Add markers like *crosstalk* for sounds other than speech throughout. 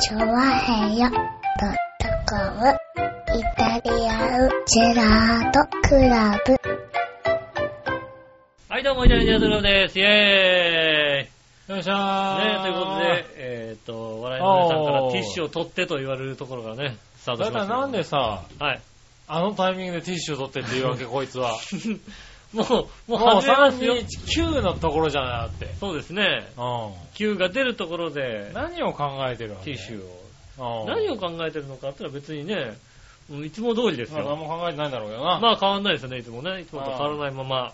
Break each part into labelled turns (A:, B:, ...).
A: チョワヘヨドットコムイタリアンジェラートクラブ。
B: はい、どうも、イタリアンジェラートクラブです。イェーイね
C: よいしょ
B: え、
C: ー。
B: ということで、えっ、と、笑いのお姉さんからティッシュを取ってと言われるところがね、スタート
C: だ
B: し
C: か
B: ま
C: ら
B: したけど。
C: なんでさ、
B: はい。
C: あのタイミングでティッシュを取ってっていうわ
B: *laughs*
C: け、こいつは。
B: もう、も
C: も
B: う
C: う
B: 始めますよ。
C: 329のところじゃないだって。
B: そうですね。
C: う
B: 球が出るところで
C: ん。、何を考えてるわ
B: テ
C: け
B: ィッシュを。
C: ュ
B: 何
C: を
B: を考えてるのかってのは別にね、もういつも通りです
C: 何
B: よ。
C: も考えてないんだろうけどな。
B: まあ変わんないですよね、いつもね。いつもと変わらないまま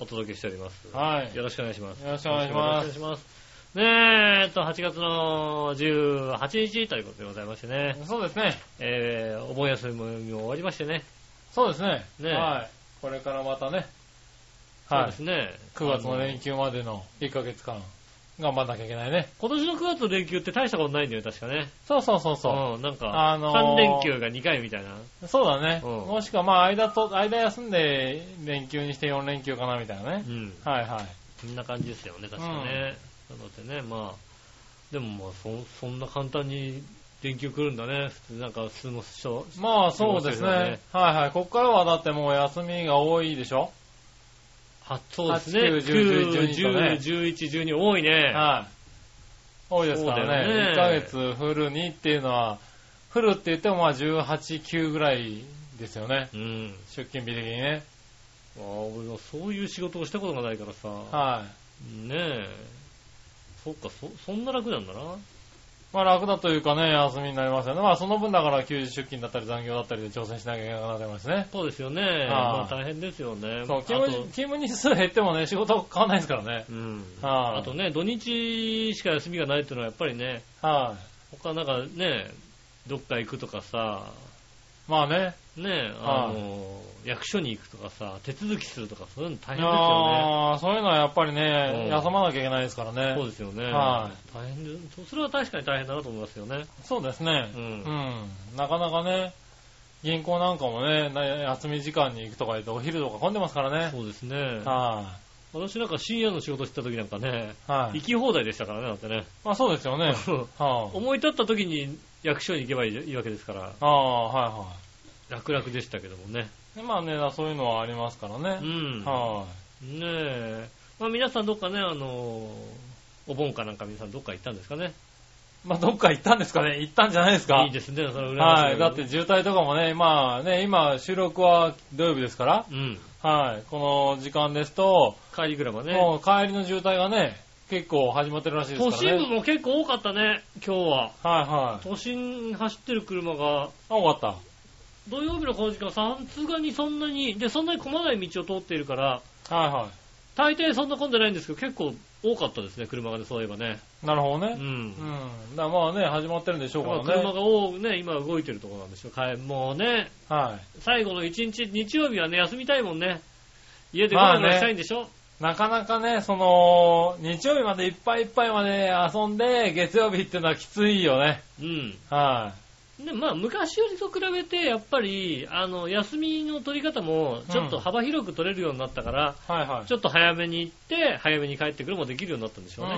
B: お届けしております。
C: はい。
B: よろしくお願いします。
C: よろしくお願いします
B: よろくお願いします。ねえ、えっと、8月の18日ということでございましてね。
C: そうですね。
B: えー、お盆休みも終わりましてね。
C: そうですね。
B: ね
C: はい。これからまたね。
B: そう
C: は
B: で
C: い
B: す。ね。
C: 9月の
B: ね
C: 連休までの1ヶ月間、頑張んなきゃいけないね。
B: 今年の9月の連休って大したことないんだよ、確かね。
C: そうそうそうそう。
B: うん、なんか、
C: あのー
B: 3連休が2回みたいな。
C: そうだね。
B: うん
C: もしくは、まあ、間と、間休んで連休にして4連休かなみたいなね
B: う。ん。
C: はいはい。
B: そんな感じですよね、確かね。なのでね、まあ、でもまあ、そ、そんな簡単に連休来るんだね。普通、なんか、普通の人、
C: まあそうですね。
B: ね
C: はいはい。こっからはだってもう休みが多いでしょ
B: はそうですね。
C: 8 9 10
B: 9 10
C: 12
B: 11、12、多いね。
C: はい。多いですから
B: そうだ
C: ね。
B: よね
C: 1ヶ月フルにっていうのは、フルって言ってもまあ18、9ぐらいですよね。
B: うん。
C: 出勤日的にね。
B: ああ、俺はそういう仕事をしたことがないからさ。
C: はい。
B: ねえ。そっか、そ、そんな楽なんだな。
C: まあ楽だというかね、休みになりますよね。まあその分だから休日出勤だったり残業だったりで挑戦しなきゃいけなくなってますね。
B: そうですよね。まあ大変ですよね。
C: そう、
B: あ
C: 勤務
B: と
C: 勤、務日数減ってもね、仕事変わんないですからね。
B: うん。
C: は
B: あ
C: い
B: とね、土日しか休みがないっていうのはやっぱりね、
C: は
B: 他なんかね、どっか行くとかさ、
C: い。まあね。
B: ねえ、あの、役所に行くとかさ、手続きするとかそういうの大変ですよね。
C: ああ、そういうのはやっぱりね、
B: うん
C: 休まなきゃいけないですからね。
B: そうですよね。
C: は
B: 大変で、そそれは確かに大変だなと思いますよね。
C: そうですね
B: う。。
C: うんん。なかなかね、銀行なんかもね、な休み時間に行くとか言ってお昼とか混んでますからね。
B: そうですね。
C: は
B: 私なんか深夜の仕事してた時なんかね、
C: い。はい
B: 行。き放題でしたからね、だ
C: *laughs*
B: ってね。
C: まあそうですよね。はい。
B: 思い立った時に役所に行けばいいいいわけですから、
C: ああ、はいは
B: 楽々でしたけどもね。
C: い。でまあね、そういうのはありますから
B: う
C: ね。
B: ん。
C: は
B: ねえ。まあ皆さんどっかね、あの、お盆かなんか皆さんどっか行ったんですかね。
C: い。まあどっか行ったんですかね行ったんじゃないですか
B: いいですね、それは羨まし
C: はい。だって、渋滞とかもね、まあね、今収録は土曜日ですから、
B: うん。
C: はい。この時間ですと、
B: 帰りぐらいはね。
C: もう帰りの渋滞がね、結構始まってるらしいで
B: 都
C: すから
B: 心部
C: ね。
B: も結構多かったね、今日は。
C: はいはい。
B: 都心走ってる車が、
C: あ、終わった。
B: 土曜日のこの時間、さすがにそんなに、で、そんなに混まない道を通っているから、
C: はいは
B: 大抵そんな混んでないんですけど、結構多かったですね、車がね、そういえばね。
C: い。なるほど
B: う
C: ね。
B: ん
C: う。ん。だからまあね、始まってるんでしょう
B: まあ
C: から
B: 車
C: ね。
B: が多くね、今動いてるところなんでしょう。かえもうね、
C: は
B: 最後の一日、日曜日はね、休みたいもんね。家でご飯
C: まあ
B: が
C: ね
B: したいんでしょ、
C: い。なかなかね、その、日曜日までいっぱいいっぱいまで遊んで、月曜日ってのはきついよね。
B: うん。
C: は
B: で、まあ、昔よりと比べて、やっぱり、あの、休みの取り方も、ちょっと幅広く取れるようになったから、
C: い。はいはい。
B: ちょっと早めに行って、早めに帰ってくるもできるようになったんでしょう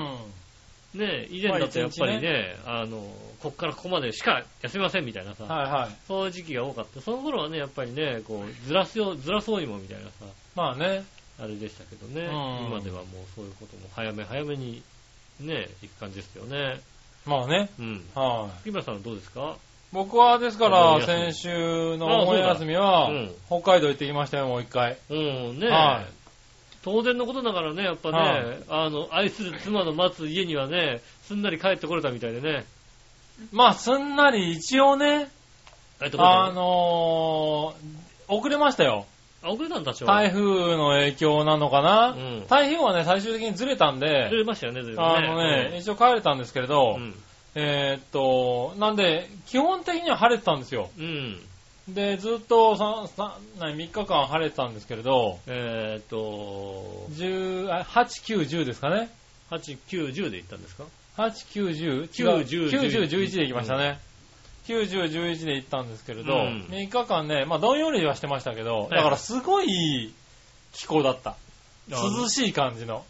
B: ね。ね以前だとやっぱりね、あの、こっからここまでしか休みませんみたいなさ、
C: うん。はいはい。
B: そういう時期が多かった。その頃はね、やっぱりね、こう、ずらすよう、ずらそうにもみたいなさ、
C: まあね。
B: あれでしたけどね、
C: うん
B: 今ではもうそういうことも早め早めにね、行く感じですよね。
C: まあね。
B: うん。
C: はい。
B: 木村さんはどうですか
C: 僕はですか
B: お盆休
C: ら、
B: み
C: 先週のお盆休みは
B: あそうだうん、
C: 北海道行ってきましたよ、もう一回。
B: うん、ね、
C: はい
B: 当然のことながらね、やっぱね、
C: は
B: あの、愛する妻の待つ家にはね、すんなり帰ってこれたみたいでね。
C: まあ、すんなり一応ね、
B: えっと
C: あのー、遅れましたよ。
B: あ、遅れたんだ、ちょうど
C: 台風の影響なのかな、
B: うん
C: 台風はね、最終的にずれたん
B: ず
C: で、
B: れましたよね、ずれね。
C: あのね、一応帰れたんですけれど、
B: うん。
C: えーっと、なんで、基本的には晴れてたんですよ。
B: うん。
C: で、ずっとささな3日間晴れてたんですけれど、
B: えーっと、
C: 10あ8、9、10ですかね。
B: 8、9、10で行ったんですか
C: 8、9、10、
B: 9 10
C: 10、10 11で行きましたね。90、11で行ったんですけれど、
B: うん
C: 3日間ね、まあ、どんよりはしてましたけど、だからすごいいい気候だった。涼
B: しい。
C: しい感じの。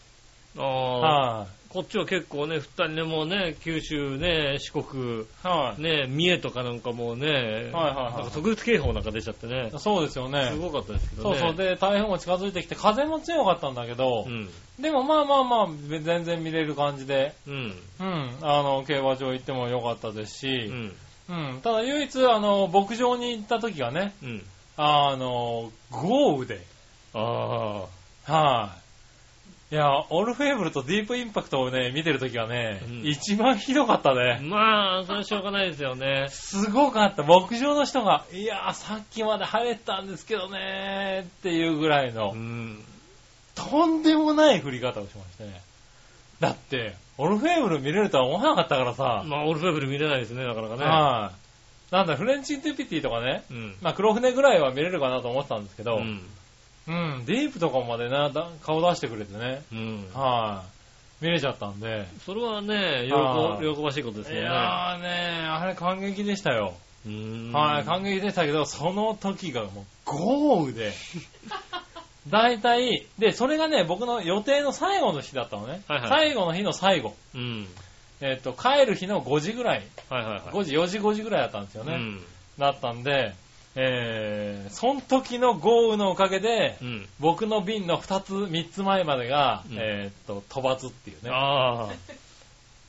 B: あー
C: はい
B: こっちは結構ね、降ったりね、もうね、九州ね、四国、
C: はい。
B: ね、三重とかなんかもうね、
C: はいはいはい
B: なんか特別警報なんか出ちゃってね、
C: そうですよね
B: す。ごかったですけど
C: そ
B: ね。
C: うそう。で、台風も近づいてきて、風も強かったんだけど、
B: うん。
C: でもまあまあまあ、全然見れる感じで、
B: うん。
C: うん、あの、競馬場行っても良かったです
B: う
C: し、
B: ん。
C: うん、ただ唯一、あの、牧場に行った時がね、
B: うん。
C: あの、豪雨で、
B: あ
C: はい、いや、オルフェーブルとディープインパクトをね、見てる時がね、
B: うん
C: 一番ひどかった
B: あ。
C: ね。
B: まあ、それはしょうがないですよね。
C: すごかった。牧場の人が、いやー、さっきまで晴れてたんですけどねーっていうぐらいの、
B: うん。
C: とんでもない降り方をしましたね。だって、オルフェーブル見れるとは思わなかったからさ、
B: まあ、オルフェブル見れないですね、なかなかね。
C: はい。なんだ、フレンチデュピティとかね、
B: うん。
C: まあ黒船ぐらいは見れるかなと思ってたんですけ
B: う
C: ど、うん、
B: ん。
C: ディープとかまでな、だ顔出してくれてね、
B: うん。
C: はい、見れちゃったんで、
B: それはね、
C: は
B: 喜
C: い
B: 喜ばしいことです
C: い
B: よね。
C: やーね、あれ感激でしたよ。
B: うーん
C: はい、感激でしたけど、その時がもう豪
B: *laughs*
C: 雨で、大体、で、それがね、僕の予定の最後の日だったのね。
B: はいはい
C: 最後の日の最後。
B: うん。
C: えっ、と、帰る日の5時ぐらい、
B: はいはいはい。
C: 5時、4時、5時ぐらいだったんですよね。
B: うん。
C: だったんで、えー、その時の豪雨のおかげで、
B: うん。
C: 僕の便の2つ、3つ前までが、
B: うん
C: えー、と、飛ばずっていうね。はい、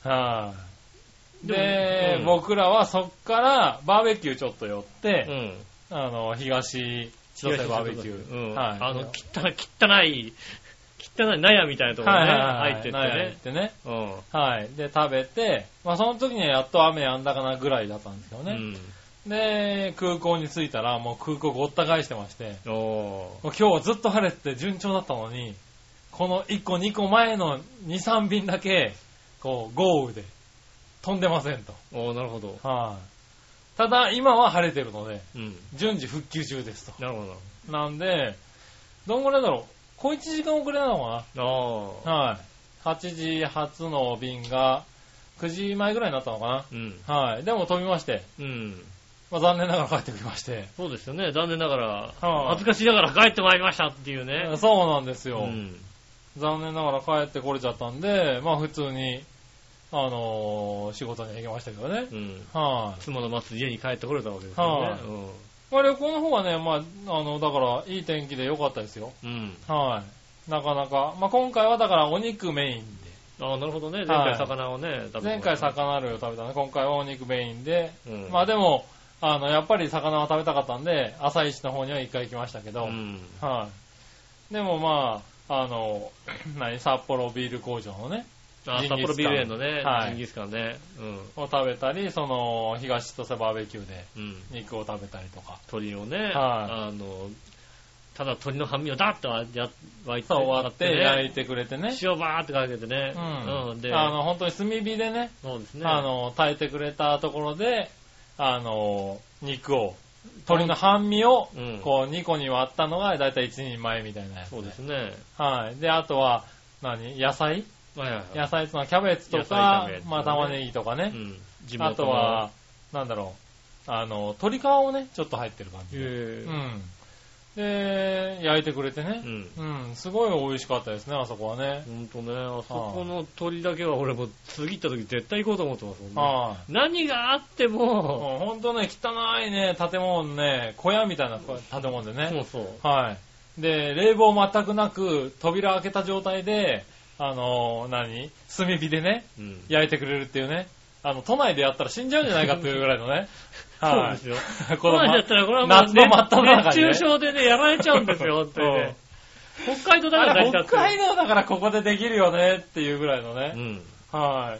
B: ああ。
C: で、
B: うん
C: 僕らはそっからバーベキューちょっと寄って、
B: うん。
C: あの、東千歳バーベキュー。
B: うん。
C: はい。
B: あの、汚い、汚い、汚い納屋みたいなところに
C: はい
B: ね、
C: はい
B: 入
C: はい
B: ってっ
C: 納屋行っててね。
B: ね。
C: はい。で、食べて、まあその時にはやっと雨やんだかなぐらいだったんですけど
B: うん。
C: ね。で、空港に着いたら、もう空港ごった返してまして、
B: うん。お
C: もう今日はずっと晴れてて順調だったのに、この1個2個前の2、3便だけ、こう、豪雨で飛んでませんと。
B: ーおーなるほど。
C: はい。ただ、今は晴れてるので、
B: うん。
C: 順次復旧中ですと。
B: なるほど。
C: なんで、どんぐらいだろう小1時間遅れなのか
B: あ
C: な
B: あ。
C: はい。8時発の便が9時前ぐらいになったのか
B: うん。
C: なはい。でも飛びまして、
B: うん。
C: まあ、残念ながら帰ってきまして。
B: そうですよね。残念ながら、
C: はい
B: 恥ずかしながら帰ってまいりましたっていうね。
C: そうなんです
B: う
C: よ、
B: ん。
C: 残念ながら帰ってこれちゃったんで、まあ普通に、あのー仕事に行きましたけどね。
B: うん。
C: はい、
B: 妻の待つ家に帰ってこれたわけですよ
C: は
B: ね
C: い。
B: うん
C: まあ旅行の方はね、まあ、あの、だからいい天気で良かったですよ。
B: うん。
C: はい、なかなか。まあ今回はだからお肉メイン
B: ああ、なるほどね。前
C: は
B: 回
C: い
B: 魚をね、食べて
C: で。
B: もら
C: 前
B: った
C: 回。魚類を食べたので、今回はお肉メインで、
B: うん
C: まあでも、あの、やっぱり魚は食べたかったんで、朝一の方には一回行きましたけど、
B: う
C: はい、
B: ん。
C: でもまあ、あの、何、札幌ビール工場のね、
B: あー
C: ジ
B: 札
C: ンギスカン
B: 幌ビール園のね、
C: はい
B: ジンギスカンね。うん。
C: を食べたり、その、東千歳バーベキューで
B: うん。
C: 肉を食べたりとか、
B: 鳥をね、
C: は
B: あの、ただ鳥の半身をダッとや湧いて、
C: そう終わって焼い
B: ね、
C: てくれてね、
B: 塩バーってかけてね、
C: うん、
B: で、
C: あの、本当に炭火でね、
B: そうですね、
C: あの、炊いてくれたところで、あの、肉を、鶏の半身を、
B: うん
C: こう、2個に割ったのが、だいたい1人前みたいなやつ。
B: そうですね、
C: はい。で、あとは、何野菜
B: はいはい
C: 野菜ってのはキャベツと
B: 野菜炒
C: か
B: めとかね、
C: まあ玉ねぎとか
B: う
C: ね。
B: ん、地元の
C: あとは、、なんだろう、あの、鶏皮をね、ちょっと入ってる感じで。
B: え
C: うん。で、焼いてくれてね
B: う。ん、
C: うん、すごい美味しかったですね、あそこはね。
B: ほんとね、あそこの鳥だけは俺も次行った時絶対行こうと思ってますもんね。
C: はい。
B: 何があっても、
C: もうほんとね、汚いね、建物のね、小屋みたいなこ建物で
B: そ
C: ね。
B: うそう。
C: はい。で、冷房全くなく、扉開けた状態で、あのー何炭火でね、
B: うん
C: 焼いてくれるっていうね。あの、都内でやったら死んじゃうんじゃないかっていうぐらい
B: *laughs*
C: のね。
B: そう
C: はい
B: ですよ。
C: *laughs* こ
B: こ
C: のま
B: んなんだったらこれはもう
C: 夏の真っ只中
B: 熱
C: にね
B: 中症でね、やられちゃうんですよ、本当にね。北海道だから
C: あ
B: 大
C: れ
B: 事だっ
C: 北
B: て。
C: 海道だからここでできるよねっていうぐらいの
B: う
C: ね。
B: ん。
C: は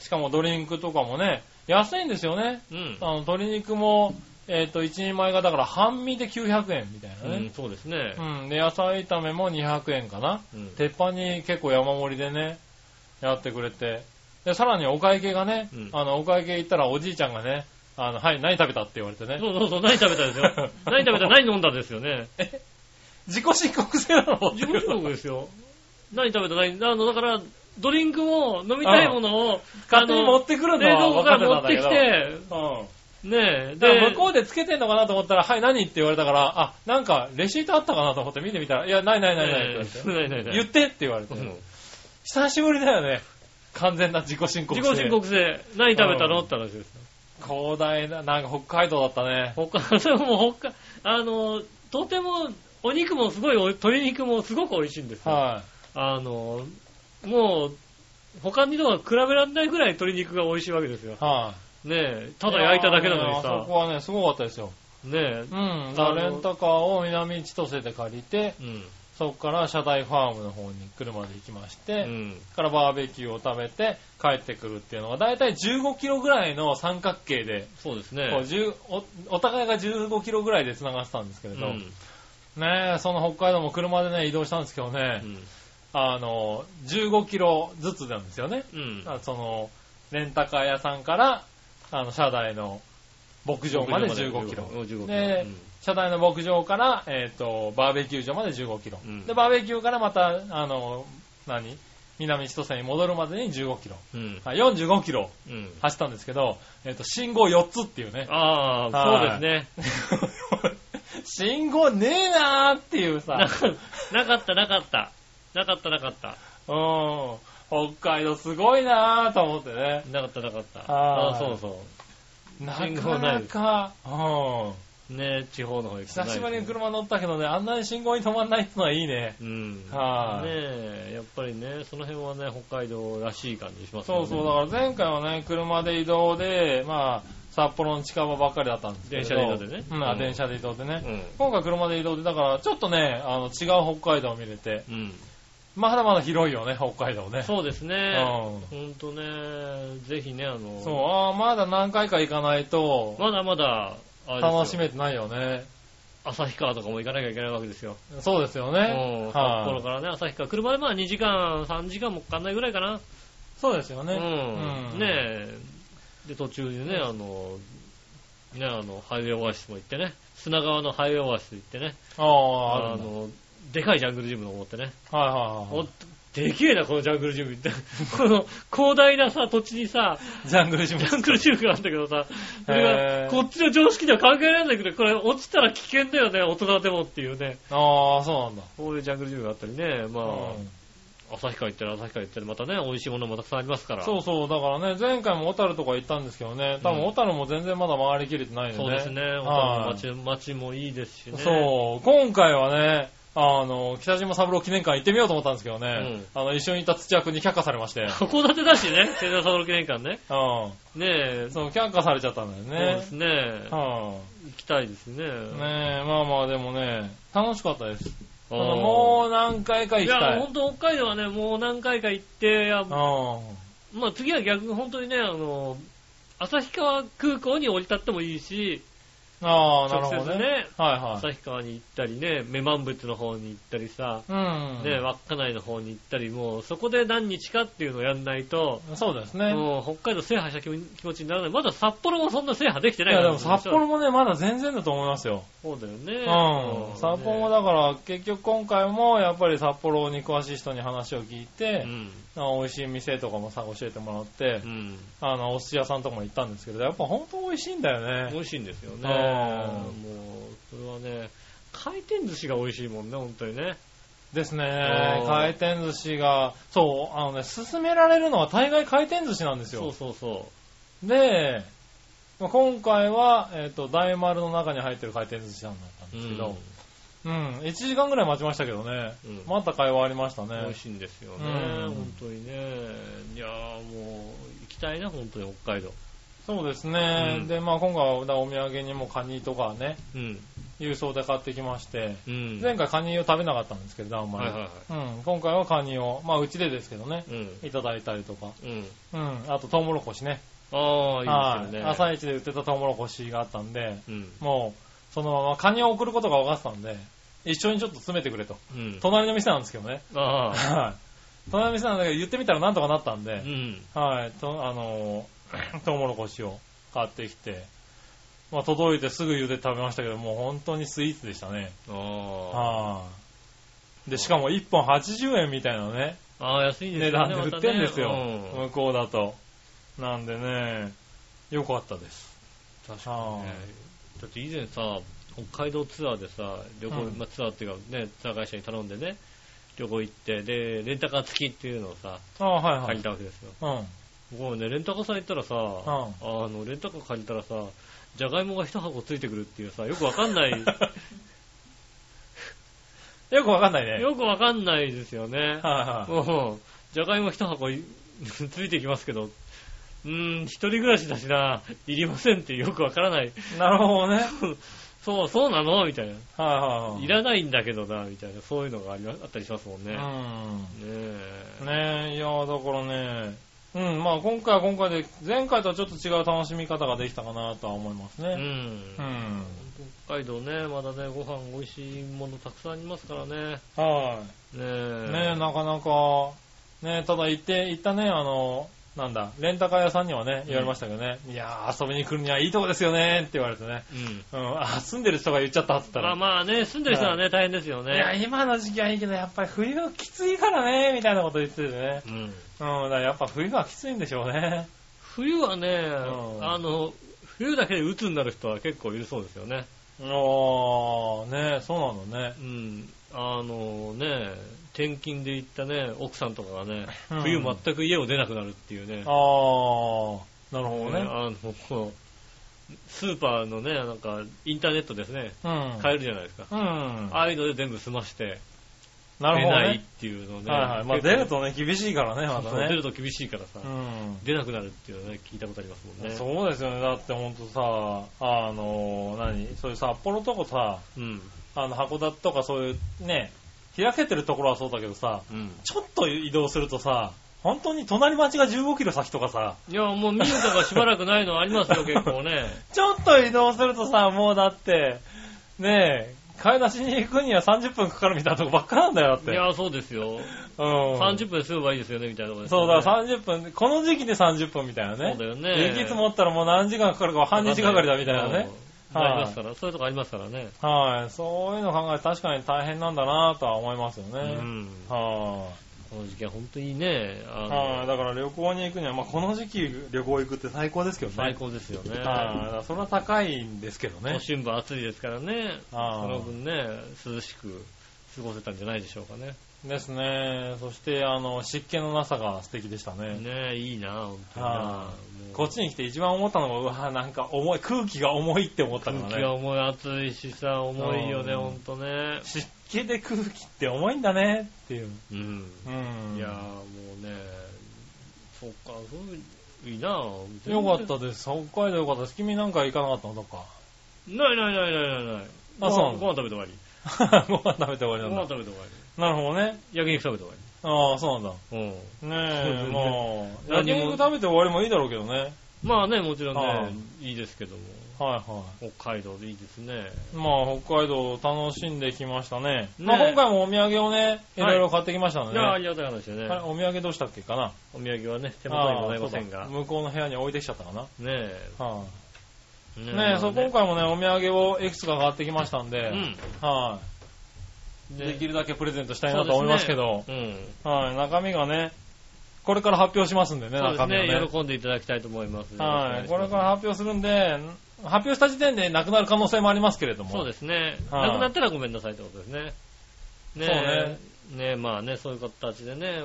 C: い。しかもドリンクとかもね、安いんですよね。
B: うん
C: あの、鶏肉も、えっ、と、一人前がだから半身で900円みたいな
B: う
C: ね。
B: ん、そうですね。
C: うん、で、野菜炒めも200円かな。
B: うん
C: 鉄板に結構山盛りでね、やってくれて。で、さらにお会計がね、
B: うん
C: あの、お会計行ったらおじいちゃんがね、あの、はい、何食べたって言われてね。
B: そうそうそう、何食べたんです
C: *laughs*
B: よ。何食べた何飲んだんですよね。
C: 自己申告制なの
B: 自分の僕ですよ。何食べた何、あの、だから、ドリンクを飲みたいものを、
C: 勝手に持
B: あ
C: ってく
B: の
C: るの
B: 冷
C: は
B: 蔵庫
C: 分
B: か
C: かって
B: ら
C: た
B: 持っ
C: ん
B: て
C: だけ
B: きて、
C: ど。うん。
B: ねえ、
C: だから
B: で、
C: 向こうでつけてんのかなと思ったら、はい、何って言われたから、あ、なんか、レシートあったかなと思って見てみたら、いや、ないないないないって言われて。
B: ないないない。
C: 言ってって言われて。
B: うん
C: 久しぶりだよね。完全な自己申告
B: 自己申告制。何食べたの
C: うん
B: って話です。
C: 広大な、なんか北海道だったね。
B: 他、それも北海、あの、とても、お肉もすごいお、鶏肉もすごく美味しいんですよ。
C: は
B: あの、もう、他にのは比べられないぐらい鶏肉が美味しいわけですよ。
C: い。はい。
B: ねえ、ただ焼いただけなのに
C: いやーあ
B: さ
C: そこ、はね、すごかったですよ。
B: ね
C: うん。だからレンタカーを南千歳で借りて、
B: え、うん、
C: そこから車台ファームの方に車で行きまして、
B: う
C: そ
B: ん、
C: こからバーベキューを食べて帰ってくるっていうのが、だいたい15キロぐらいの三角形で、
B: そうです
C: こう
B: ね。
C: 10おお互いが15キロぐらいで繋がってたんですけ
B: う
C: れ
B: ん
C: ど、ねえ、その北海道も車でね、移動したんですけどね、
B: うん
C: あの、15キロずつなんですよね。
B: うん
C: あその、レンタカー屋さんから、あの、車台の牧場まで15キロ。
B: 15キロ。
C: で
B: うん
C: 車台の牧場から、えっ、と、バーベキュー場まで15キロ。
B: うん
C: で、バーベキューからまた、あの、何南千歳に戻るまでに15キロ。
B: うん。
C: あ45キロ
B: うん。
C: 走ったんですけど、えっ、と、信号4つっていうね。
B: ああ、そうですね。
C: *laughs* 信号ねえなーっていうさ。
B: なかな *laughs* かった、なかった。なかった、なかった。
C: うん。北海道すごいなぁと思ってね。
B: なかった、なかった。
C: あー
B: ああ、そうそ
C: な
B: 信号な
C: かない
B: です
C: か、うん。
B: う。ねえ、地方の方行くとない
C: 久しぶりに車乗ったけどね、あんなに信号に止まんないってのはいいね。
B: うん。
C: はい
B: ねえ、やっぱりね、その辺はね、北海道らしい感じしますよ
C: そ
B: ね。
C: うそう、だから前回はね、車で移動で、まあ、札幌の近場ばっかりだったんですけど。
B: 電車で移動でね
C: うん、あ
B: うん
C: 電車で移動でね。
B: うん。
C: 今回車で移動で、だからちょっとね、あの、違う北海道を見れて、
B: うん。
C: まだまだ広いよね、北海道ね。
B: そうですね。
C: うん
B: ほんとね、ぜひね、あの、
C: そう、ああ、まだ何回か行かないと、
B: まだまだ、あれですよ
C: 楽しめてないよね。
B: 旭川とかも行かなきゃいけないわけですよ。
C: そうですよ
B: うん
C: ね。
B: 札
C: はい
B: 幌からね、旭川。車でまあ2時間、3時間もかかんないぐらいかな。
C: そうですよね。
B: う。
C: うんん
B: ねえ。で、途中でね、あの、ね、あの、ハイウェイオアシスも行ってね、砂川のハイウェイオアシス行ってね、
C: ああ、あ
B: あ
C: るんだ
B: の、でかいジャングルジム登ってね、
C: はいはいは
B: おでけえな、このジャングルジム *laughs* って。この広大なさ、土地にさ、
C: い。ジャングルジム
B: ジ。ャングルジムがあんだけどさ、それ
C: へ
B: が
C: ー
B: こっちの常識では考えられないけど、これ落ちたら危険だよね、大人でもっていうね。
C: ああ、そうなんだ。
B: こういうジャングルジムがあったりね、まあ、
C: うん
B: 旭川行ったら旭川行ったらまたね、美味しいものもたくさんありますから。
C: そうそう、だからね、前回も小樽とか行ったんですけどね、多
B: うん
C: 分小樽も全然まだ回りきれてないよね。
B: そうですね。
C: は
B: 本
C: い
B: 当に街街もいいですしね。
C: そう、今回はね、あの、北島三郎記念館行ってみようと思ったんですけどね、あの、一緒にいた土屋君に却下され
B: *laughs*
C: まして、うん。
B: 函館だしね、千田三郎記念館ね。ねえ、
C: そう、却下されちゃったんだ
B: そうで
C: よね
B: す。ね。
C: は
B: 行きたいですね。
C: い。ねえ、まあまあでもね、楽しかったです。
B: あー
C: もう何回か
B: い
C: 行きた
B: や、
C: い。
B: 本当北海道はね、もう何回か行って、いや
C: うん。
B: まあ次は逆に本当にね、あの、旭川空港に降り立ってもいいし、
C: ああ、なる
B: 直
C: ほど
B: 接
C: ね。
B: ね、
C: はいはい。
B: 旭川に行ったりね、女満仏の方に行ったりさ、
C: うん。
B: ね、稚内の方に行ったり、もうそこで何日かっていうのをやんないと、
C: そうですね。
B: もう北海道制覇した気気持ちにならない。まだ札幌も *laughs* そんな制覇できて
C: い
B: ない
C: や
B: か
C: で
B: ら
C: も札幌もね、まだ全然だと思いますよ。
B: そうだよね。
C: うん。札幌も
B: だ。
C: だから、結局今回もやっぱり札幌に詳しい人に話を聞いうて、
B: ん。
C: あ美味しい店とかもさ、教えてもらって
B: う、ん。
C: あの、お寿司屋さんとかも行ったんですけど、やっぱ本当美味しいんだよ
B: 美
C: ね。
B: 味しいんですよね。も
C: う
B: う、それはね、回転寿司が美味しいもんね、本当にね。
C: です
B: う
C: ね
B: ん。
C: 回転寿司が、そう、あのね、勧められるのは大概回転寿司なんです
B: そう
C: よ。
B: そうそ
C: で、まあ今回は、えっ、と、大丸の中に入ってる回転寿司屋さんだったん
B: う。
C: ですけど、うん、1時間ぐらい待ちましたけどね。
B: うん
C: また会話ありました
B: 美
C: ね
B: 味。しいんですよね、
C: うん
B: 本当にね。いやーもう、行きたいな、本当に北海道。
C: そうですね。
B: うん
C: で、まあ今回はお土産にもカニとかね、
B: うん。
C: 郵送で買ってきまして、
B: うん。
C: 前回カニを食べなかったんですけど、あんま
B: はい
C: り。
B: はいは
C: うん、今回はカニを、まあうちでですけどね、
B: い。うん。
C: いただいたりとか。
B: うん。
C: うん、あとトウモロコシね。
B: ああ、いいですよね。
C: はい朝一で売ってたトウモロコシがあったんで、
B: うん。
C: もう、そのままカニを送ることが分かってたんで、一緒にちょっと詰めてくれと。
B: うん。
C: 隣の店なんですけどね。
B: ああ。
C: はい。隣の店なんだけど言ってみたらなんとかなったんで、
B: うん。
C: はい、と、あの *clears throat* ー、トウモロコシを買ってきて、まあ、届いてすぐ茹でて食べましたけど、もう本当にスイーツでしたね。
B: ああ。
C: はい。で、しかも1本80円みたいなね、
B: ああ、安いんで
C: *laughs* 値
B: すよ
C: 段
B: ね。またね
C: で売ってんですよ。
B: うん
C: 向こうだと。なんでね、良かったです。確か
B: ねだって以前さ、北海道ツアーでさ、旅行、
C: うん
B: まあツアーっていうかね、ツアー会社に頼んでね、旅行行って、で、レンタカー付きっていうのをさ、
C: ああ、はいは
B: 借り
C: い。
B: たわけですよ。
C: うん。
B: もうね、レンタカーさん行ったらさ、あの、レンタカー借りたらさ、じゃがいもが一箱ついてくるっていうさ、よくわかん
C: *laughs*
B: ない、
C: よくわかんないね。
B: よくわかんないですよね。
C: はいはい。
B: うん。じゃがいも一箱い *laughs* ついてきますけど、うーん、一人暮らしだしな、いりませんってよくわからない。
C: なるほどね。はい
B: そう、そうなのみたいな。
C: はいはい。
B: いらないんだけどな、みたいな、そういうのがありまあったりしますもんね。ね
C: う
B: え。
C: ん。ねえ、いや、だからね、うん、まあ今回は今回で、前回とはちょっと違う楽しみ方ができたかなとは思います
B: う
C: ね。
B: ん。
C: うん。
B: 北海道ね、まだね、ご飯美味しいものたくさんありますからね。
C: は
B: ね
C: い。
B: え。
C: ねえ、なかなか、ねえ、ただ行って、行ったね、あの、なんだ、レンタカー屋さんにはね、言われましたけどね、いやー、遊びに来るにはいいとこですよね、って言われてね。
B: うん。
C: うん、あ、住んでる人が言っちゃったって言った
B: ま
C: ら
B: あ、まあね、住んでる人はね、大変ですよ
C: いや、
B: ね。
C: 今の時期はいいけど、やっぱり冬がきついからね、みたいなこと言っててね。
B: うん。
C: うん、だからやっぱ冬がきついんでしょうね。
B: 冬はね、
C: ん
B: あの、冬だけで鬱になる人は結構いるそうですよね。
C: おー、ねそうなんだね。
B: うん、あのね、転勤で行ったね、奥さんとかがね、
C: うん
B: 冬全く家を出なくなるっていうね、
C: あー、なるほどね。
B: あの、こうスーパーのね、なんか、インターネットですね、
C: うん。
B: 買えるじゃないですか。
C: うん。
B: ああいうので全部済まして、
C: な
B: 出
C: るほど
B: ないっ
C: ね。
B: ていうのね。
C: はいはい。まあ
B: 結構
C: 出る、とね、厳しいからね、
B: そ
C: ま
B: うそう
C: だ
B: 出
C: ね
B: る。と厳しいからさ、
C: うん。
B: 出なくなるっていうのね、聞いたことありますもんね。う。
C: そうですよね。だってほんとさ、あの、何そういう札幌とかさ、
B: ん。
C: あの、函館とかそういうね、開けてるところはそうだけどさ、
B: うん。
C: ちょっと移動するとさ、本当に隣町が15キロ先とかさ、
B: いや、もう見るとがしばらくないのありますよ、結構
C: *laughs*
B: ね。
C: ちょっと移動するとさ、もうだって、ねえ、買い出しに行くには30分かかるみたいなとこばっかなんだよ、だっ
B: い
C: て。
B: や、そうですよ。
C: うん。
B: 30分で済めばいいですよね、みたいなところですよ
C: そ
B: ね
C: うだ、30分、この時期で30分みたいなね。
B: そうだよね
C: 雪積もったらもう何時間かかるかは半日がかりだみたい
B: う
C: なね。
B: ん。
C: はい
B: ありますから、そういうとこありますからね。
C: はい。そういうの考えて確かに大変なんだなとは思いますよね。
B: うん。
C: はい、
B: この時期は本当にね、あ
C: はい、
B: の、
C: だから旅行に行くには、まあ、この時期旅行行くって最高ですけどね。
B: 最高ですよね。
C: ああ、だからそれは高いんですけどね
B: 都。心部暑いですからね、そ
C: あー
B: の分ね、涼しく過ごせたんじゃないでしょうかね。
C: ですね。そして、あの、湿気のなさが素敵でしたね。
B: ねいいな、本当にな
C: あ。
B: もう
C: こっちに来て一番思ったのが、うわ、なんか重い、空気が重いって思った
B: 空
C: から
B: 気が
C: ね。
B: 重い、暑いしさ、重いよね、
C: うん
B: ほんとね。
C: 湿気で空気って重いんだねっていう。
B: うん。
C: うん。
B: いやーもうね、そっか、そういいなよ
C: よかったです。北海道よかったです。君なんか行かなかったの
B: *laughs*
C: とか。
B: ないないないないないない。
C: あそうなの
B: ご飯食べて終わり。
C: ご飯食べて終わり
B: ご
C: なん
B: 飯
C: だ。
B: 食べて終わり。
C: なるほどね。
B: 焼肉食べて終わ
C: ああ、そうなんだ。
B: り。うん。
C: ねえ、まあ、
B: 何
C: 焼
B: も
C: 肉食べて終わりもいいだろうけどね。
B: まあね、もちろん
C: は
B: ね、いいですけども、
C: はいはい。
B: 北海道でいいですね。
C: まあ、北海道を楽しんできましたね。
B: え
C: まあ、今回もお土産をね、いろいろ買ってきましたの
B: い
C: で、ね
B: やあ、ありがたい話でね
C: あれ、。お土産どうしたっけかな
B: お土産はね、手元にございません
C: あ
B: が。ね
C: ーそうだ向こうの部屋に置いてきちゃったかな。
B: え。
C: は
B: ね
C: い。
B: え
C: ねえ、そう、今回もね、お土産をいくつか買ってきましたんで、
B: うん。
C: はい。
B: で
C: できるだけプレゼントしたいなと思いますけど、
B: そうですね
C: はい、中身がね、これから発表しますんで
B: う
C: ね、
B: ん。そうで
C: 中
B: す
C: 身
B: ね、
C: をね。
B: 喜んでいただきたいと思います。
C: はい、これか
B: よ
C: ら
B: ろしくお願いし
C: 発表するんで、発表した時点でなくなる可能性もありますけれど
B: ま
C: も。
B: すそうですね。
C: はい
B: なくなったらごめんなさいってことですね。ねえ。ねえ、まあね、そういう形でね。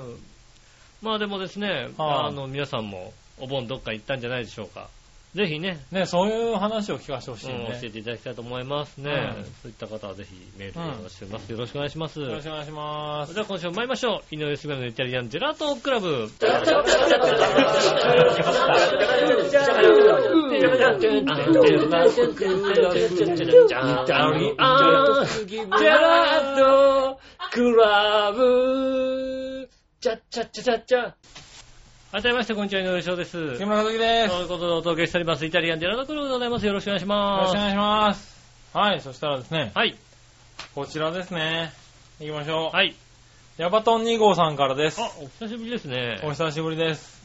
B: まあでもですね、
C: はい
B: あの、皆さんもお盆どっか行ったんじゃないでしょうか。ぜひね、
C: ね、そういう話を聞かせてほしい
B: うん
C: ね
B: 教え。ていただきたいと思いますね。
C: うん
B: そういった方はぜひメールをお願いしております。よろしくお願いします。
C: よろしくお願いしま
B: そ
C: す
B: れ。では今週も参りましょう。井上杉村のイタリアンジェラートクラブ。改めまして、こんにちは、井上翔です。
C: 木村和樹です。
B: と
C: よ
B: いうことでお届けしております、イタリアンジェラートクラブでございます。よろしくお願いし
C: ろ
B: ま
C: しくお
B: す。
C: 願いします。はい、そしたらですね、
B: はい。
C: こちらですね。行きましょう。
B: はい。
C: ヤバトン2号さんからです。
B: あ、お久しぶりですね。
C: お久しぶりです。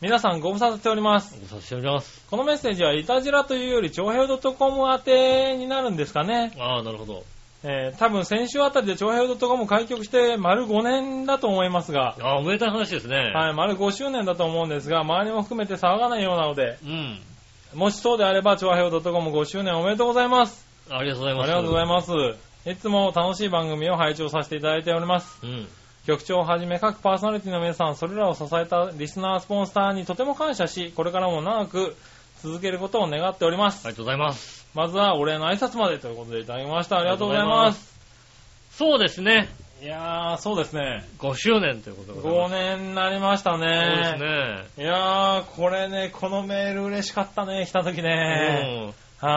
C: 皆さんご無沙汰しております。
B: お久しぶりです。
C: このメッセージはイタジラというより長平 .com 宛てになるんですかね。
B: ああ、なるほど。
C: えー、多分先週あたりで長平 .com 開局して丸5年だと思いますが、
B: ああ、おめでたい話ですね。
C: はい、丸5周年だと思うんですが、周りも含めて騒がないようなので、
B: うん。
C: もしそうであれば、長平 .com5 周年おめでとうございます。
B: ありがとうござい
C: あ
B: ます。
C: りがとうございます。いつも楽しい番組を拝聴させていただいております。
B: うん。
C: 局長をはじめ各パーソナリティの皆さん、それらを支えたリスナースポンサーにとても感謝し、これからも長く続けることを願っております。
B: ありがとうございます。
C: まずはお礼の挨拶までということでいただきました。ありがとうございます。
B: そうですね。
C: いやー、そうですね。
B: 5周年ということでございま
C: 5
B: す。
C: 年になりました
B: そう
C: ね。
B: で
C: いやー、これね、このメール嬉しかったね、来た時
B: す
C: ね。
B: ね。うん。
C: はーい。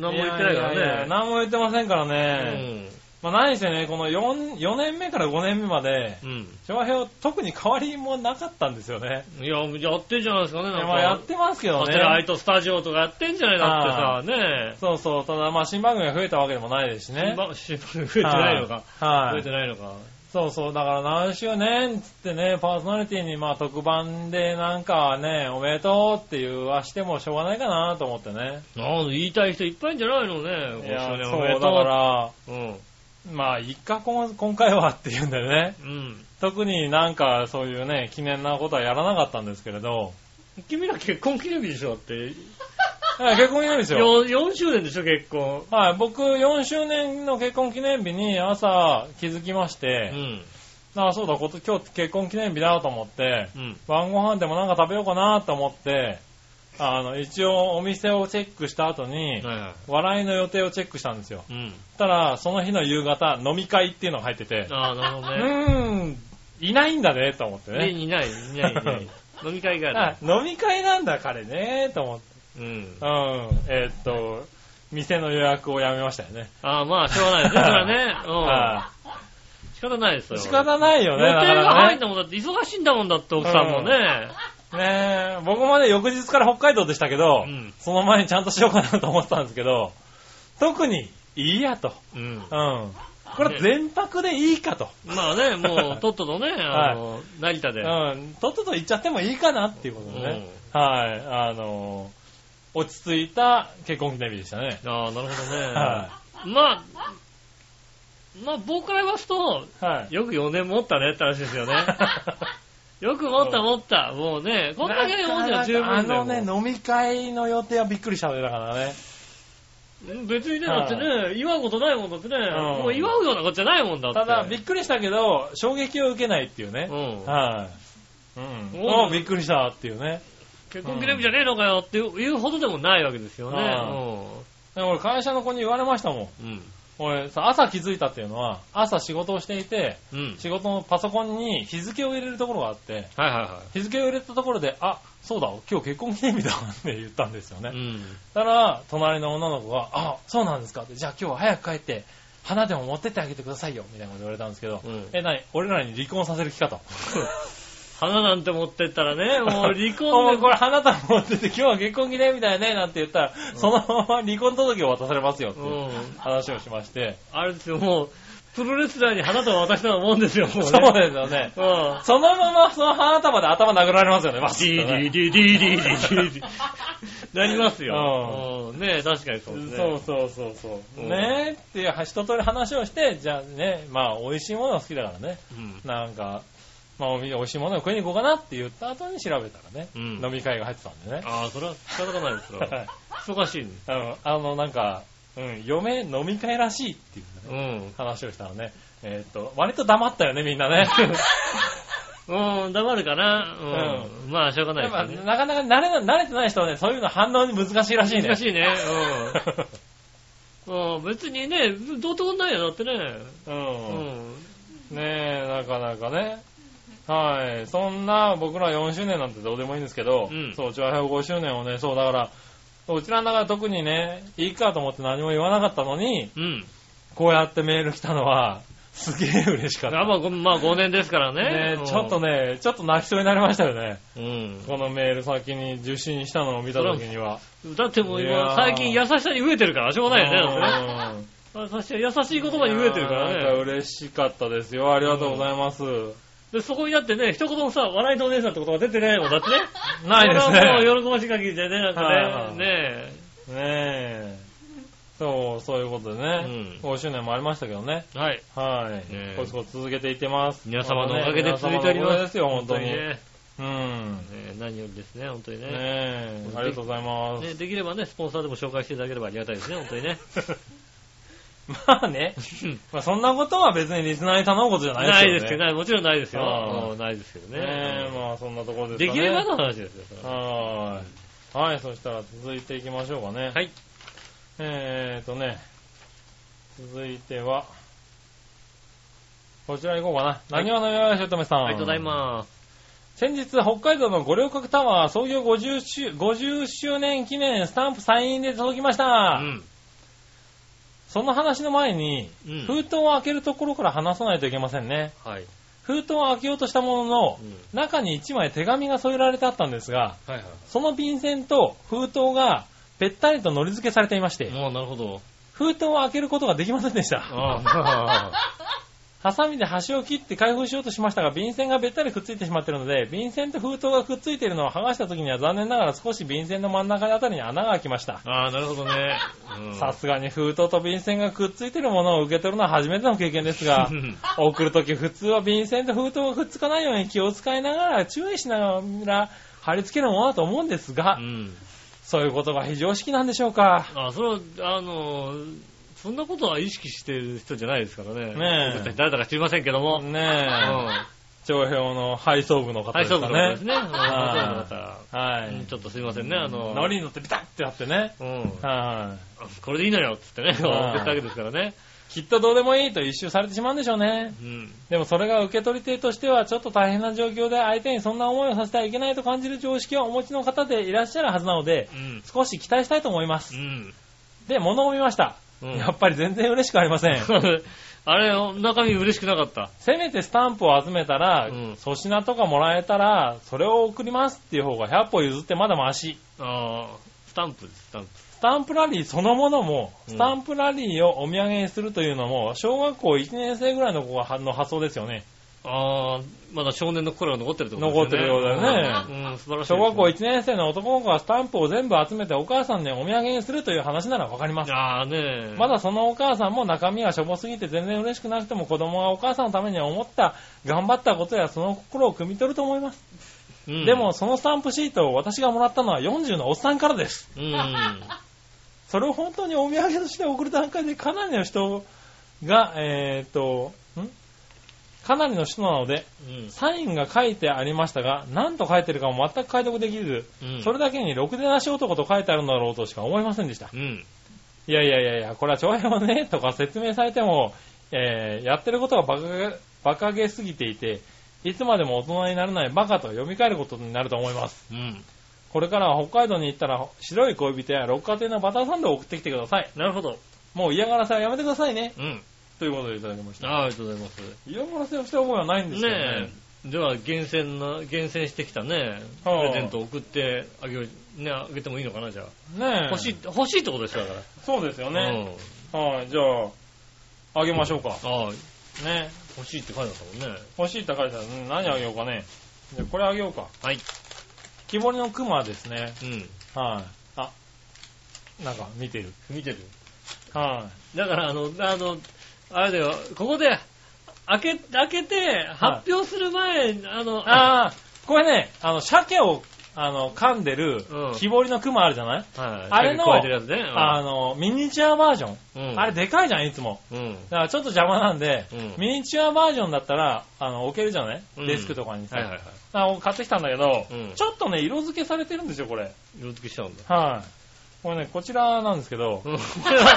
B: 何も言ってないからね。
C: ややや何も言ってませんからね。まあ何せね、この 4, 4年目から5年目まで、
B: うん。うん。
C: 昭和平特に変わりもなかったんですよね。
B: いや、やってんじゃないですかね、なんか。
C: まあやってますけど
B: ホテルアイ
C: ね。
B: トスタジオとかやってんじゃないだってさ、ね
C: そうそう、ただまあ新番組が増えたわけでもないですし
B: え。
C: ね。
B: 番新番組増えてないのか。増
C: は
B: えて
C: い。
B: ないのか。
C: そうそう、だから何周年っつってね、パーソナリティにまあ特番でなんかね、おめでとうって言わしてもしょうがないかなと思ってね。
B: なんか言いたい人いっぱいいんじゃないのね。
C: いや
B: 5周年おめ
C: そ
B: で
C: う、だか
B: と
C: ら、
B: う。うん。
C: まあ、一回今今回はっていうんでね、
B: うん。
C: 特になんかそういうね、記念なことはやらなかったんですけれど、
B: 君ら結婚記念日でしょだって。
C: いや結婚記念日ですよ。
B: よ4周年でしょ、結婚。
C: はい、僕4周年の結婚記念日に朝気づきまし
B: う
C: て、
B: ん。
C: ああ、そうだ、こと今日結婚記念日だと思って、
B: うん。
C: 晩ご飯でもなんか食べようかなと思って、あの、一応お店をチェックした後
B: は
C: に、
B: いは
C: 笑いの予定をチェックしたんですよ。
B: い。うん。
C: そしたら、その日の夕方、飲み会っていうのが入ってて、
B: ああ、なるほ
C: う
B: *laughs* どね。
C: ーん、いないんだね、と思って
B: ね、
C: ね。
B: いない、いない、い
C: *laughs*
B: ない。飲み会があ
C: あ
B: る。
C: 飲み会なんだ、彼ね、と思って。
B: うん
C: う。ん、えーっと、店の予約をやめましたよね。
B: ああ、まあ、しょうがないですね。それはね。
C: あ
B: うん。仕方ないです
C: あ
B: よ。
C: 仕方ないよ
B: 予
C: ね、だか
B: 定が
C: ら
B: 入
C: ね
B: ん。だもんだって、忙しいんだもんだって、奥さんもね。
C: ねえ、僕もね、翌日から北海道でしたけど、
B: うん
C: その前にちゃんとしようかなと思ってたんですけど、特にいいやと。
B: うん
C: う。ん。これ全泊でいいかと。
B: まあね、もう、とっととね、あの、成田
C: う
B: で。
C: ん。とっとと行っちゃってもいいかなっていうことでね。はい。あのー落ち着いた結婚記念日でしたね。
B: ああ、なるほどね。
C: は
B: まあ、まあ、僕から言わすと、
C: い。はい。
B: よく4年持ったねって話
C: *laughs*
B: ですよね。よく持った持った。もうね、こんだけ持っては十分だ
C: あ
B: よ。
C: のね、
B: も
C: 飲み会の予定はびっくりしたわけだからね。
B: ううん別にね、だってね、祝うことないもんだってね、
C: ん
B: もう祝うようなことじゃないもんだって。
C: ただ、びっくりしたけど、衝撃を受けないっていうね
B: う。ん。
C: はい。うん。
B: おう
C: おうびっくりしたっていうね。
B: 結婚記念日じゃねえのかよっていうほどでもないわけですよね。
C: でも俺会社の子に言われましたもん。
B: うん。うん。
C: 俺さ、朝気づいたっていうのは、朝仕事をしていて、
B: うん。
C: 仕事のパソコンに日付を入れるところがあって、
B: はいは
C: 日付を入れたところで、あ、そうだ、今日結婚記念日だって言ったんですよ
B: い
C: ね。
B: はい。うん。
C: たら、隣の女の子が、あ、そうなんですかって、じゃあ今日は早く帰って、花でも持ってってあげてくださいよ、みたいなこと言われたんですけど、
B: うん
C: え、なに、俺らに離婚させる気かと。
B: 花なんて持ってったらね、もう離
C: *laughs* *laughs* お
B: 婚
C: 前
B: で
C: これ花束持ってて今日は結婚記念日だよね、なんて言ったら、そのまま離婚届を渡されますよっていう
B: うん。
C: 話をしまして、
B: あれですよ、もう、プロレスラーに花束渡したようなもんですよ、もう、ね。
C: そうですよね。
B: うん。
C: そのままその花束で頭殴られますよね、バ
B: デ
C: シッ
B: ィ
C: と
B: ディ
C: ね
B: ディディディディディディなりますよ。うん。ねえ、確かにそうですね。
C: そうそうそうそう。
B: うん
C: ねえっていう、一通り話をして、じゃあね、まあ美味しいものが好きだからね、
B: うん。
C: なんか、まあ美味しいものを食いに行こうかなって言った後に調べたらね、
B: うん
C: 飲み会が入ってたんでね。
B: ああ、それは仕方がないですよ。忙しいね。
C: *laughs* あの、あのなんか、うん、嫁飲み会らしいっていうね。
B: うん。
C: 話をしたらね、えーっと、割と黙ったよね、みんな
B: *laughs*
C: ね。
B: うん、黙るかな。うん。まあ、しょうがな
C: や
B: い
C: っ
B: ですよ
C: ぱ
B: ね。
C: なかなか慣れな慣れてない人はね、そういうの反応に難しいらしいね。
B: 難
C: *laughs*
B: しいね。
C: う。
B: うん。うん、別にね、どうともないよ、だってね。うんん。
C: ねえ、なかなかね。はい。そんな、僕ら4周年なんてどうでもいいんですけど、
B: うん
C: そう、チュアヘオ5周年をね、そう、だから、うちらの中で特にね、いいかと思って何も言わなかったのに、
B: うん。
C: こうやってメール来たのは、すげえ嬉しか
B: あ
C: った。
B: まあ、ごまあ、5年ですからね。
C: ねえちょっと
B: ね。
C: ね、ちょっと泣きそうになりましたよね。
B: うん。
C: このメール先に受信したのを見た時には。
B: だってもう
C: いや
B: 今、
C: ー
B: 最近優しさに飢えてるから、しょうがないよねだってね。
C: うん
B: 私は優しい言葉に飢えてるから
C: いやーなん
B: ね。
C: か嬉しかったですよ。ありがとうございます。
B: で、そこにだってね、一言もさ、笑いのお姉さんって言葉出てないもんだってね。
C: ないです
B: それはも
C: ね。
B: う喜ばしい限りでね、なんか
C: はいはい
B: ね、ね
C: ねえ。そう、そういうことでね。
B: う
C: 5周年もありましたけどね。
B: え。はい。
C: はい。
B: ねえ
C: コツコツ続けていってます。
B: 皆様のおかげで続いており
C: 皆様のお
B: ま
C: かげ
B: す。
C: ですよ、本当に。
B: ね
C: うん。
B: ね何よりですね、本当に
C: ね
B: ね。
C: え。ありがとうございま
B: *laughs*
C: す。
B: ねできればね、スポンサーでも紹介していただければありがたいですね、本当にね。
C: まあね。まあそんなことは別にリスナーに頼むことじゃな
B: ないい
C: で
B: ですすけ
C: け
B: ど、
C: どね。
B: ないもちろんないですよ。
C: うん
B: うんないですけどね。
C: ねえ、まあそんなところですかね。
B: できればの話ですよ、それは
C: はーい。はい、そしたら続いていきましょうかね。
B: はい。
C: えーとね、続いては、こちら行こうかな。何話のよやしおとめさん。
B: ありがとうございます。
C: 先日、北海道の五稜郭タワー創業50周 ,50 周年記念スタンプサイン入りで届きまし
B: う
C: た。
B: ん。
C: その話の前に、
B: うん。
C: 封筒を開けるところから話さないといけませんね。
B: はい。
C: 封筒を開けようとしたものの
B: う、ん。
C: 中に1枚手紙が添えられてあったんですが、
B: はいは
C: その便箋と封筒がぺったりと乗り付けされていまし
B: い。
C: て、
B: もうなるほど。
C: 封筒を開けることができませんでした。
B: ああ、
C: ハサミで端を切って開封しようとしましたが、便箋がべったりくっついてしまっているので、便箋と封筒がくっついているのを剥がした時には残念ながら少し便箋の真ん中あたりに穴が開きました。
B: *laughs* ああ、なるほどね。うん
C: さすがに封筒と便箋がくっついているものを受け取るのは初めての経験ですが
B: う、ん
C: *laughs* 送るとき普通は便箋と封筒がくっつかないように気を使いながら注意しながら貼り付けるものだと思うんですが
B: う、ん。
C: そういうことが非常識なんでしょうか。
B: あ、それは、あの、そんなことは意識してる人じゃないですからね。
C: ねえ
B: 僕たち誰だか知りませんけども。
C: ねえ、長編の配送部の方
B: は
C: で
B: い、
C: す
B: そ
C: か
B: う
C: ね。
B: ですね。うん
C: あー
B: そうだっ
C: は
B: たらうん
C: い。
B: ちょっとすいませんね、あの、
C: ノリに乗ってビタッってやってね。
B: うん。
C: は
B: これでいいのよ、っつってね、送
C: あー
B: ったわけですからね。
C: い。きっとどうでもいいと一周されてしまうんでしょうね。
B: うん。
C: でもそれが受け取り手としてはちょっと大変な状況で相手にそんな思いをさせてはいけないと感じる常識をお持ちの方でいらっしゃるはずなので、
B: うん。
C: 少し期待したいと思います
B: う。ん。 *laughs*
C: で、物を見ました。
B: うん
C: やっぱり全然嬉しくありません。
B: あれ、中身嬉しくなかった。
C: せめてスタンプを集めたら、
B: うん
C: 粗品とかもらえたら、それを送りますっていう方が100歩譲ってまだマシ。
B: ああ、スタンプです、スタンプ。
C: スタンプラリーそのものも、
B: うん
C: スタンプラリーをお土産にするというのも、小学校1年生ぐらいの子がの発想ですよね。
B: ああ、まだ少年の頃が残ってるってことですね。
C: 残ってるようだ
B: ね。うん、素晴らしいです
C: 小
B: ね。
C: 学校1年生の男の子がスタンプを全部集めてお母さんにお土産にするという話ならわかります。
B: ああねえ。
C: まだそのお母さんも中身がしょぼすぎて全然嬉しくなくても子供がお母さんのために思った、頑張ったことやその心を汲み取ると思います。
B: うん、
C: でも、そのスタンプシートを私がもらったのは40のおっさんからです。
B: うん。あ
C: それを本当にお土産として送る段階でかなりの人が、えーっと、んかなりの人なので、サインが書いてありましたが、何と書いてるかも全く解読できず、
B: うん
C: それだけにろくでなし男と書いてあるんだろうとしか思いませんでした。
B: うん。
C: いやいやいやいや、これは長編をね、とか説明されても、えーやってることがバカげ、バカげすぎていて、いつまでも大人になれないバカと読み替えることになると思います。
B: うん。
C: これからは北海道に行ったら、白い恋人や六花亭のバターサンドを送ってきてください。
B: なるほど。
C: もう嫌がらせはやめてくださいね。
B: うん。
C: ということでいただきました。
B: ああありがとうございます。
C: 嫌がらせをした覚えはないんですけど
B: ね
C: ね。
B: え。では、厳選な、厳選してきたね、プ
C: はあ
B: レゼントを送ってあげよう、ね、あげてもいいのかな、じゃあ。
C: ねえ。
B: 欲しい、欲しいってことでしょ、だか
C: そうですよ
B: ら。
C: ね。はい、じゃあ、あげましょうか。
B: うん。ああ、
C: ね。
B: 欲しいって書いてあったもんね。
C: 欲しいって書いてある。うん何あげようかね。じゃあ、これあげようか。
B: はい。
C: 木彫りの熊ですね。
B: うん。
C: はい、あ、なんか見てる。
B: 見てる。
C: は
B: だから、あの、あの、あれだよ、ここで、開け、開けて、発表する前、あの、
C: い、ああ、これね、あの、鮭を、あの、噛んでる
B: うん、
C: 木彫りの熊あるじゃない、
B: はい、
C: あれの
B: 加えてるやつね。
C: あの、ミニチュアバージョン。
B: うん、うん
C: あれ、でかいじゃん、いつも。
B: うん。
C: だからちょっと邪魔なんで、
B: うん
C: ミニチュアバージョンだったら、あの、置けるじゃない、
B: うん
C: デスクとかにさ。
B: はいはいはい。
C: あの買ってきたんだけど、
B: うん
C: ちょっとね、色付けされてるんですよ、これ。はい、
B: 色付けしちゃうんだ。
C: これね、こちらなんですけど、
B: うんこれ
C: *laughs*
B: は、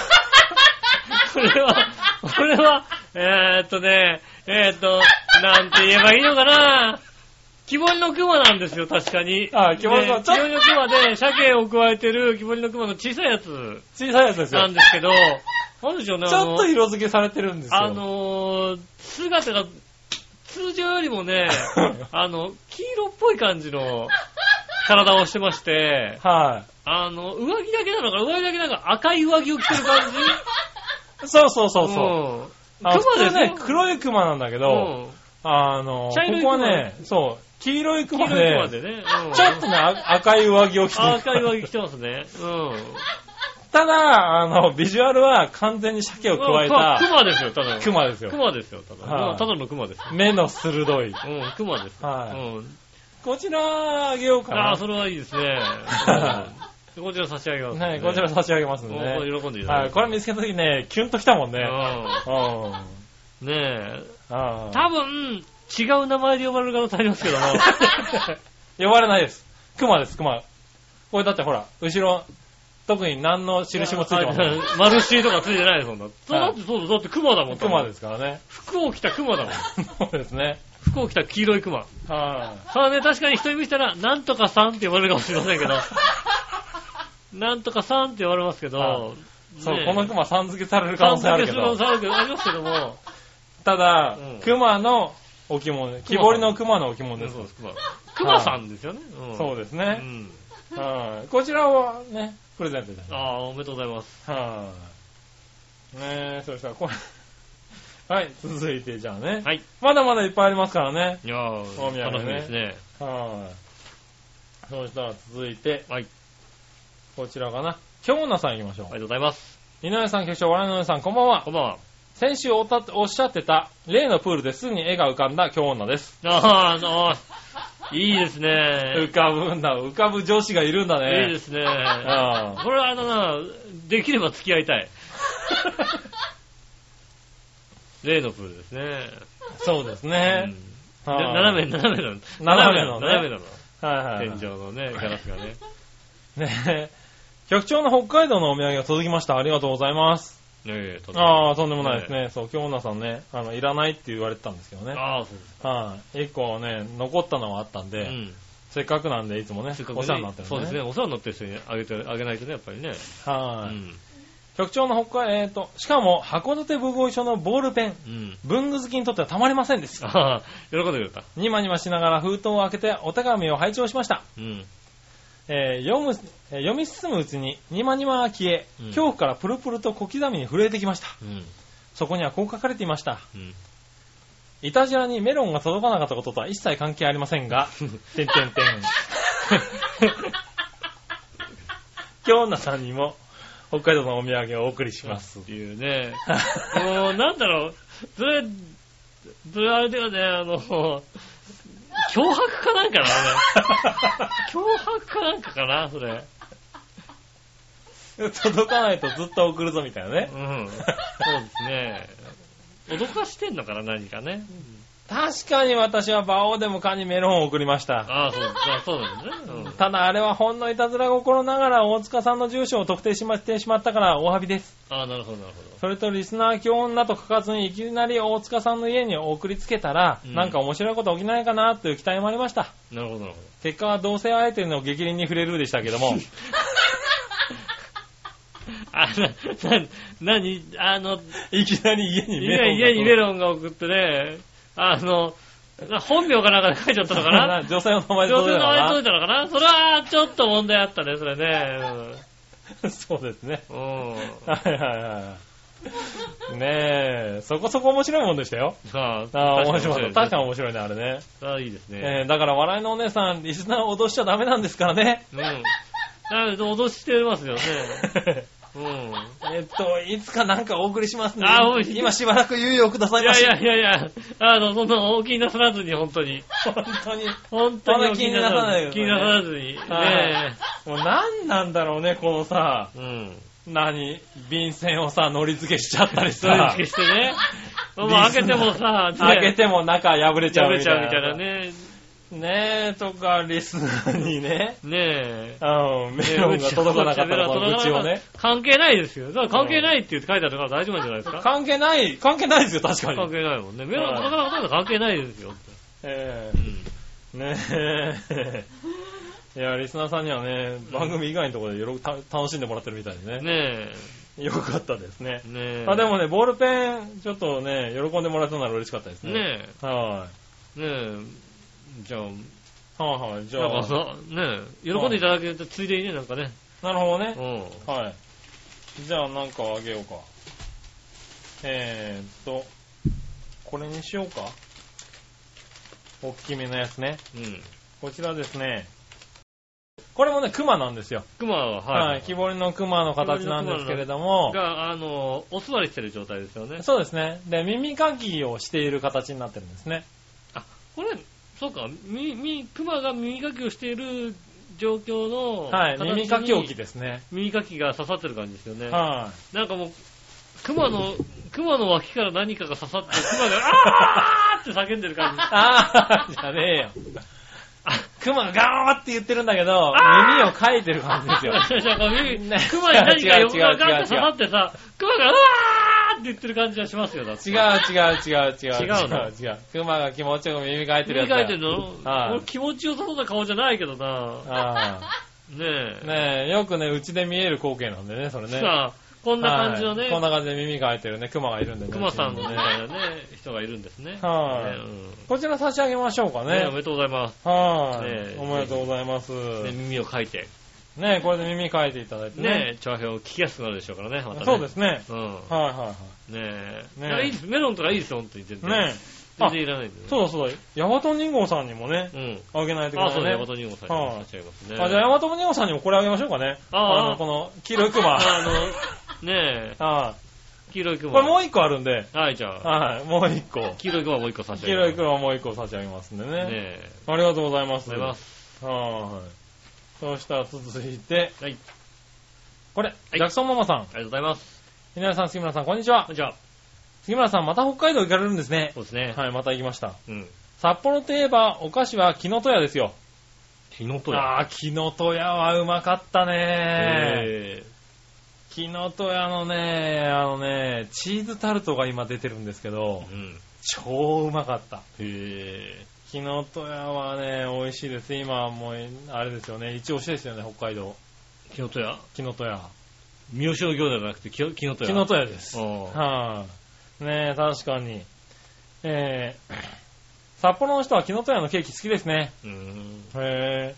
B: これは、これは、えー、っとね、えー、っと、なんて言えばいいのかな木彫りの熊なんですよ、確かに。
C: あ木彫りの
B: ね
C: ちょっ
B: 木彫りの熊で、鮭を加えてる木彫りの熊の小さいやつ
C: 小さいやつですよ。
B: なんですけど、なんでしょうね、
C: ち
B: あ
C: ょ
B: の
C: っと色付けされてるんですよ。
B: あのー、姿が通常よりも
C: *laughs*
B: ね、あの、黄色っぽい感じの体をしてまして、
C: は
B: あの、上着だけなのかな上着だけなんか赤い上着を着てる感じ
C: い。そうそうそうそう。
B: う。
C: あの
B: 熊
C: 普
B: で
C: 通
B: す
C: ね
B: ね、。
C: 黒い熊なんだけ
B: う
C: ど、
B: ん
C: あの、こ
B: 茶色い
C: こ
B: 熊
C: はね、そう、黄色い
B: 黄
C: 熊
B: 色い熊
C: で、
B: でね。うん
C: ちょっとね、あ赤い上着を着てる
B: 赤い上着着てますね。うん。
C: ただ、あの、ビジュアルは完全に鮭を加えた
B: 熊ですよ、ただの。
C: 熊ですよ。
B: 熊ですよ、ただ
C: は
B: の。
C: い
B: ただの熊ですよ。
C: 目の鋭い。
B: うん、熊です。
C: はい
B: うん。
C: こちらあげようか
B: ああ、
C: な。
B: それはいいですね。こちら差し上げますんで、
C: ね、こちら差し上げますんで
B: もう
C: ね。
B: 喜んでいただ
C: はいい、
B: て。
C: これ見つけた時ね、キュンときたもんね。うん。あ
B: うんねえ。
C: あ。
B: 多分、違う名前で呼ばれる可能性ありますけども。
C: 呼ばれないです。熊です、熊。これだってほら、後ろ、特に何の印もついてません。
B: あマルシーとかついてないですもんだって。そうだってそうだ、だって熊だもん。。
C: 熊ですすか
B: *laughs*
C: らね。
B: 服を着た熊だもん。
C: そうですね。
B: 服を着た黄色い熊。
C: は
B: ただね、確かに人に見せたら、なんとかさんって呼ばれるかもしれませんけど。なんとかさんって呼ばれますけ
C: は
B: ど。
C: い。そう
B: ね、え
C: この熊さん付けされる可
B: さん
C: 能性あ
B: 付け
C: るけ
B: する可能
C: ど
B: 性。あるけど、ありますけども。
C: ただ
B: うん、
C: 熊の置物、木彫りの熊の置物
B: ね
C: です
B: そう。です、熊。熊さんですよね。うん
C: そうですね
B: う。ん。
C: はい。こちらをね、プレゼントいたします
B: ああ、おめでとうございます。
C: はい。ねえ、そうしたら、これ。 *laughs* はい、続いてじゃあね。
B: はい。
C: まだまだいっぱいありますからね。
B: いや
C: お
B: ー、
C: 土産ね
B: 楽しみですね。
C: はい。そうしたら続いて、
B: はい。
C: こちらかな。京奈さん行きましょう
B: ありが。とうございます。
C: 井上さん、局長、笑いの上さん、こんばんは
B: こ。んばんは。
C: 先週おたおっしゃってた、例のプールですぐに絵が浮かんだ京女です。
B: あーあのー、いいですね
C: 浮。かぶんだ、浮かぶ女子がいるんだね。
B: いいですね。
C: ああ
B: これはあのな、できれば付き合いたい。例のプールですね。
C: そうです
B: うん
C: ね。
B: で
C: はい
B: 斜め、斜めなの。
C: 斜めのね
B: 斜めなの。
C: はいはいはい
B: 天井のね、ガラスがね。
C: ねえ。局長の北海道のお土産が届きました。ありがとうございます。
B: ねえ、とても
C: ああ、とんでもないですね。そう、京女さんね、あの、いらないって言われてたんですけどね。
B: ああ、そうです。
C: はい。一個ね、残ったのはあったん
B: う
C: で、
B: ん。
C: せっかくなんで、いつもね、
B: せっかくね
C: お世話になってるん
B: そうですね。。お世話になってる人にあげて、あげないとね、やっぱりね。う
C: はい。
B: ん。
C: 局長の北海、えっ、と、しかも、函館部合所のボールペン、
B: うん。
C: 文具好きにとってはたまりませんでした。
B: ああ、喜んでくれた。
C: にまにましながら封筒を開けてお手紙を拝聴しました。
B: うん。
C: えー読む、えー読み進むうちに、にまにまは消え、
B: うん
C: 恐怖からプルプルと小刻みに震えてきました。
B: うん。
C: そこにはこう書かれていました。
B: うん。
C: いたじらにメロンが届かなかったこととは一切関係ありませんが、てんてんてん。京奈さんにも、北海道のお土産をお送りし
B: *laughs*
C: ます。
B: っていうね。もう、なんだろう。それ、それあれだよね、あの、脅迫かなんかな、
C: *laughs*
B: あれ。脅迫かなんかかな、それ。
C: 届かないとずっと送るぞみたいなね
B: う。ん。そうですね。脅かしてんのかな、何かね。
C: 確かに私は馬王でもカにメロンを送りました。
B: ああ、そうあそうなんですね。うん
C: ただあれはほんのいたずら心ながら大塚さんの住所を特定しまってしまったからお詫びです。
B: ああ、なるほど、なるほど。
C: それとリスナー今女と書かずにいきなり大塚さんの家に送りつけたら、
B: うん
C: なんか面白いこと起きないかなという期待もありました。
B: なるほど、なるほ
C: 結果は同性相手の激凛に触れるでしたけ
B: *laughs*
C: ども、
B: ど。あ、な、な、何あの、
C: いきなり家にメロンが。
B: 家にメロンが送ってね、あの、な本名かなんかで書いちゃったのかな
C: 女性の名前で
B: 女性
C: 届
B: の
C: いたの
B: 名前届
C: か
B: いたのかなそれは、ちょっと問題あったね、それね。
C: な *laughs* そうですね。
B: うん。うん
C: はいはいはい。ねえ、そこそこ面白いもんでしたよ。
B: さあ、
C: ああ、面白かった。確か
B: 面
C: に面白いね、あれね。
B: 白い。ああ、いいですね。
C: えーだから笑いのお姉さん、リスナーを脅しちゃダメなんですから
B: *laughs*
C: ね。
B: うん。なんで脅してますよね。うん。
C: えっと、いつかなんかお送りしますね。
B: あおい
C: 今しばらく猶予をください
B: い
C: ま
B: やい
C: し。
B: やいやいや、あの、そんな大気になさらずに、本当に。
C: 本当に。
B: 本当に
C: まだ気になさないよね
B: 気になさらずに。
C: はい
B: ね
C: もう何なんだろうね、このさ、
B: え。うん。
C: 何、便箋をさ、乗り付けしちゃったり
B: それ
C: さ
B: 付け、してね。もう開けてもさ、ね
C: 開けても中破れちゃ
B: 破
C: う
B: れ
C: み
B: ち
C: た
B: ゃ
C: いうな。
B: みたいなね。
C: ねえ、とか、リスナーにね、
B: ねえ。
C: *laughs* うん、メロンが届かなかったら、この口をね。。
B: 関係ないですよ。だから関係ないって言って書いてあるから大丈夫なんじゃないですか
C: 関係ない、関係ないですよ、確か
B: 関
C: に。
B: 係ないもんね。メロン届かなかったら関係ないですよ。
C: え
B: うん。
C: えねえ。 *laughs* いや、リスナーさんにはね、番組以外のところでよろた楽しんでもらってるみたいでね。
B: ね
C: よかったですね
B: え。。ねえ。
C: あ、でもね、ボールペン、ちょっとね、喜んでもらえたなら嬉しかったですね。
B: ね
C: は
B: え。ねえ。じゃあ、
C: い。はいはい、じゃ
B: なんか
C: あ、
B: さ、ねえ、喜んでいただけるとついでにね、なんかね。
C: なるほどね。
B: うん。
C: はい。じゃあなんかあげようか。えーっと、これにしようか。大きめのやつね。
B: うん。
C: こちらですね。これもね、熊なんですよ。
B: 熊は、
C: はい。
B: はい。
C: 木彫りの熊の形なんですけれども、
B: が、あの、お座りしてる状態ですよね。
C: そうですね。で、耳かきをしている形になってるんですね。
B: これ、そうか、み、み、熊が耳かきをしている状況の、
C: はい、耳かき置き
B: で。
C: ですね。
B: 耳かきが刺さってる感じですよね。
C: は
B: なんかもう、熊の、熊の脇から何かが刺
C: *laughs*
B: さって、熊が、あーって叫んでる感じ
C: い。。あー、じ *laughs* ゃねえよ。クマがガーって言ってるんだけど、耳をかいてる感じです
B: *laughs*
C: よ。
B: 違う違う耳
C: ね
B: 熊に何か
C: 違う違う
B: 横からガンって
C: 違う違
B: 刺
C: う
B: さってさ、熊が、うわーって言ってる感じはしますよ、だって。
C: 違う違う違う違う。
B: 違うの
C: 違う違う。クマが気持ちよく耳かいてる
B: 耳
C: や
B: かい
C: つだよ。
B: てんの
C: はい
B: 俺気持ちよさそうな顔じゃないけどな。
C: あ
B: ね
C: あ。
B: え。
C: ねえ、よくね、うちで見える光景なんでね、それ
B: *laughs*
C: ね。
B: さあ、こんな感じの
C: は
B: ね
C: い、こんな感じで耳が開いてるね、熊がいるんでね。
B: 熊さんの
C: うち
B: み
C: に
B: たいなね、人がいるんですね。
C: はい
B: ねうん
C: こちら差し上げましょうか
B: ね
C: ね
B: おめ。でとうございます。
C: は
B: ね
C: い。おめでとうございます。
B: ね
C: ね
B: 耳をかいて、
C: これで耳かいていただいてね。
B: ね、長編を聞きやすくなるでしょうからね、またね。
C: そうですね。
B: うん。
C: はいはいは
B: ねえ。
C: い。ねえ
B: いやいいです。メロンとかいいですよ、本当に全然。
C: ね
B: 全然いらないんでね。
C: そうだそうだ。ヤマト2号さんにもね、
B: うん。
C: あげないといけ
B: あ、
C: な
B: そう
C: い
B: ね、
C: ね。
B: ヤマトニモさんに
C: はい
B: 差し上げますね。
C: あ、じゃあヤマト2号さんにもこれあげましょうかね。
B: ああ
C: の、この、黄色いクマ。
B: あの、ねえ、
C: *laughs* は
B: 黄色いク
C: い。
B: マ。
C: これもう1個あるんで、
B: はい、じゃあ、
C: はい、もう1個。
B: 黄色いクマもう一個差し
C: 黄
B: 上げ
C: 色い
B: ま。
C: クマもう1個差し上げますんですね。
B: ねえ、
C: ありがとうございま
B: あ
C: す。
B: りがとうございます。
C: はい。そうしたら続いて、
B: はい、
C: これ、ジャクソンママさん。
B: ありがとうございます。
C: ひなやさん、杉村さん、こんにちは。
B: じゃあ、
C: 杉村さん、また北海道行かれるんですね。
B: そうですね。
C: はい、また行きました。
B: うん。
C: 札幌といえば、お菓子は木のとやですよ。
B: キノトヤ。
C: ああ、木のとやはうまかったね。
B: え
C: 木のとやのね、あのね、チーズタルトが今出てるんですけど
B: え。う、ん。
C: 超うまかった。
B: へえ。
C: 木のとやはね、美味しいです。今はもう、あれですよね、一押しですよね、北海道。
B: キノトヤ
C: 木のとや。
B: 三好の行じゃなくて、キノキノトヤ。
C: 木のとやです。はい、
B: あ
C: ねえ、確かに。えー、札幌の人は木のとやのケーキ好きですね。
B: ーうん。
C: へえ。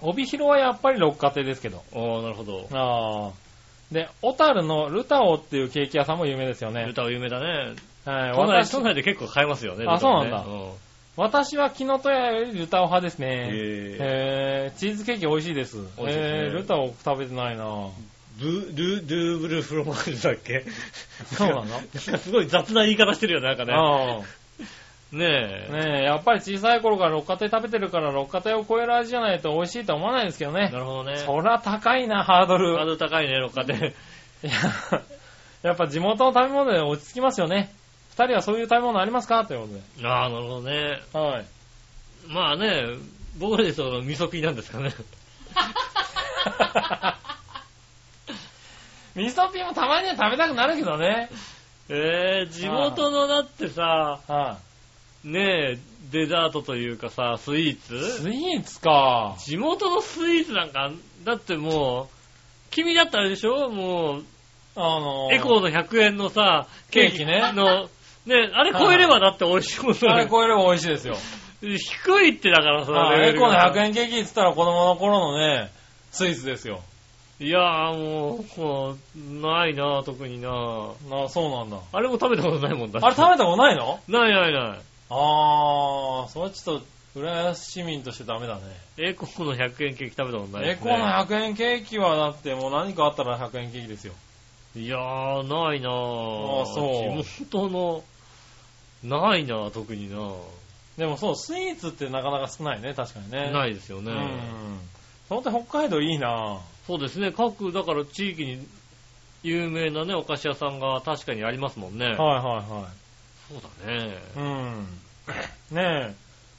C: 帯広はやっぱり六花亭ですけど。
B: ああ、なるほど。
C: ああ。で、小樽のルタオっていうケーキ屋さんも有名ですよね
B: ル。タオ有名だね。
C: はい、
B: 都内
C: 私
B: 都内で結構買えますよね。
C: あ
B: ルタオね
C: そうなんだ
B: うん
C: 私は木の戸屋よりルタオ派ですね。
B: へえ。
C: へえ、チーズケーキ美味しいです。
B: 美味しいですね
C: へえ、ルタオ食べてないな
B: ドゥ、ドゥ、ドゥーブルフロマージュだっけ
C: そうなの
B: なんか *laughs* すごい雑な言い方してるよね、なんかね。
C: ああ
B: ねえ。
C: ねえ、やっぱり小さい頃から六花亭食べてるから六花亭を超える味じゃないと美味しいとは思わないですけどね
B: な。るほどね。
C: そら高いな、ハードル。
B: ハードル高いね、六花亭。
C: いや、やっぱ地元の食べ物で落ち着きますよね。二人はそういう食べ物ありますかということで。
B: ああ、なるほどね。
C: はい。
B: まあね、僕らでその、味噌ピーなんですかね。
C: *laughs* ミストピーもたまには食べたくなるけどね。
B: *laughs* えー、地元のだってさ、
C: は
B: ねえ、デザートというかさ、スイー
C: い。
B: ツ
C: スイーツか。
B: 地元のスイーツなんか、だってもう、君だったらあれでしょもう、
C: あの
B: エコーの100円のさ、ケーキ
C: ケーキね
B: の、ね、あれ超えればだって美味しいもん
C: あれ
B: ね。
C: 超えれば美味しいですよ。
B: 低いってだからさ、
C: あエコーの100
B: 円。
C: 円ケーキって言ったら子供の頃のね、スイーツですよ。
B: いやーもう、もう、ないなぁ、特になぁ。
C: あそうなんだ。
B: あれも食べたことないもんだって。
C: あれ食べたことないの
B: ないないない。
C: あー、それはちょっと、浦安市民としてダメだね。
B: エコーの100円ケーキ食べたことない
C: エ
B: です
C: コ
B: ね、
C: ーの100円ケーキはだってもう何かあったら100円ケーキですよ。
B: いやー、ないなぁ。
C: あそう
B: 地元の、ないなぁ、特になぁ。
C: でもそう、スイーツってなかなか少ないね、確かにね。い。
B: ないですよ
C: う
B: ね。
C: ん。その点北海道いいな
B: そうですね、各、だから地域に有名なね、お菓子屋さんが確かにありますもんね。
C: はいは
B: そうだね。
C: いはい。うん。ねえ。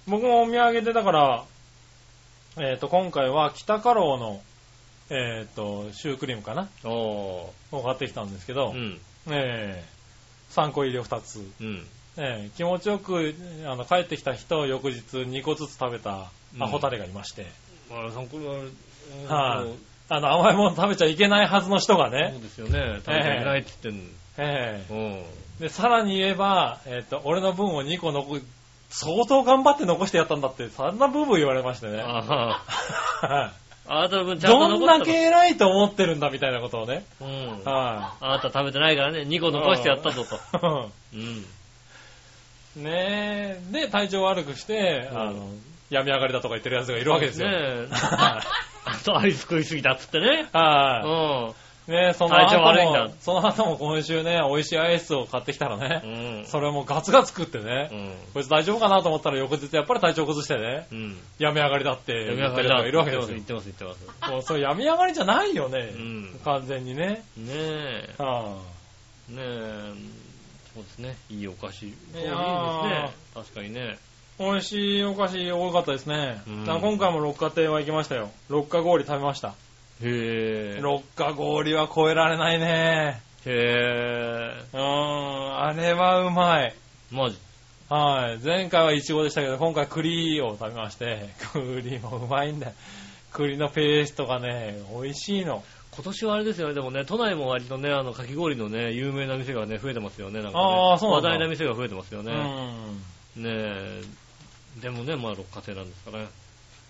C: 僕もお土産でだから、えっ、と、今回は北家老の、えっ、と、シュークリームかな
B: あ
C: を買ってきたんですけ
B: あ。
C: ど、
B: う
C: ね
B: ん、
C: え、3個入りを2つ。
B: うん。
C: ねえ、気持ちよく、あの、帰ってきた人を翌日2個ずつ食べた、
B: うん
C: あ、ホタレがいまして、
B: まあ、参考になる。
C: はい
B: うん
C: あの、甘いもの食べちゃいけないはずの人が
B: そ
C: ね、
B: うですよね。食べていないって言ってんの。
C: ええ
B: うん。
C: で、さらに言えば、えっ、と、俺の分を2個残、相当頑張って残してやったんだって、そんなブーブー言われましてね。
B: ああ、あなたの分ちゃんと
C: *laughs* どん
B: 残った
C: だ
B: の
C: け偉いと思ってるんだみたいなことをね。
B: うん。
C: は
B: あなた食べてないからね、2個
C: い。
B: 残してやったぞと。
C: と。
B: うん。
C: *laughs* ねえ。で、体調悪くして、
B: うん
C: あの、病み上がりだとか言っ
B: *laughs*
C: てる奴がいるわけですよ。
B: ねえ。
C: は
B: あとアイス食いすぎたっつってね。
C: い。は
B: う
C: ねその
B: 体
C: 後
B: 調悪いんだ
C: も、その後も今週ね、美味しいアイスを買ってきたら
B: う
C: ね、
B: ん。
C: それもガツガツ食ってね、
B: うん。
C: こいつ大丈夫かなと思ったら翌日やっぱり体調崩してね、
B: うん。
C: 病み上がりだって
B: 読
C: 言
B: み
C: っ
B: 上が
C: て
B: り
C: る
B: だ
C: 人がいるわけですよ
B: 言っ。てます、言ってます。
C: もうそれ病み上がりじゃないよね
B: う。ん。
C: 完全にね。
B: ねえ、
C: は
B: ねえ、そうですね。いいお菓子。いいです
C: やー
B: ね。確かにね。
C: あ美味しいお菓子多かったですね。
B: うん
C: だから今回も六花亭は行きましたよ。六花氷食べました。
B: へえ。
C: 六花氷は超えられないね。
B: へえ。
C: うーん、あれはうまい。
B: マジ。
C: はい。前回はイチゴでしたけど、今回栗を食べまして、栗もうまいんだよ。栗のペーストがね、美味しいの。
B: 今年はあれですよね、でもね、都内も割とね、あの、かき氷のね、有名な店がね、増えてますよね、なんかね。
C: あーそうな
B: 話
C: んだ
B: 題な店が増えてますよ
C: う
B: ね。
C: ん。
B: ねえ。でもね、まあ、六花亭なんですかね。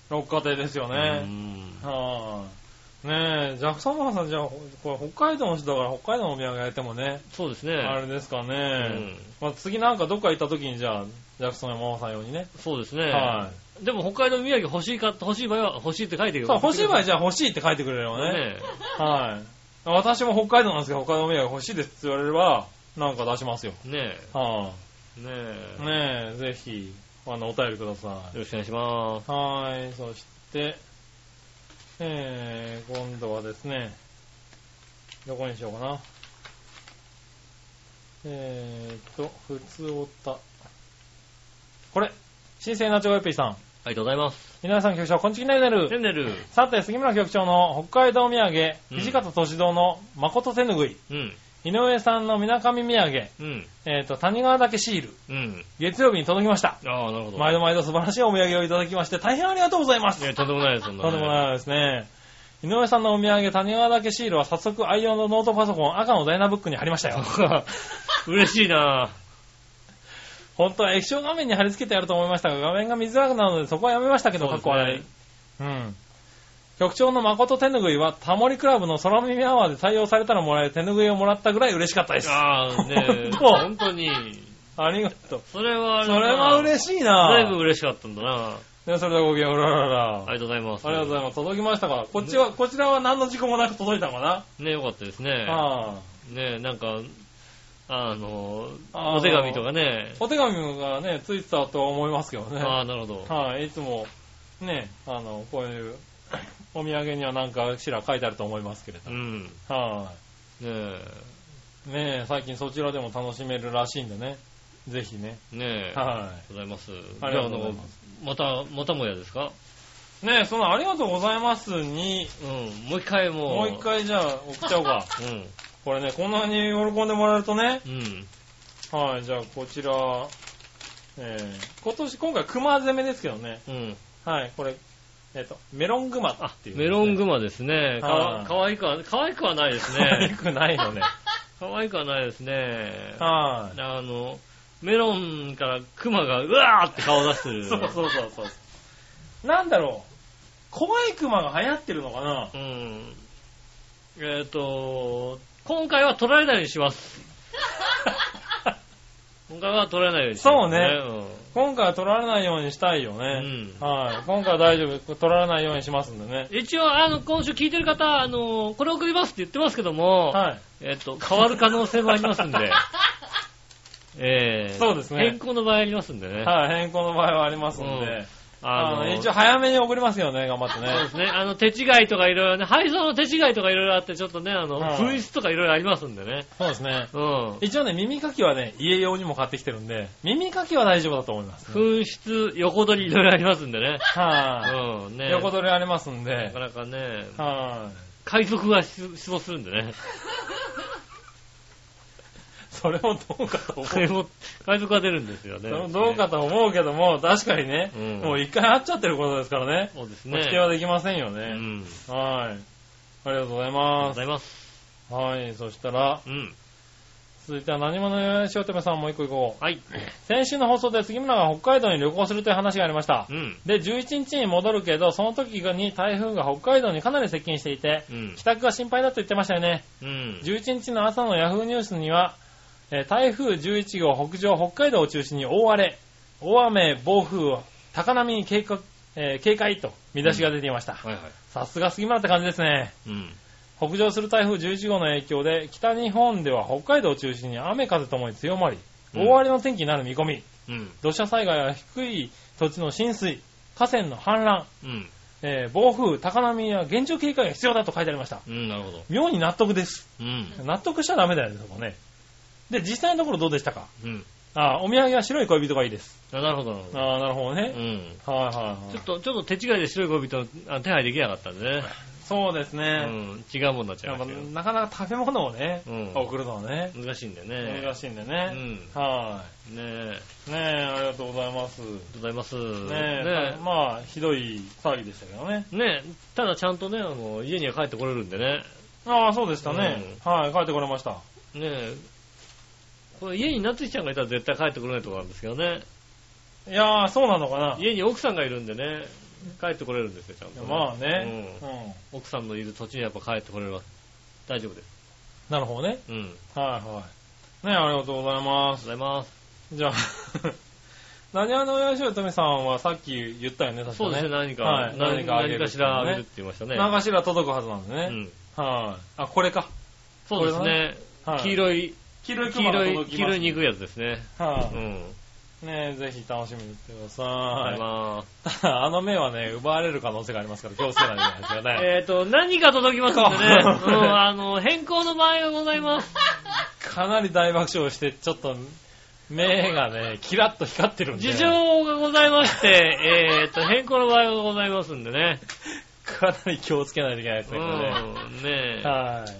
C: 六花亭ですよ
B: う
C: ね。
B: ん。
C: はい。ねえ、ジャクソンマンさんじゃあ、これ北海道の人だから北海道のお土産やってもね、
B: そうですね。
C: あれですかね。
B: うん
C: まあ次なんかどっか行った時にじゃあ、ジャクソン山本さん用にね。
B: そうですね。
C: は
B: でも北海道土産欲しいか、欲しい場合は欲しいって書いてる
C: そう、欲しい場合
B: ね
C: じゃあ欲しいって書いてくれればね。
B: え。
C: はい。私も北海道なんですけど、北海道のお土産欲しいですって言われれば、なんか出しますよ。
B: ね
C: はい、
B: え。ねえ。
C: ねえ、ぜひ、あの、お便りくださ
B: よろしくお願いします。
C: い。はい、そして、えー、今度はですね、どこにしようかな。えーと、普通おった。これ、新生ナチョコヨッピーさん。
B: ありがとうございます。
C: 皆さん局長、こんちきねるね
B: て
C: る。
B: んねる。
C: さて、杉村局長の北海道土産、
B: うん
C: 土方歳三の誠手ぬぐい、
B: うん。
C: 井上さんの水上土産、
B: うん。
C: えーと、谷川岳シール、
B: うん。
C: 月曜日に届きました。
B: ああ、なるほど。
C: 毎度毎度素晴らしいお土産をいただきまして、大変ありがとうございます。
B: いや、とんでもないです、そんな
C: と
B: ね。
C: んでもないですね。井上さんのお土産、谷川岳シールは早速愛用のノートパソコン赤のダイナブックに貼りましたよ。
B: 嬉しいな
C: 本当は液晶画面に貼り付けてやると思いましたが、画面が見づらくなるのでそこはやめましたけど、
B: そ
C: か
B: う
C: っ
B: ですね
C: こ笑い。うん。局長の誠手ぬぐいは、タモリクラブの空耳アワーで採用されたらもらえる手ぬぐいをもらったぐらい嬉しかったです。あ
B: ああ、
C: *laughs*
B: ねえ。
C: 本当
B: 本当に。
C: りがとう。
B: それはあれ
C: それは
B: し
C: 嬉しい
B: い。
C: な
B: だいぶ嬉しかったんだな
C: ねそれではごきげんうららら
B: ありがとうございます。
C: ありがとうござい
B: ま
C: ます。届きましたかこっちは、こちらは何の事故もなく届いたのかな、
B: す。ねよかったですね。
C: あ
B: ねなんか、あの、
C: あの
B: お手紙とかね。
C: お手紙がね、ついてたとは思いますけどね。
B: あ
C: は
B: あ、なるほど
C: い、。いつも、ね、あの、こういうお土産にはなんかしら書いてあると思いますけれど。
B: う
C: はい、
B: ん。ねえ。
C: ねえ、最近そちらでも楽しめるらしいんでね。ぜひね。
B: ねえ。
C: は
B: ございます。
C: い。ありがとうござい
B: じゃ
C: ます。
B: あなんかまた、またもやですか
C: ねえ、そのありがとうございますに、
B: うん。もう一回もう。
C: もう一。回じゃあ送っちゃお
B: *laughs*
C: うか。
B: うん。
C: これね、こんなに喜んでもらえるとね。
B: うん。
C: はい、じゃあこちら、えー、今年、今回熊攻めですけどね。
B: うん。
C: はい、これ、えっ、と、メロングマっていう、
B: メロングマですね。か
C: はい
B: かわいくは、かわいくはないです
C: マね。
B: ね。
C: 悪くないのね。
B: かわいくはないですね。
C: はい。
B: あの、メロンからクマがうわーって顔を出してる。
C: *laughs* そうそうそうそう。なんだろう、怖いクマが流行ってるの
B: *laughs*
C: かな
B: うん。えっ、と、今回は取られないようにします。今回は取られないようにします、
C: 今回は取られないようにしたいよね。
B: うん
C: はい。今回は大丈夫。取られないようにしますんでね。
B: うん一応、あの、今週聞いてる方、あの、これ送りますって言ってますけども、
C: はい。
B: えっ、と、変わる可能性もありますん
C: *laughs*
B: で、えー
C: そうですね
B: 変更の場合ありますんでね。
C: はい、変更の場合はありますんで。
B: うんあ
C: あの
B: の、
C: 一応早めに送りますよね、頑張ってね。
B: そうですね。あの、手違いとかいろいろね、配送の手違いとかいろいろあって、ちょっとね、あの、
C: はい
B: 紛失とかいろいろありますんでね。
C: そうですね。
B: うん。
C: 一応ね、耳かきはね、家用にも買ってきてるんで、耳かきは大丈夫だと思います、
B: 紛失、横取りいろいろありますんでね。
C: は
B: うん、
C: い、
B: ね。
C: 横取りありますん
B: な
C: で
B: か、なかね、
C: はい、
B: 海賊が出出没するんで
C: *laughs*
B: ね。
C: それもどう
B: *laughs*
C: かと思う。
B: これも、海賊が出るんですよ
C: そ
B: ね。
C: れもどうかと思うけども、確かにね、
B: うん
C: もう一回会っちゃってることですからね、
B: そうです
C: もう
B: ね。
C: 否定はできませんよ
B: う
C: ね。
B: ん。
C: はい。ありがとうござい
B: ありがとう
C: ま
B: ご
C: す。
B: ざいます。
C: はい、そしたら、
B: うん。
C: 続いては何者よりしおとめさんもう一個いこ
B: はい。
C: う。先週の放送で杉村が北海道に旅行するという話がありました
B: う。ん。
C: で、11日に戻るけど、その時に台風が北海道にかなり接近していて、
B: うん
C: 帰。宅が心配だと言ってましたよね。
B: うん。
C: 11日の朝のヤフーニュースには、えー台風11号北上、北海道を中心に大荒れ、大雨、暴風、高波に警戒,、えー警戒と見出しが出ていました。
B: はいはい。
C: さすが杉村って感じですね。
B: うん。
C: 北上する台風11号の影響で、北日本では北海道を中心に雨風ともに強まり、
B: うん
C: 大荒れの天気になる見込み、
B: うん。
C: 土砂災害や低い土地の浸水、河川の氾濫、
B: うん。
C: えー暴風、高波や厳重警戒が必要だと書いてありました。
B: うん、なるほど。
C: 妙に納得です。
B: うん。
C: 納得しちゃダメだよね、そこね。で、実際のところどうでしたか
B: うん。
C: あーお土産は白い恋人がいいです。
B: あなるほど、なるほど。
C: ああ、なるほど
B: う
C: ね。
B: ん。
C: はいはいはい
B: ちょっと、ちょっと手違いで白い恋人あ手配できなかったんでね。
C: *laughs* そうです
B: う
C: ね。
B: ん。違うもんなっちゃ
C: や
B: い
C: っ
B: ま
C: ぱ
B: したけ
C: なかなか食べ物をね、
B: うん
C: 送るのはね、
B: ど。難しいんだよね。
C: 難しいんで
B: う
C: ね。
B: ん。
C: は
B: ねえ。
C: い。ねえ、ありがとうございます。ね
B: ありがとうございます。
C: え、
B: ね
C: まあ、ひどい騒ぎでしたけどね。
B: え。ねえただちゃんとね、あの、家には帰ってこれるんでね。
C: ああ、そうでしたね。はい、帰ってこれました。
B: ねえ。これ家に夏日ちゃんがいたら絶対帰ってこれないところなんですけどね。
C: いやー、そうなのかな。
B: 家に奥さんがいるんでね、帰ってこれるんですよ、ちゃんと、
C: まあね、
B: う
C: うんん。
B: 奥さんのいる土地にやっぱ帰ってこれます。大丈夫です。
C: なるほどね。
B: うん。ありがと
C: はいはい。ねえ、ありがとうございま
B: う
C: す。
B: ございます。
C: じゃあ、 *laughs* 何話の親父とみさんはさっき言ったよね、確かね。
B: そうですね、何か、
C: はい
B: な
C: 何かあげる
B: 何かしらあげるって言いましたね。
C: 何かしら届くはずなんで
B: う
C: ね。
B: ん。
C: はい。あ、これか。
B: そうですね、
C: はい
B: 黄色い、
C: 黄色い
B: 黄
C: 雲が
B: 色い、
C: 届
B: 黄
C: きま
B: 色
C: す
B: い肉やつですね。
C: は
B: う
C: い、
B: ん。
C: ねえ、ぜひ楽しみにしてくだ
B: ありがとうございま
C: さ
B: す。
C: い。ただ、あの目はね、奪われる可能性がありますから、気をつけないといけないですよね。
B: *laughs* えっ、と、何か届きます
C: *laughs*
B: んでね、う、
C: こうん
B: あの、変更の場合がござい
C: *laughs*
B: ます。
C: かなり大爆笑して、ちょっと、目がね、キラッと光ってるんで。
B: 事情がございまして、えっ、と、変更の場合がございますんでね。
C: かなり気をつけないといけないです
B: う
C: ね、これね。
B: ん、ねえ。
C: はい。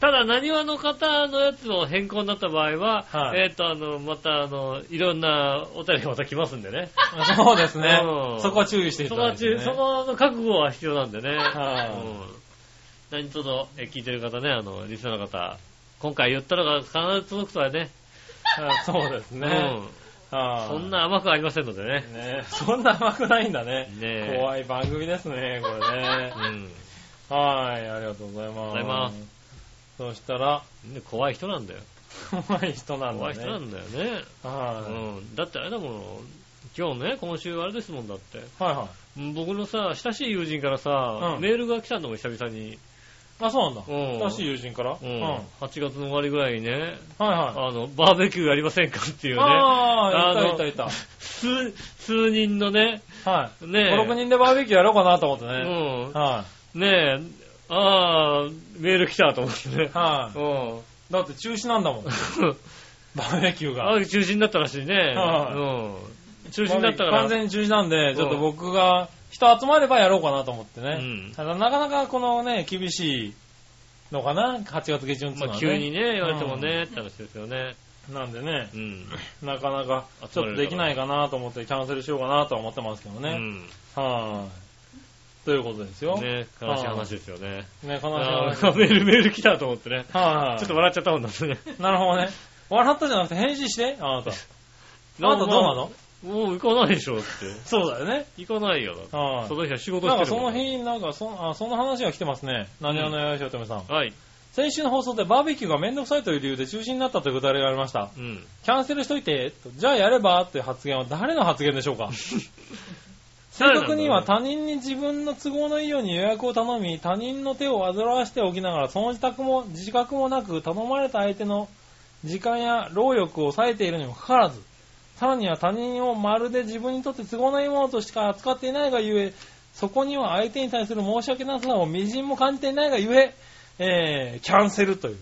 B: ただ、何話の方のやつを変更になった場合は、
C: はい
B: えっ、と、あの、また、あの、いろんなお便りがまた来ますんでね。
C: そうですね
B: うん。
C: そこは注意してい
B: そ
C: た
B: こ
C: だ
B: はい
C: て、
B: 中、
C: ね。
B: そこの覚悟は必要なんでね。
C: はい
B: うん何とぞ、え聞いてる方ね、あの、リスナーの方、今回言ったのが必ず届くとはね、
C: あそうですね。
B: うん、
C: は
B: そ
C: い
B: ん。な甘くありませんのでね。
C: ねそんな甘くないんだね。
B: ねえ
C: 怖い番組ですね、これね
B: *laughs* う。ん。
C: はい、ありがとうござ
B: あり
C: います。
B: がとうございます
C: そしたら、
B: ね怖い人なんだよ。
C: 怖い人なん
B: 怖
C: だ
B: い
C: ね。
B: 人なんだよね。
C: は
B: うん。だってあれだもの、今日ね、今週あれですもんだって。
C: い。はいはい。
B: うん僕のさ、親しい友人からさ、
C: うん
B: メールが来たのも久々に。
C: あ、そうなんだ。
B: うん
C: 親しい友人から。
B: うん。
C: は
B: 8月の終わりぐらいにね、
C: いは
B: あの、バーベキューやりませんかってい
C: い。
B: うね。
C: あ
B: あ
C: あ、
B: の
C: いたいたい
B: 数、数人のね、 *laughs*
C: た。はい。
B: ねえ。
C: 5、6人でバーベキューやろうかなと思って
B: う
C: ね。
B: ん。
C: は
B: ねえ、ああ、メール来たと思ってね
C: い。。は
B: うん。
C: い。だって中止なんだもん。バーベ
B: *laughs*
C: キュー
B: あ
C: が。
B: *laughs* あ、中止になったらしいね。
C: はい
B: うん。中止になったから。
C: 完全に中止なんで、ちょっ
B: う
C: と
B: ん
C: 僕が、人集まればやろうかなと思ってね。
B: うん
C: ただなかなかこのね、厳しいのかな、8月下旬っていうのは、
B: まあ
C: ね。
B: 急にね、言われてもね、って話ですよね。
C: なんでね
B: う、ん。
C: なかなかちょっとできないかなと思ってキャンセルしようかなとは思ってますけど
B: う
C: ね。
B: ん。
C: はい。ということですよ。ね、
B: ね、悲しい話ですよね。
C: 悲しい
B: あ
C: 話。
B: ーメール、メール来たと思ってね。
C: はい。
B: *laughs* ちょっと笑っちゃったもんだね。
C: なるほどね。笑ったじゃなくて返事して、あなた。あなたどうなの
B: もう行かないでしょって。
C: そうだよね。
B: 行かないよ。だって
C: はい
B: その日は仕事
C: なん
B: して
C: か
B: る
C: そ
B: も
C: の
B: ん。
C: 日、なんかその、あ、その話が来てますね。何屋のよしおとめさん。
B: はい。
C: 先週の放送でバーベキューがめんどくさいという理由で中止になったというくだりがありました。
B: うん。
C: キャンセルしといて、とじゃあやればという発言は誰の発言でしょうか正確には他人に自分の都合のいいように予約を頼み、他人の手を煩わしておきながら、その自宅も、自覚もなく頼まれた相手の時間や労力を抑えているにもかかわらず、さらには他人をまるで自分にとって都合のいいものとしか扱っていないがゆえ、そこには相手に対する申し訳なさを微塵も感じていないがゆえ、えー、キャンセルという、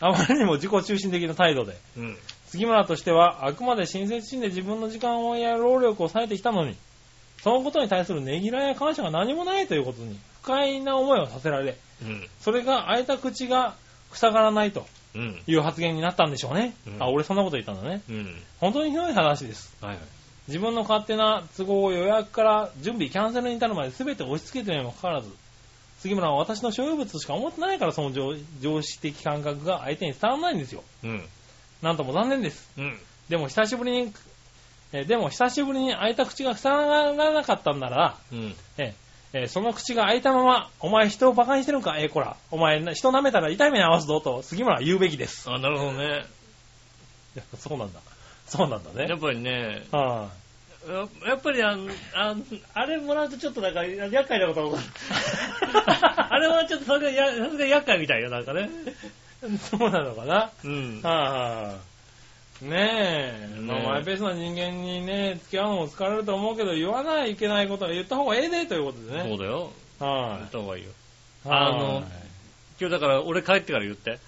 C: あまりにも自己中心的な態度で、
B: うん。
C: 杉村としては、あくまで親切心で自分の時間をや労力を割いてきたのに、そのことに対するねぎらいや感謝が何もないということに、不快な思いをさせられ、
B: うん。
C: それが開いた口が塞がらないと
B: うん。
C: いう発言になったんでしょうね。
B: うん
C: あ、俺そんなこと言ったんだね。
B: うん。
C: 本当にひどい話です。
B: はいはい。
C: 自分の勝手な都合を予約から準備、キャンセルに至るまで全て押し付けてるにもかかわらず、杉村は私の所有物としか思ってないから、その常常識的感覚が相手に伝わらないんですよ。
B: うん。
C: なんとも残念です。
B: うん。
C: でも久しぶりに、えーでも久しぶりに開いた口が塞がらなかったんなら、
B: うん。
C: えーえーその口が開いたまま、お前人を馬鹿にしてるんかえーこら、お前な人舐めたら痛い目に合わすぞと杉村は言うべきです。 *laughs*
B: あ、なるほどね。
C: いやそうなんだ。そうなんだ
B: や
C: ね
B: っ。ぱりね、
C: は
B: や *laughs* やっぱりあの、あのあれもらうとちょっとなんか、厄介なことが起こる。あれはちょっとそれがや、それが厄介みたいよ、なんかね。
C: そうなのかな
B: うん。
C: はあ、ねえ、
B: ねえ
C: まあマイペースな人間にね、付き合うのも疲れると思うけど、言わないといけないことは言った方がええでということで
B: そ
C: ね。
B: うだよ。言
C: は
B: った方がいいよ。
C: い。
B: あの
C: はい
B: 今日だから、俺帰ってから言って。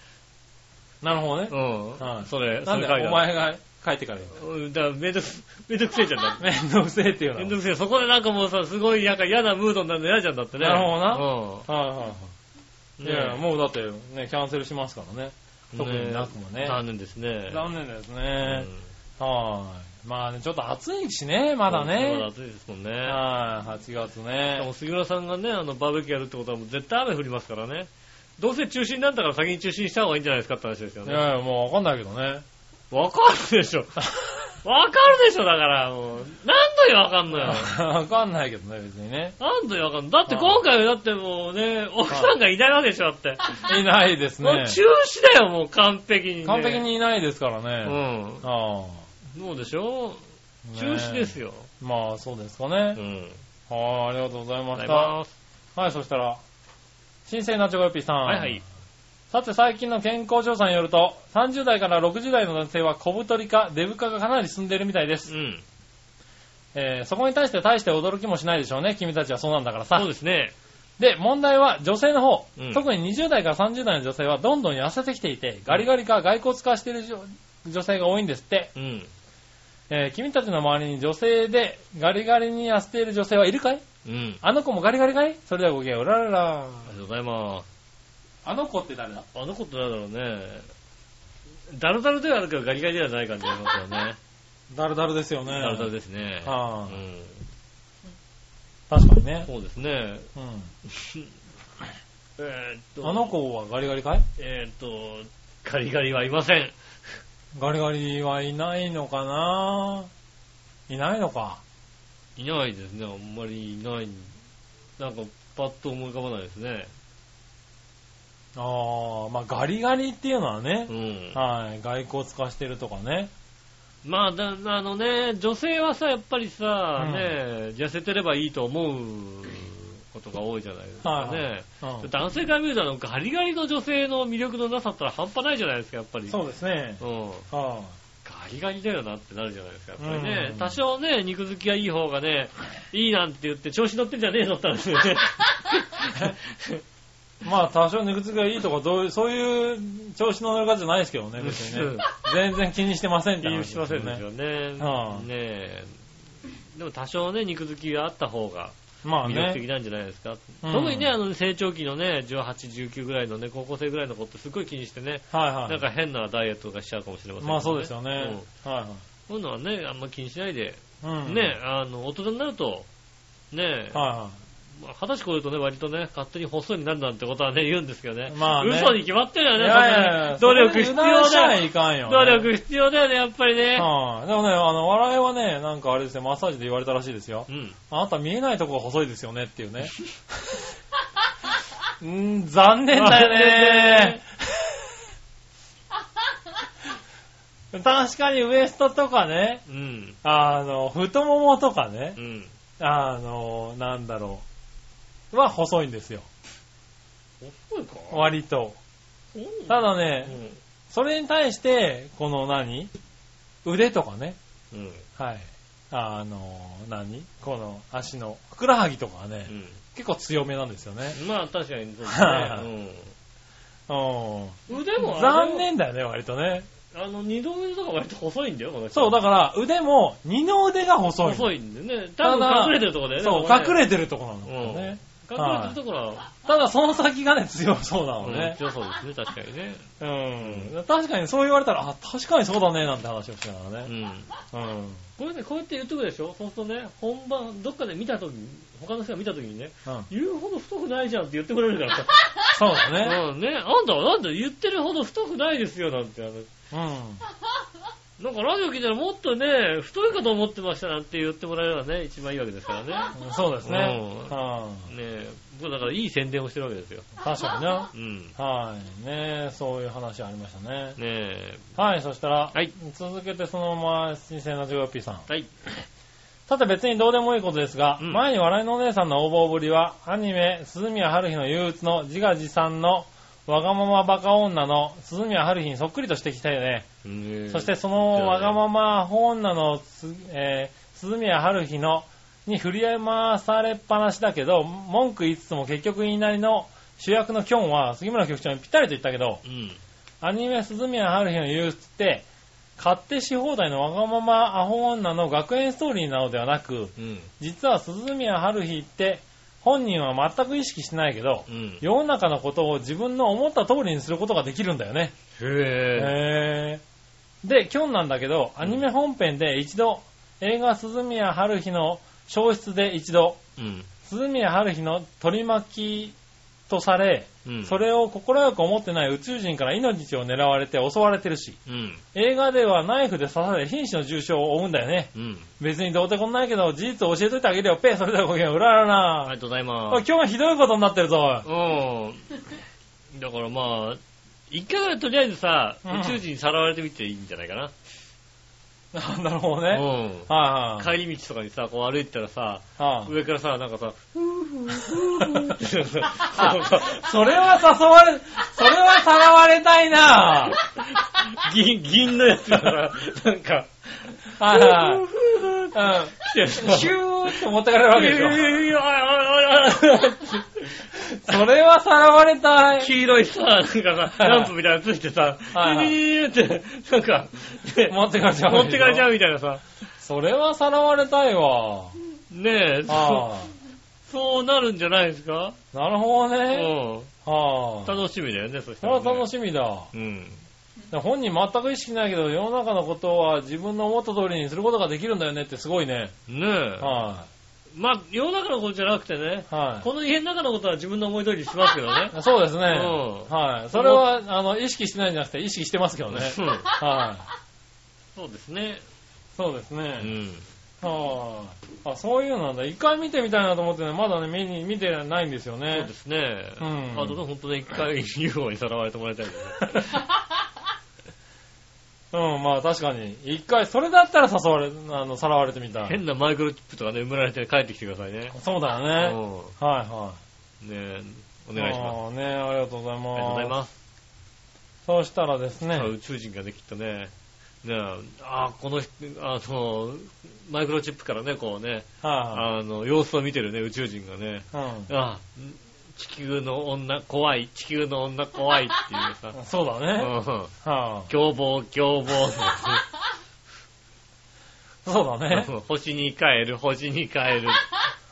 C: なるほどね
B: う。
C: は
B: ん。
C: い
B: それ、
C: な
B: そ
C: ん
B: れ
C: で
B: 書いて
C: お
B: ある。
C: 前が帰って *laughs* からよ。
B: うんだから、めんどく、めんどくせえじゃんだって。
C: *laughs* めんどくせえっていうの
B: めんどくせえ。そこでなんかもうさ、すごいなんか嫌なムードになるの嫌じゃんだってね。
C: なるほどな
B: ど
C: は。はいは
B: う
C: い。
B: ん。
C: いやいや、
B: ね
C: もうだってね、キャンセルしますからね。特になくもね。
B: 残念ですね。
C: 残念です
B: 念
C: ね。はい。まあね、ちょっと暑いしね、まだ
B: まだ
C: ね。
B: 暑いですもんね。
C: はい、8月
B: しか *laughs*
C: ね
B: も。杉村さんがね、あの、バーベキューやるってことはもう絶対雨降りますからね。どうせ中止になったから先に中止にした方がいいんじゃないですかって話ですよ
C: い
B: ね。
C: やいや、もうわかんないけどね。
B: わかる
C: *laughs*
B: でしょ。わかるでしょ、だからもう。何度よわかんのよ。
C: わかんないけどね、別にね。
B: 何度よわかんの。だって今回はだってもうね、奥さんがいないわけでしょ、だって。
C: いないです
B: もう
C: ね。
B: 中止だよ、もう完璧に、ね。
C: 完璧。にいないですから
B: う
C: ね。
B: ん。
C: ああ
B: そうでしょ
C: ね
B: 中止ですよ。
C: まあ、そうですか
B: う
C: ね。
B: ん。
C: はい、ありがとうございま
B: ありがとうござ
C: し
B: い
C: た。
B: ます。
C: はい、そしたら、新鮮なチョコヨッピーさん。
B: はいはい。
C: さて、最近の健康調査によると、30代から60代の男性は小太りかデブ化がかなり進んでいるみたいで
B: う
C: す。
B: ん。
C: えーそこに対して大して驚きもしないでしょうね。君たちはそうなんだから
B: そう
C: さ
B: で。すね。
C: で、問題は女性の方、
B: うん
C: 特に20代から30代の女性はどんどん痩せてきていて、ガリガリか骸骨化している女女性が多いんですって。
B: うん。
C: えー君たちの周りに女性でガリガリに痩せている女性はいるかい
B: うん。
C: あの子もガリガリかいそれではごきげんよう、うららら。
B: ありがとうございます。
C: あの子って誰だ
B: あの子ってなんだろうね。ダルダルではあるけどガリガリではない感じがしますよね。
C: だるだるですよね。
B: ダルダルですね。う
C: はあ
B: ん、
C: 確かにね。
B: そうですね。 *laughs*
C: うん。
B: えーっと、
C: あの子はガリガリかい
B: えーっと、ガリガリはいません。
C: ガリガリはいないのかないないのか。
B: いないですね。あんまりいない。なんか、パッと思い浮かばないですね。
C: ああ、まあガリガリっていうのはね
B: う、ん。
C: はい、骸骨化してるとかね。
B: まあ、だあのね、女性はさ、やっぱりさ、
C: うん
B: ね、痩せてればいいと思うことが多いじゃないですか
C: はい
B: ね。
C: うん
B: 男性から見ると、あのガリガリの女性の魅力のなさったら半端ないじゃないですか、やっぱり。
C: そうですね。
B: うん。
C: は
B: ガリガリだよなってなるじゃないですか。やっぱりね、
C: うん
B: 多少ね、肉付きがいい方がね、いいなんて言って調子乗ってんじゃねえのって話だよね。
C: い。まあ多少肉付きがいいとか、どういう、そういう調子の乗り方じゃないですけどね、別にね。全然気にしてませんって
B: 理由
C: 話
B: しませんです *laughs* よね。
C: うん
B: ねえ。でも多少ね、肉付きがあった方が
C: まあ
B: 魅力的
C: ね。
B: なんじゃないですか。
C: うん
B: 特にね、あの成長期のね、18、19ぐらいのね、高校生ぐらいの子ってすごい気にしてね、
C: はいはい。
B: なんか変なダイエットとかしちゃうかもしれませんけど、
C: まあそうですよね。は
B: うん。そういうのはね、あんま気にしないで、
C: いはい。うん。
B: ね、あの、大人になると、ねえ、
C: は
B: まあ二十歳超えるとね、割とね、勝手に細いになるなんてことはね、言うんですけどね。
C: まあね
B: 嘘に決まってるよ
C: いはい。
B: ね、
C: いやいやいや
B: そんなね努力必要
C: それ
B: だ
C: は
B: よ。
C: いかんよね。
B: 努力必要だよね、やっぱり
C: *laughs*
B: ね。
C: はい。でもね、あの、笑いはね、なんかあれですよ、マッサージで言われたらしいですよ
B: う。ん。
C: あなた見えないとこが細いですよねって *laughs* いうね。うーん、残念だよね。 *laughs* 確かにウエストとかね、
B: うん。
C: あの、太ももとかね
B: う、ん。
C: あの、なんだろう、は細いんですよ。
B: 細いか
C: 割と。
B: うん
C: ただ
B: うん。
C: ね、それに対して、この何腕とかね、
B: うん。
C: はい。あの、何この足の、ふくらはぎとかはね、結構強めなんですよね。
B: うんまあ確かにそうです
C: は
B: ね。
C: うん。
B: うん。腕もあれ
C: 残念だよね、割とね。
B: あの、二度腕とか割と細いんだよ、この人
C: そう、だから腕も二の腕が細い。
B: 細いんでね。多
C: ただ
B: 分隠れてるとこだよね。
C: そう、
B: ここね
C: 隠れてるとこなのね。
B: 隠れてるところは、
C: ただその先がね、強そうなの
B: うん
C: ね。
B: 強そうですね、確かにね。
C: うん確かにそう言われたら、あ、確かにそうだね、なんて話をしながら
B: うん。
C: ね。うん。
B: これね、こうやって言っとくでしょそうするとね、本番、どっかで見たときに、他の人が見たときにね、
C: うん
B: 言うほど太くないじゃんって言ってくれるからさ。
C: そうだね。
B: *laughs* うんね、あんたはなんだ言ってるほど太くないですよなんて。あの
C: うん。
B: なんかラジオ聞いたらもっとね、太いかと思ってましたなんて言ってもらえればね、一番いいわけですからね。
C: そうです
B: う
C: ね。うん。
B: ねえ、僕だからいい宣伝をしてるわけですよ。
C: 確かにな。
B: うん。
C: はい。ねそういう話ありましたね
B: ね。え、
C: はい、そしたら、
B: はい
C: 続けてそのまま、新鮮なジョーピーさん。
B: はい。
C: ささて別にどうでもいいことですが、
B: うん
C: 前に笑いのお姉さんの応募ぶりは、アニメ、鈴宮春日の憂鬱の自画自賛のわがままバカ女の鈴宮春日にそっくりとしてきたよね。
B: うん
C: そしてそのわがまま女のつ、えー鈴宮春日のに振り回されっぱなしだけど、文句言いつつも結局言いなりの主役のキョンは杉村局長にぴったりと言ったけど、
B: うん。
C: アニメ鈴宮春日の憂鬱って、買ってし放題のわがままアホ女の学園ストーリーなのではなく、
B: うん。
C: 実は鈴宮春日って本人は全く意識してないけど、
B: うん。
C: 世の中のことを自分の思った通りにすることができるんだよね。
B: へえ。
C: へーで、キョンなんだけど、アニメ本編で一度、映画鈴宮春日の消失で一度、
B: うん。
C: 鈴宮春日の取り巻きとされ、
B: うん。
C: それを快く思ってない宇宙人から命を狙われて襲われてるし、
B: うん。
C: 映画ではナイフで刺され瀕死の重傷を負うんだよね。
B: うん。
C: 別にどうてこんないけど、事実を教えといてあげるよ、ペー、それではごきげんよう、う
B: あ
C: らら
B: り
C: な
B: がとうござい
C: お
B: ま
C: い
B: す。
C: キョンはひどい *laughs* ことになってるぞ。
B: うん。だからまあ、一回はとりあえずさ、
C: うん
B: 宇宙人にさらわれてみていいんじゃないかな。
C: なるほどね。
B: うん。
C: はいはい。
B: 帰り道とかにさ、こう歩いてたらさ、
C: ああ
B: 上からさ、なんかさ、
C: それは誘われ、それはさらわれたいなぁ。
B: 銀、銀のやつがさ、なんか、
C: はいはい。う
B: 来て
C: ん。
B: さ、
C: ヒューって持ってかれるわけでしょ。それはさらわれたい。
B: 黄色いさ、なんかさ、ランプみたいなのついてさ、
C: はいはい
B: ビーって、なんか、ね
C: 持ってかれちゃう。
B: 持ってかれちゃ
C: う。
B: うみたいなさ、
C: それはさらわれたいわ。
B: ねえ、そ
C: あ
B: うそうなるんじゃないですか
C: あ。なるほど
B: う
C: ね。
B: ん。
C: はあ。
B: 楽しみだよね、そし
C: そ
B: た
C: れ
B: ら
C: は
B: ね。
C: 楽しみだ。
B: うん。
C: 本人全く意識ないけど、世の中のことは自分の思った通りにすることができるんだよねってすごいね。
B: ねえ。
C: は
B: まあ、世の中のことじゃなくてね、
C: い。はい。
B: この家の中のことは自分の思い通りにしますけど
C: *laughs*
B: ね。
C: そうですね。
B: うん
C: はい。それは、あの、意識してないんじゃなくて、意識してますけどね。
B: うん
C: はい。
B: そうですね。
C: そうです
B: う
C: ね。
B: ん。
C: はい。あ、そういうのなんだ。一回見てみたいなと思ってね、まだね、見に、見てないんですよ
B: そう
C: ね
B: で。すね。
C: うん
B: あとね、本当ね、一回 UFO にさらわれてもらいたいですね。
C: うん、まあ確かに。一回、それだったら誘われ、あの、さらわれてみたい。
B: 変なマイクロチップとかね、埋められて帰ってきてくださいね。
C: そうだよね。
B: う
C: はい
B: ん。
C: は
B: ねえお
C: い。
B: 願いします。
C: あーね、ありがとうござい
B: ありがと
C: ます。
B: うございます。
C: そうしたらですね
B: さあ、宇宙人がね、きっとね、ねえあーこの人、あの、マイクロチップからね、こうね、
C: は
B: あの、様子を見てるね、宇宙人がね、
C: い、うん。
B: あ地球の女怖い、地球の女怖いっていうさ、
C: そうだ
B: うん
C: ね。は
B: 凶暴、凶暴。
C: い。そうだね。はい
B: 星に帰る、星に帰る、
C: はい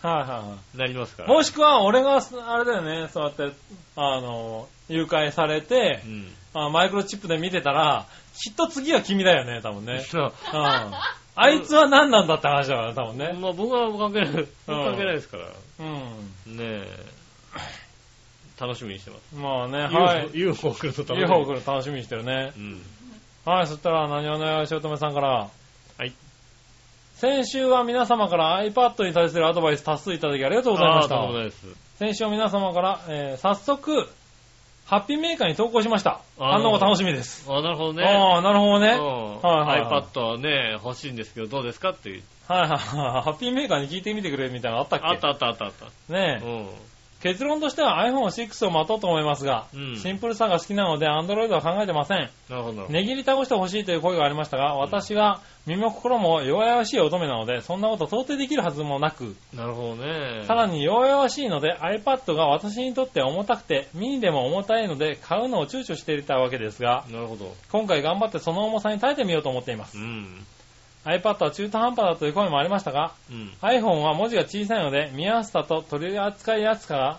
C: はい。
B: なりますから。
C: もしくは、俺が、あれだよね、そうやって、あの、誘拐されて
B: う、ん。
C: あマイクロチップで見てたら、きっと次は君だよね、多分ね。
B: そう
C: うん。
B: *laughs*
C: あいつは何なんだって話だから、多分ね。
B: まあ僕は関係ない、僕関係ないですから。ね
C: う
B: え。楽しみにしてます。
C: ん。まあね、はい。
B: UFO 来ると楽しみ。
C: UFO 来る楽しみにしてるね。
B: うん。
C: はい、そしたら、何をのよしおとめさんから。
B: はい。
C: 先週は皆様から iPad に対するアドバイス多数いただきありがとうございまし
B: あーとんでもな
C: た。
B: いです。
C: 先週は皆様から、えー早速、ハッピーメーカーに投稿しました。
B: あー
C: 反応が楽しみです。
B: あなるほどね。
C: ああ、なるほどね。
B: うん
C: はいはい
B: iPad はね、欲しいんですけど、どうですかっていう。
C: はいはいはい。ハッピーメーカーに聞いてみてくれみたいなのあったっけ
B: あったあったあったあった。
C: ねえ、
B: うん。
C: 結論としては iPhone6 を待とうと思いますが、
B: うん
C: シンプルさが好きなので Android は考えてません。
B: なるほどなるほど。
C: 値切り倒してほしいという声がありましたが、私は身も心も弱々しい乙女なので、そんなこと到底できるはずもなく、
B: なるほどね。
C: さらに弱々しいので iPad が私にとって重たくて、ミニでも重たいので買うのを躊躇していたわけですが、
B: なるほど。
C: 今回頑張ってその重さに耐えてみようと思っていま
B: う
C: す。
B: ん。
C: iPad は中途半端だという声もありましたが、
B: うん。
C: iPhone は文字が小さいので、見やすさと取り扱いやすさが、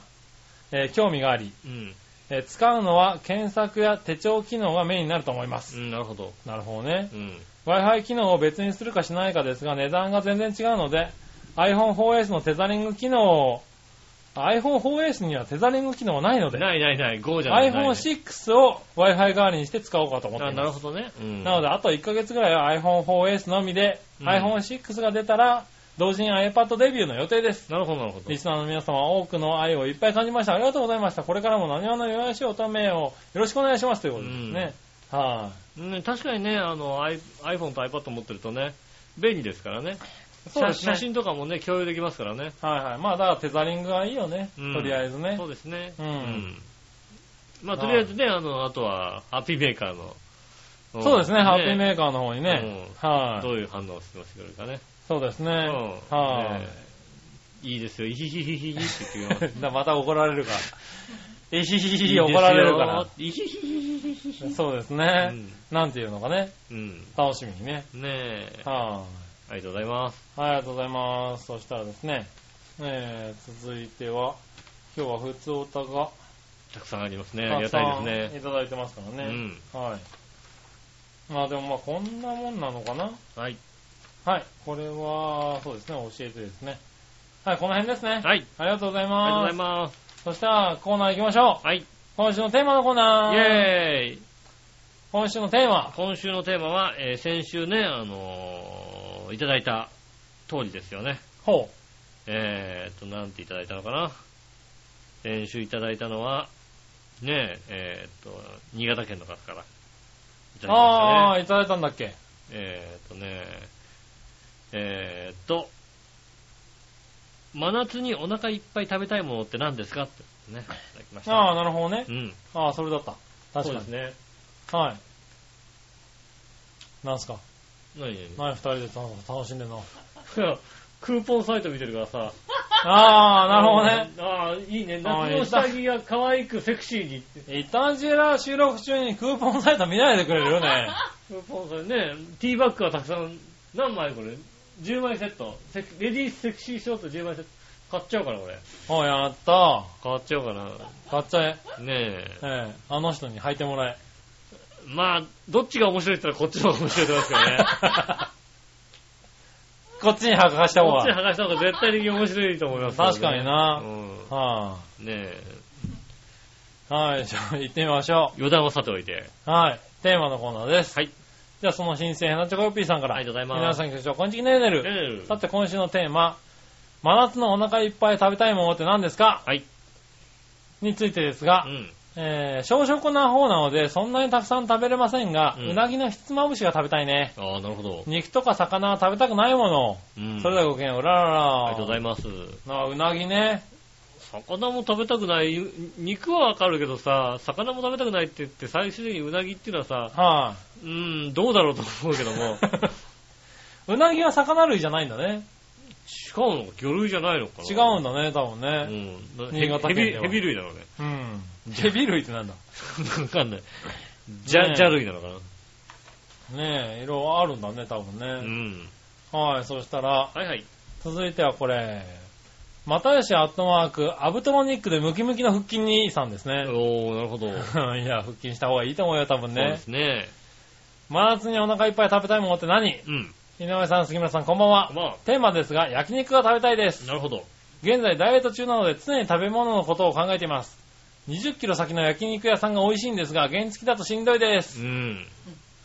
C: えー興味があり、
B: うん。
C: えー使うのは検索や手帳機能がメインになると思います。
B: うんなるほど。
C: なるほどね
B: う。ん。
C: Wi-Fi 機能を別にするかしないかですが、値段が全然違うので、iPhone4S のテザリング機能を、iPhone4S にはテザリング機能はないので、
B: ないないない、5じゃない。
C: iPhone6 を Wi-Fi 代わりにして使おうかと思って
B: あ
C: い
B: なる
C: ます。
B: ほどね。うん
C: なので、あと1ヶ月ぐらいは iPhone4S のみで、
B: うん
C: iPhone6 が出たら、同時に iPad デビューの予定です。
B: なるほど、なるほど。
C: リスナーの皆様、多くの愛をいっぱい感じました。ありがとうございました。これからも何話のよやしい乙女をよろしくお願いしますということですね。はい、
B: ね、確かにね、あの、I- iPhone と iPad 持ってるとね、便利ですからね。
C: そうですね
B: 写写真とかもね、共有できますからね。
C: はいはい。まあだからテザリングがいいよね。
B: うん
C: とりあえずね
B: そ。うですね。
C: うん
B: まあ、とりあえずね、あの、あとは、ハッピーメーカーの。ん
C: そうですね。ハッピーメーカーの方にね。は
B: ど
C: い。
B: ういう反応をしてくれるかね。
C: そうです
B: う
C: ね。
B: ん
C: は *laughs*
B: ねいいですよ、イヒヒヒヒヒって言ってくれます。
C: い。だまた怒られるから。えひひひひ怒られるから。
B: いいですよ。イヒヒヒヒヒヒ。
C: そうです
B: う
C: ね。
B: ん。
C: なんていうのかね。
B: うん。
C: 楽しみにね。
B: ねえ。
C: は
B: ありがとうございます。
C: い。ありがとうございます。そしたらですね。えー、続いては、今日は普通歌が、
B: たくさんありますね。あり
C: た
B: がた
C: くさ
B: い
C: ん
B: ですね。
C: いただいてますからね。はい。まあでもまあこんなもんなのかな。
B: うん。はい。
C: はい。これは、そうですね、教えてですね。はい、この辺です
B: は
C: ね。
B: い。あり
C: ありがとうござ
B: が
C: い
B: とうご
C: ま
B: ざ
C: す。
B: います。
C: そしたら、コーナー行きましょう。
B: はい。イ
C: 今週のテーマのコーナー。
B: ェーイ。
C: 今週のテーマ。
B: 今週のテーマは、えー先週ね、あのーいただいた通りですよね。
C: ほ
B: えーっと、なんていただいたのかな。先週いただいたのは、ねえ、えーっと、新潟県の方からいただきました
C: う。
B: ね。
C: ああ、いただいたんだっけ。
B: えーっとね、えーっと、真夏にお腹いっぱい食べたいものって何ですかってね、いただきました。
C: ああ、なるほどね
B: う。ん。
C: ああ、それだった。確
B: そうで
C: かに。
B: すね。
C: はい。なんすか。
B: 何
C: 何二人で楽しんで
B: *laughs*
C: んの。
B: 々クーポンサイト見てるからさ。
C: ああ、なるほどね。
B: うん。ああ、いいね。
C: ああ
B: 夏の下着が可愛くセクシーにって。
C: 一旦ジェラ収録中にクーポンサイト見ないでくれる
B: *laughs*
C: よね。
B: クーポンサイトね、ティーバッグはたくさん、何枚これ ?10 枚セット。セクレディースセクシーショート10枚セット。買っちゃおうかな、これ。
C: おうやった。
B: 買っちゃおうかな。
C: 買っちゃえ。
B: ねえ。
C: ええ、あの人に履いてもらえ。
B: まあ、どっちが面白いって言ったらこっちの方が面白いと思いますけど
C: *laughs*
B: ね。
C: こっちに履かした
B: *laughs*
C: 方
B: こっ
C: が。
B: ち剥がした方が絶対的に面白いと思います、
C: 確かにな
B: うん。
C: は
B: ねえ。
C: い、はい、じゃあ行ってみましょ
B: 余談はさておいて。
C: う。はい。テーマのコーナーです。
B: はい。
C: じゃあその申請、ヘナチョコヨッピーさんから。
B: ありがとうござい
C: 皆
B: ます
C: さん局長、こんにちは、ねるね
B: ね
C: る。
B: え
C: さて今週のテーマ、真夏のお腹いっぱい食べたいものって何ですか
B: はい。
C: についてですが
B: う、ん。
C: えー、小食な方なのでそんなにたくさん食べれませんが、
B: うん
C: うなぎのひつまぶしが食べたいね。
B: ああ、なるほど。
C: 肉とか魚は食べたくないもの。
B: うん。
C: それではごきげんよう、うらら
B: あ
C: ら。
B: りがとうございます。
C: あうなぎね。
B: 魚も食べたくない。肉はわかるけどさ、魚も食べたくないって言って、最終的にうなぎっていうのはさ、
C: は
B: うーん、どうだろうと思うけど
C: *laughs*
B: も。
C: い、うなぎは魚類じゃないんだね。
B: 違うの魚類じゃないのかな
C: 違うんだね、多
B: う
C: 分ね。
B: ん。
C: 新
B: ヘ
C: 潟
B: ビ
C: 県では
B: ヘビ類なのね。 *laughs*
C: うん。ヘビ類ってなんだ
B: わかんない。じゃ、
C: ねえ
B: じゃ類なのか
C: ねえ、色あるんだね、多分
B: なう
C: ね。
B: ん。
C: はい、そしたら、
B: はいはい。
C: 続いてはこれ。又吉アットマーク、アブトロニックでムキムキの腹筋にさんですね。
B: おー、なるほど。
C: *laughs* いや、腹筋した方がいいと思うよ、多
B: そう
C: 分
B: で
C: ね
B: す。ね。
C: 真夏にお腹いっぱい食べたいものって何
B: うん。
C: 井上さん、杉村さん、こんばんは。
B: ま
C: テーマですが、焼肉が食べたいです
B: あ、。なるほど。
C: 現在ダイエット中なので常に食べ物のことを考えています。20キロ先の焼肉屋さんが美味しいんですが、原付きだとしんどいで
B: う
C: す。
B: ん。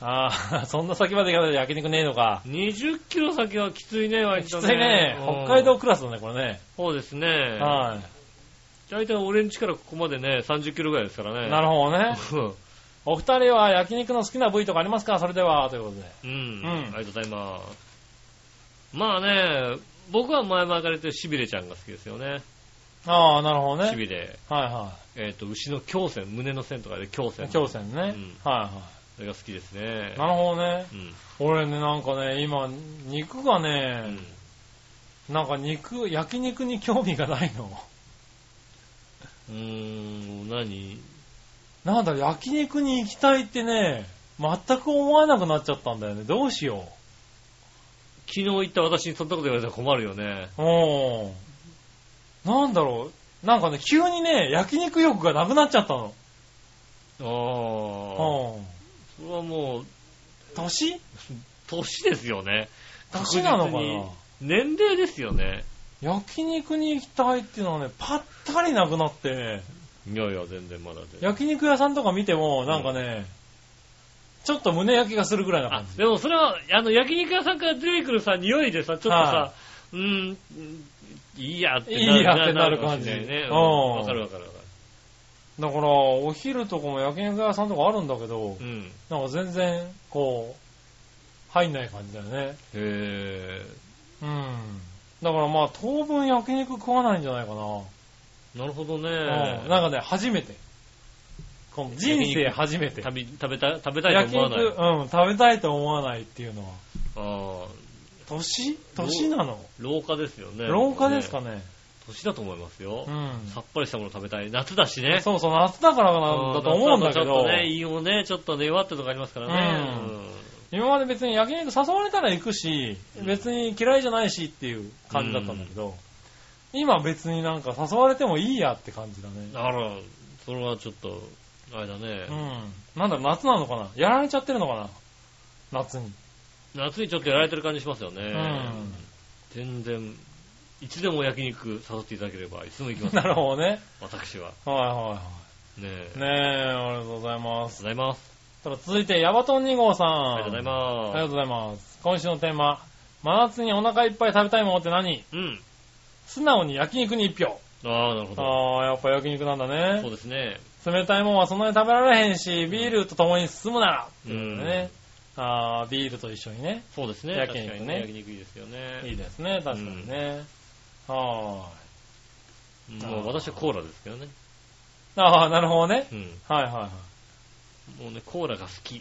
C: ああ、 *laughs* そんな先まで行かないと焼肉ねえのか。
B: 20キロ先はきついね、割
C: き
B: と
C: ついね。
B: うん
C: 北海道クラスだね、これね。
B: そうですね。
C: は
B: 大体俺ん家からここまでね、30キロぐらいですから
C: い。
B: ね。
C: なるほどね。
B: ほど。
C: お二人は焼肉の好きな部位とかありますかそれでは、ということで。
B: *laughs* うん。
C: ん
B: ありがとうございます。まあね、僕は前々から言ってるしびれちゃんが好きですよね。
C: ああ、なるほど
B: し
C: ね。
B: びれ。
C: はいは
B: えっ、と、牛の胸腺、胸の線とかで胸腺。
C: い。強戦ね。はい
B: うん
C: は
B: それが好きですね
C: い。。なるほどね。
B: うん。
C: 俺ね、なんかね、今、肉が
B: う
C: ね
B: ん、
C: なんか肉、焼肉に興味がないの。
B: うーん、何
C: なんだろう、焼肉に行きたいってね、全く思わなくなっちゃったんだよね。どうしよ
B: 昨日行った私にそんなこと言われたら困るよね。
C: う。うん。なんだろう、なんかね、急にね、焼肉欲がなくなっちゃったの。
B: ああ。
C: うん。
B: それはもう、
C: 年
B: 年ですよね。
C: 年なの
B: 確
C: かな
B: 実に年齢ですよね。
C: 焼肉に行きたいっていうのはね、ぱったりなくなってね、
B: いやいや、全然まだで。
C: 焼肉屋さんとか見ても、なんかね、ちょっと胸焼きがするぐらいな
B: あ
C: 感じ。、
B: でもそれは、あの、焼肉屋さんから出てくるさ、匂いでさ、ちょっと
C: は
B: さ、うーん、いいやって
C: いいやってなる感じ
B: なかもしれないね。うん
C: う
B: んわかるわかるわか
C: だから、お昼とかも焼肉屋さんとかあるんだけど
B: る。う、ん。
C: なんか全然、こう、入んない感じだよね。
B: へ
C: うん。だからまあ、当分焼肉食わないんじゃないかな。
B: なるほどね。
C: うんなんかね、初めて。こう人生初めて。
B: 食べ、食べた、食べたい
C: 焼
B: と思
C: 肉、
B: わない。
C: うん、食べたいと思わないっていうのは。
B: ああ、
C: 年年なの
B: 老化ですよね。
C: 老化ですか
B: ね。
C: ね。
B: 年だと思いますよ
C: う。ん。
B: さっぱりしたもの食べたい。夏だしね。
C: そうそう、夏だからなんだと思うんだ
B: 夏
C: け
B: はちょっ
C: ど
B: と、ね、胃をね、ちょっとね、弱ってとかありますからね。
C: うん
B: うん
C: 今まで別に焼肉誘われたら行くし、別に嫌いじゃないしっていう感じだったんだけど、今別になんか誘われてもいいやって感じだね。
B: あら、それはちょっと、あれだね
C: う。ん。なんだろう、夏なのかなやられちゃってるのかな夏に。 *laughs*
B: 夏にちょっとやられてる感じしますよね。
C: ん
B: 全然、いつでも焼肉誘っていただければ、いつでも *laughs* 行きます。
C: なるほどね。
B: 私は。
C: はいは
B: ねえ。
C: いはい。ねえ、ありがとうござ
B: あ
C: いま
B: りがとう
C: す。
B: ございます。
C: ただ続いて、ヤバトン2号さん。
B: あ
C: あ
B: りがとうござい
C: ありがと
B: ま
C: うございます。今週のテーマ、真夏にお腹いっぱい食べたいものって何
B: す。うん。
C: 素直に焼肉に一票。
B: ああ、なるほど。
C: ああ、やっぱ焼肉なんだね
B: そう。ですね。
C: 冷たいもんはそんなに食べられへんし、ビールと共に進むなら、
B: うん
C: ということでね。ああ、ビールと一緒にね。
B: そうですね。
C: 焼
B: 確
C: 肉ね
B: かにね。焼肉いいですよね。
C: いいですね、確かにね。は
B: うんもう私はコーラですけどね。
C: ーい。ああ、なるほどね。
B: うん。
C: はいはいはい。
B: もうね、コーラが好き。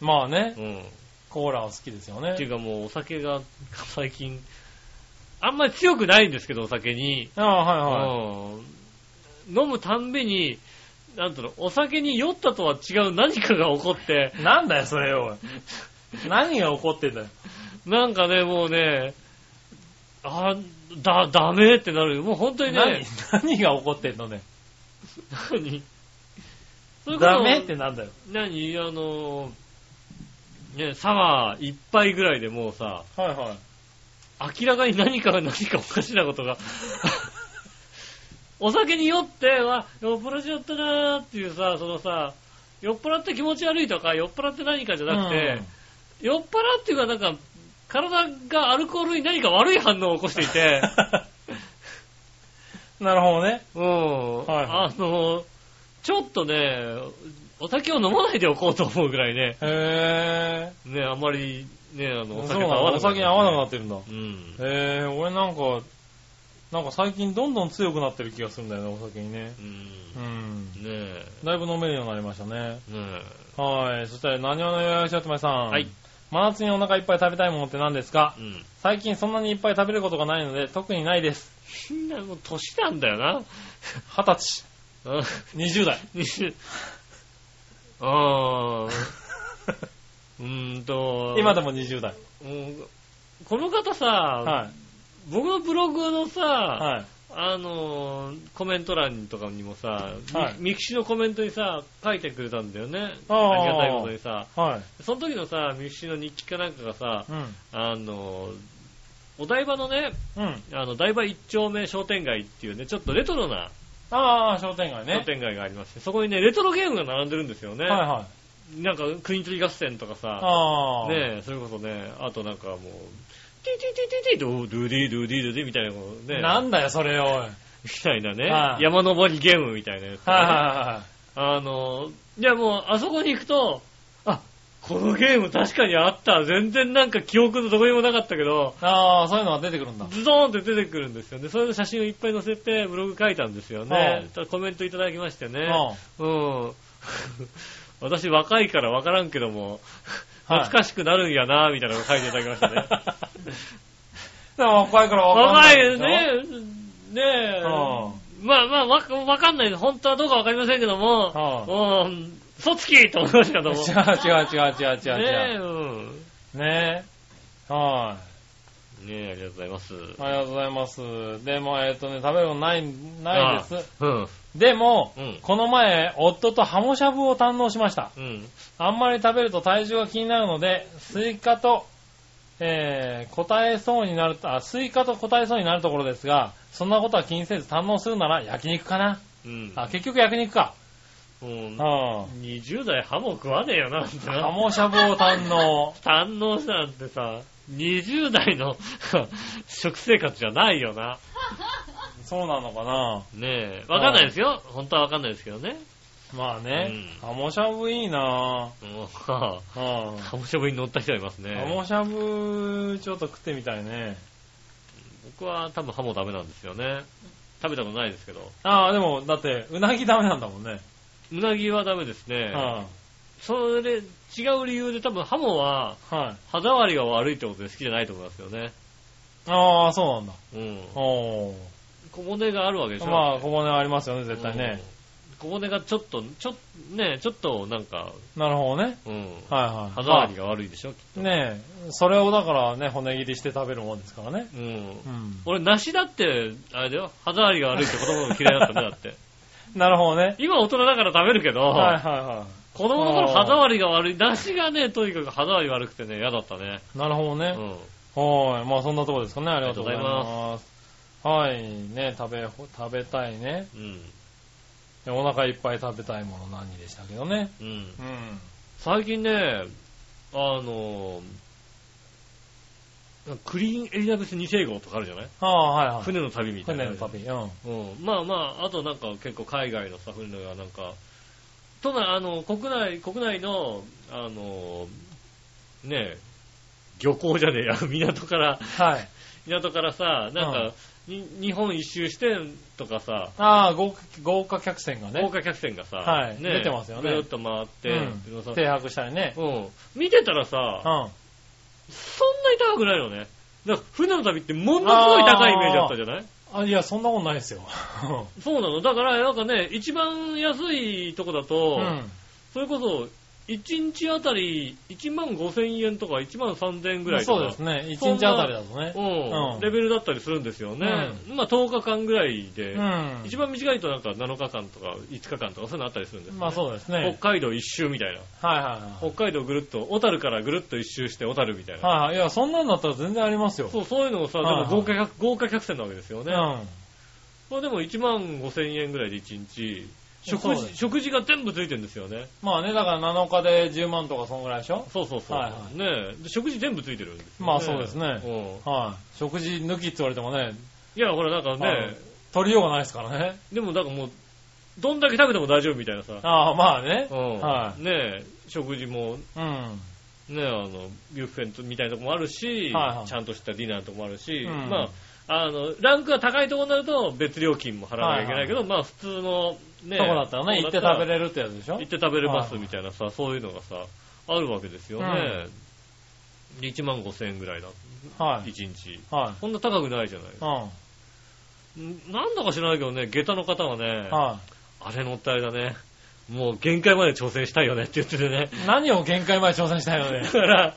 C: まあね
B: う、ん。
C: コーラは好きですよね
B: ってい。うかもうお酒が *laughs* 最近、あんまり強くないんですけど、お酒に。
C: ああ、はいはい。
B: うん。飲むたんびに、なんとの、お酒に酔ったとは違う何かが起こって、
C: なんだよ、それを。何が起こってんだよ。
B: なんかね、もうね、あ、だ、ダメってなるよ。もう本当に
C: 何
B: ね、
C: 何が起こってんのね。
B: 何それこそ
C: ダメってなんだよ。
B: 何あの、ね、サワー一杯ぐらいでもうさ、
C: はいはい。
B: 明らかに何かが何かおかしなことが。 *laughs* お酒に酔って、わ、酔っ払っちゃったなーっていうさ、そのさ、酔っ払って気持ち悪いとか、酔っ払って何かじゃなくて、酔っ払っていうかなんか、体がアルコールに何か悪い反応を起こしてい
C: *laughs*
B: て、
C: うん、 *laughs* なるほどね。
B: うん、
C: はいは
B: あの、ちょっとね、お酒を飲まないでおこうと思うぐらいね、
C: へ
B: ね、あんまり、ね、あ
C: ぇ
B: の、
C: ー。
B: お
C: そう
B: 酒と
C: な
B: 合わな
C: のお
B: くな
C: 酒に合わなくなってるんだ。
B: うん。
C: えー、俺なんか、なんか最近どんどん強くなってる気がするんだよね、お酒にね。
B: うん。
C: うん。
B: ねえ、
C: だいぶ飲めるようになりましたね。
B: ねえ。
C: はい。そしたら、何をのよやしおとめさん。
B: はい。
C: 真夏にお腹いっぱい食べたいものって何ですか
B: うん。
C: 最近そんなにいっぱい食べることがないので、特にないです。
B: みんなもう年なんだよな。
C: 二十
B: うん
C: 歳。20代。 *laughs*
B: 20あー。うーんと。
C: 今でも20代。
B: うんこの方さ、
C: は
B: 僕のブログのさ、
C: い。はい。
B: あのーコメント欄とかにもさ、み
C: はい
B: ミキシのコメントにさ、書いてくれたんだよね。
C: あー
B: りがたいことにさ。
C: はい。
B: その時のさ、ミキシの日記かなんかがさ、
C: うん。
B: あのーお台場のね、
C: うん。
B: あの、台場一丁目商店街っていうね、ちょっとレトロな
C: ああ、商店街ね。
B: 商店街がありまして、そこにね、レトロゲームが並んでるんですよね。
C: はいはい。
B: なんか、国取り合戦とかさ、
C: ああ。
B: ねえそれこそね、あとなんかもう、ティティティティティドゥドゥディドゥディドゥディみたいなことね、
C: なんだよ、それ、おい。はい
B: みたいなね、
C: はい
B: 山登りゲームみたいなやつ、
C: はいは
B: あの、いやもう、あそこに行くと、あ、このゲーム確かにあった。全然なんか記憶のどこにもなかったけど、
C: い。ああ、そういうのが出てくるんだ。
B: ズドーンって出てくるんですよね。それの写真をいっぱい載せて、ブログ書いたんですよ
C: は
B: ね
C: い。
B: ただコメントいただきましてね。
C: うん
B: うん。 *laughs* 私若いから分からんけども、
C: はい
B: 懐かしくなるんやな、みたいなのを書いていただきましたね。
C: でも若いから *laughs* わかんな
B: 若
C: い
B: い
C: で
B: よ
C: しょ。
B: ね。ねえ。まあまあ、わかわかんない。本当はどうかわかりませんけども、うん。そつきと思いましたけども。
C: うん。違う違う違う違う違
B: ねえ、
C: う違
B: うん。
C: う。ねえ。はい。
B: ねえ、ありがとうございます。
C: ありがとうございます。でも、えっ、とね、食べることない、ないです。
B: あ。うん。
C: でも、
B: うん
C: この前、夫とハモしゃぶを堪能しました。
B: うん。
C: あんまり食べると体重が気になるので、スイカと、えー、答えそうになる、あ、スイカと答えそうになるところですが、そんなことは気にせず堪能するなら焼肉かな。
B: うん。
C: あ、結局焼肉か。
B: うん
C: うん。。ハ
B: 20代ハモ食わねえよな、ってな
C: モしゃぶを堪能。
B: 堪能したなんてさ、20代の *laughs* 食生活じゃないよな。
C: そうなのかな
B: ねえ。わかんないですよ。本当はわかんないですけどね。
C: まあね。ハモしゃぶいいなぁ。
B: もう、は
C: うん
B: あ、ハモしゃぶに乗った人いますね。
C: ハモしゃぶ、ちょっと食ってみたいね。
B: 僕は多分ハモダメなんですよね。食べたことないですけど。
C: ああ、でも、だって、うなぎダメなんだもんね。
B: うなぎはダメですね。
C: は
B: それ、違う理由で多分ハモは
C: あ、はい。
B: 歯触りが悪いってことで好きじゃないと思いますよね。
C: ああ、そうなんだ。
B: うん。
C: お
B: 小骨があるわけでし
C: ー。
B: ょ
C: まあ、小骨ありますよね、絶対ね。。
B: うん小骨がちょっと、ちょっと、ね、ちょっとなんか、
C: なるほどね。
B: うん。
C: はいはい。
B: 歯触りが悪いでしょ。
C: まあねえ、それをだからね、骨切りして食べるもんですからね。
B: うん
C: う。ん。
B: 俺、梨だって、あれだよ、歯触りが悪いって子供の頃嫌いだったんだ
C: *laughs*
B: って。
C: なるほどね。
B: 今大人だから食べるけど、
C: はいは
B: 子供の頃歯触りが悪い。梨がね、とにかく歯触り悪くてね、嫌だったね。
C: い。なるほど
B: うん。
C: ね。はい。まあそんなとこですかね。ありがとうござ
B: あ
C: い
B: りがと
C: ます。はい。ね、食べ、食べたいね。
B: うん。
C: でお腹いっぱい食べたいもの何でしたけどね。
B: うん。
C: うん。
B: 最近ね、あの、クリーンエリザベス2世号とかあるじゃない
C: ああ、はいはい。
B: 船の旅みたいな。
C: 船の旅。う
B: う
C: ん。
B: ん。まあまあ、あとなんか結構海外のさ、船がなんか、都内、あの、国内、国内の、あの、ねえ、漁港じゃねえや、 *laughs* 港から、
C: はい。
B: 港からさ、なんか、に日本一周してとかさ、
C: ああ、豪華豪華客船がね。
B: 豪華客船がさ、
C: はい出てますよね
B: ぐるっと回って、
C: うん
B: っていうのさ
C: 停泊したりね。
B: うん見てたら
C: うん。
B: さ、
C: あ
B: そんなに高くないのね。だから船の旅ってものすごい高いイメージだったじゃない
C: いや、そんなことないですよ。
B: *laughs* そうなの。だから、なんかね、一番安いとこだ
C: う
B: と、
C: ん。
B: それこそ、1日あたり1万5千円とか1万3千円ぐらいと
C: そ
B: か
C: うですね。一日あたりだとね。
B: うん
C: うん
B: レベルだったりするんですよね。まあ10日間ぐらいで、
C: うん。
B: 一番短いとなんか7日間とか5日間とかそういうのあったりするんですよね、
C: まあそうですね。
B: 北海道一周みたいな。
C: はいはいは
B: 北海道ぐるっと、小樽からぐるっと一周して小樽みたい
C: い。
B: な。
C: はいはい。いや、そんなんだったら全然ありますよ。
B: そう、そういうのをさ、で
C: はい
B: も
C: はい
B: 豪華客、豪華客船なわけですよ
C: う
B: ね。
C: ん。
B: これでも1万5千円ぐらいで1日、
C: そう
B: 食
C: だね
B: 事、食事が全部ついてるんですよね。
C: まあね、だから7日で10万とかそんぐらいでしょ
B: そうそうそう。
C: はいはい
B: ねえで食事全部ついてるんですよ、
C: まあそうですね
B: う
C: はい。食事抜きって言われてもね、
B: んいや、ほら、なんか
C: はい
B: ね、
C: 取りようがないですからね。
B: でもなんかもう、どんだけ食べても大丈夫みたいなさ。
C: ああ、まあね
B: う。ん
C: は
B: ねえ食事も、
C: うん。
B: ね、あの、ビュッフェみたいなとこもあるし、
C: はいはい
B: ちゃんとしたディナーのとこもあるし、
C: うん
B: まあ、あの、ランクが高いとこになると別料金も払わなきゃいけないけど、まあ普通のね、
C: そこだったらね、行って食べ
B: る。
C: れるってやつでしょ
B: 行って食べれますみたいなさ、そういうのがさ、あるわけですよね。で1万5千円ぐらいだ、
C: はい。
B: 1日。
C: は
B: そんな高くないじゃない
C: い。うん。
B: んなんだか知らないけどね、下駄の方はね、
C: は
B: あれ乗ったあれだね、もう限界まで挑戦したいよねって言っててね。
C: い。何を限界まで挑戦したいのね
B: だ。から、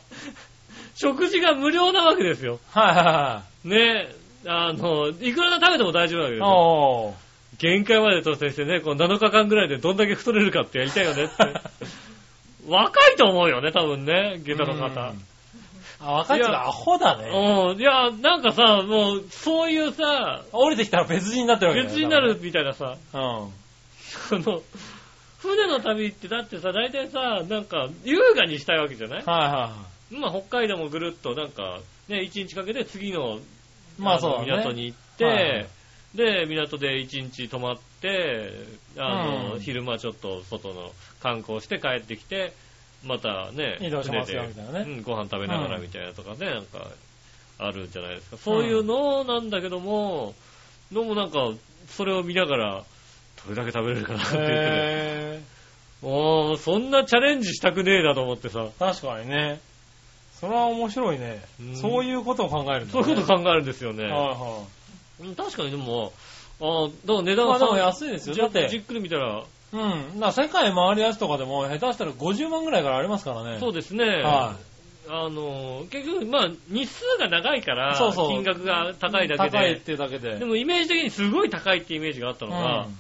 B: 食事が無料なわけですよ。
C: はいはいは
B: ねあの、いくらで食べても大丈夫なわけで
C: い。
B: すよ。
C: おー。
B: *laughs* 限界まで挑戦してね、この7日間ぐらいでどんだけ太れるかってやりたいよねって。若いと思うよね、多分ね、下駄の方
C: うん。。あ、分かって
B: い
C: る。
B: や
C: アホだね。
B: うん、いや、なんかさ、もう、そういうさ、
C: 降りてきたら別人になってるわけだよ
B: 別になる。みたいなさ、
C: 多分ね
B: その、船の旅ってだってさ、大体さ、なんか、優雅にしたいわけじゃない
C: うん。はいは
B: まあ、北海道もぐるっと、なんか、ね、1日かけて次の
C: い。まあそうだね。
B: の港に行って、
C: はいはい
B: で、港で一日泊まって、あの、
C: うん
B: 昼間ちょっと外の観光して帰ってきて、またね、
C: 移動しますよ
B: 船で
C: みたいなね
B: うん、ご飯食べながらみたいなとかね、なんか、あるんじゃないですか。そういうのなんだけども、どうもなんか、それを見ながら、どれだけ食べれるかなって言ってね、
C: へ
B: おーそんなチャレンジしたくねえなと思ってさ、
C: ー確かにね。それは面白いね
B: うん。
C: そういうことを考えるんだ
B: そう
C: ね
B: いうこと考えるんですよね。
C: はいは
B: うん確かにでも、あーだから値
C: い。
B: 段
C: まあ
B: は
C: でも安いですよ。
B: じ
C: だっ、
B: じってくり見たら、
C: うん。な世界回るやつとかでも下手したら50万ぐらいからありますからね。
B: そうですね。
C: は
B: あの、結局、まあ、日数が長いから、
C: そうそう
B: 金額が高いだけで。
C: 高いっていうだけで。
B: でも、イメージ的にすごい高いってイメージがあったのが
C: う、ん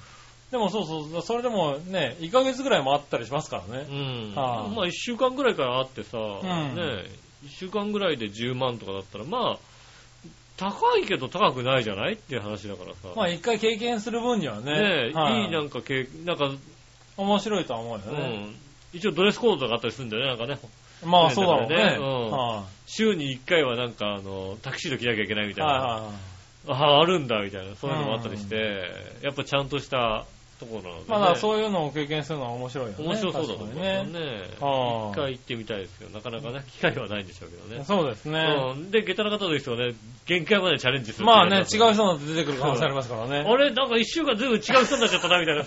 C: でもそうそう、それでもね、1ヶ月ぐらいもあったりしますから
B: う
C: ね。
B: ん。
C: はい
B: まあ、1週間ぐらいからあってさ、
C: ん
B: ね、1週間ぐらいで10万とかだったら、まあ、高いけど高くないじゃないっていう話だからさ。
C: まあ一回経験する分には
B: ね
C: ね、
B: い、い
C: な
B: なんかけ、なんか、
C: 面白いとは思うよ
B: う
C: ね。
B: ん。一応ドレスコードとかあったりするんだよね、なんかね。
C: まあそうだろうね。
B: ねだからねうん
C: は
B: 週に1回はなんか、あの、タクシード着なきゃいけないみ
C: い
B: たいな。
C: はいはいはい。
B: ああ、あるんだ、みたいな、そういうのもあったりして、やっぱちゃんとした、ところなので、ね。
C: まだそうういうのを経験するのは面白いよね。
B: 面白そうだと思いま
C: 確か
B: す
C: に
B: よ
C: ね。
B: ね。
C: ああ
B: 一回行ってみたいですけど、なかなかね、機会はないんでしょうけどね。
C: そうですね。
B: うん。で、下駄の方の人はね、限界までチャレンジする。
C: まあね、違う人の出てくる可能性ありますからね。
B: あれなんか一週間ずいぶん違う人になっちゃったな、みたいな。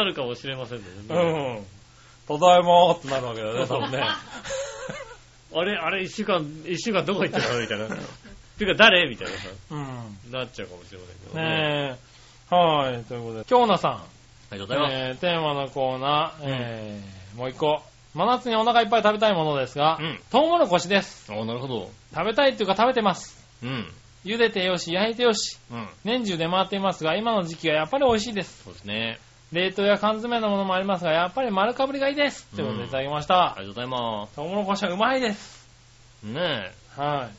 B: なるかもしれません
C: う
B: のでね。
C: ん。ただいまーってなるわけだ
B: *laughs*
C: よね、多分ね。
B: あれあれ一週間、一週間どこ行ってたのみ
C: *laughs*
B: たいな。ていうか誰みたいなさ、
C: うん。
B: なっちゃうかもしれませんけどね。
C: ねえ。はい、ということで。京奈さん。
B: ありがとうございます。
C: えー、テーマのコーナー、えー、もう一個。真夏にお腹いっぱい食べたいものですが、
B: うん
C: トウモロコシです。
B: あ、なるほど。
C: 食べたいっていうか食べてます。
B: うん。
C: 茹でてよし、焼いてよし、
B: うん。
C: 年中出回っていますが、今の時期はやっぱり美味しいです。
B: そうですね。
C: 冷凍や缶詰のものもありますが、やっぱり丸かぶりがいいです。ということでいただきまし
B: あ
C: た。
B: りがとうございま
C: トウモロコシはうまいです。
B: す。ねえ。
C: はい。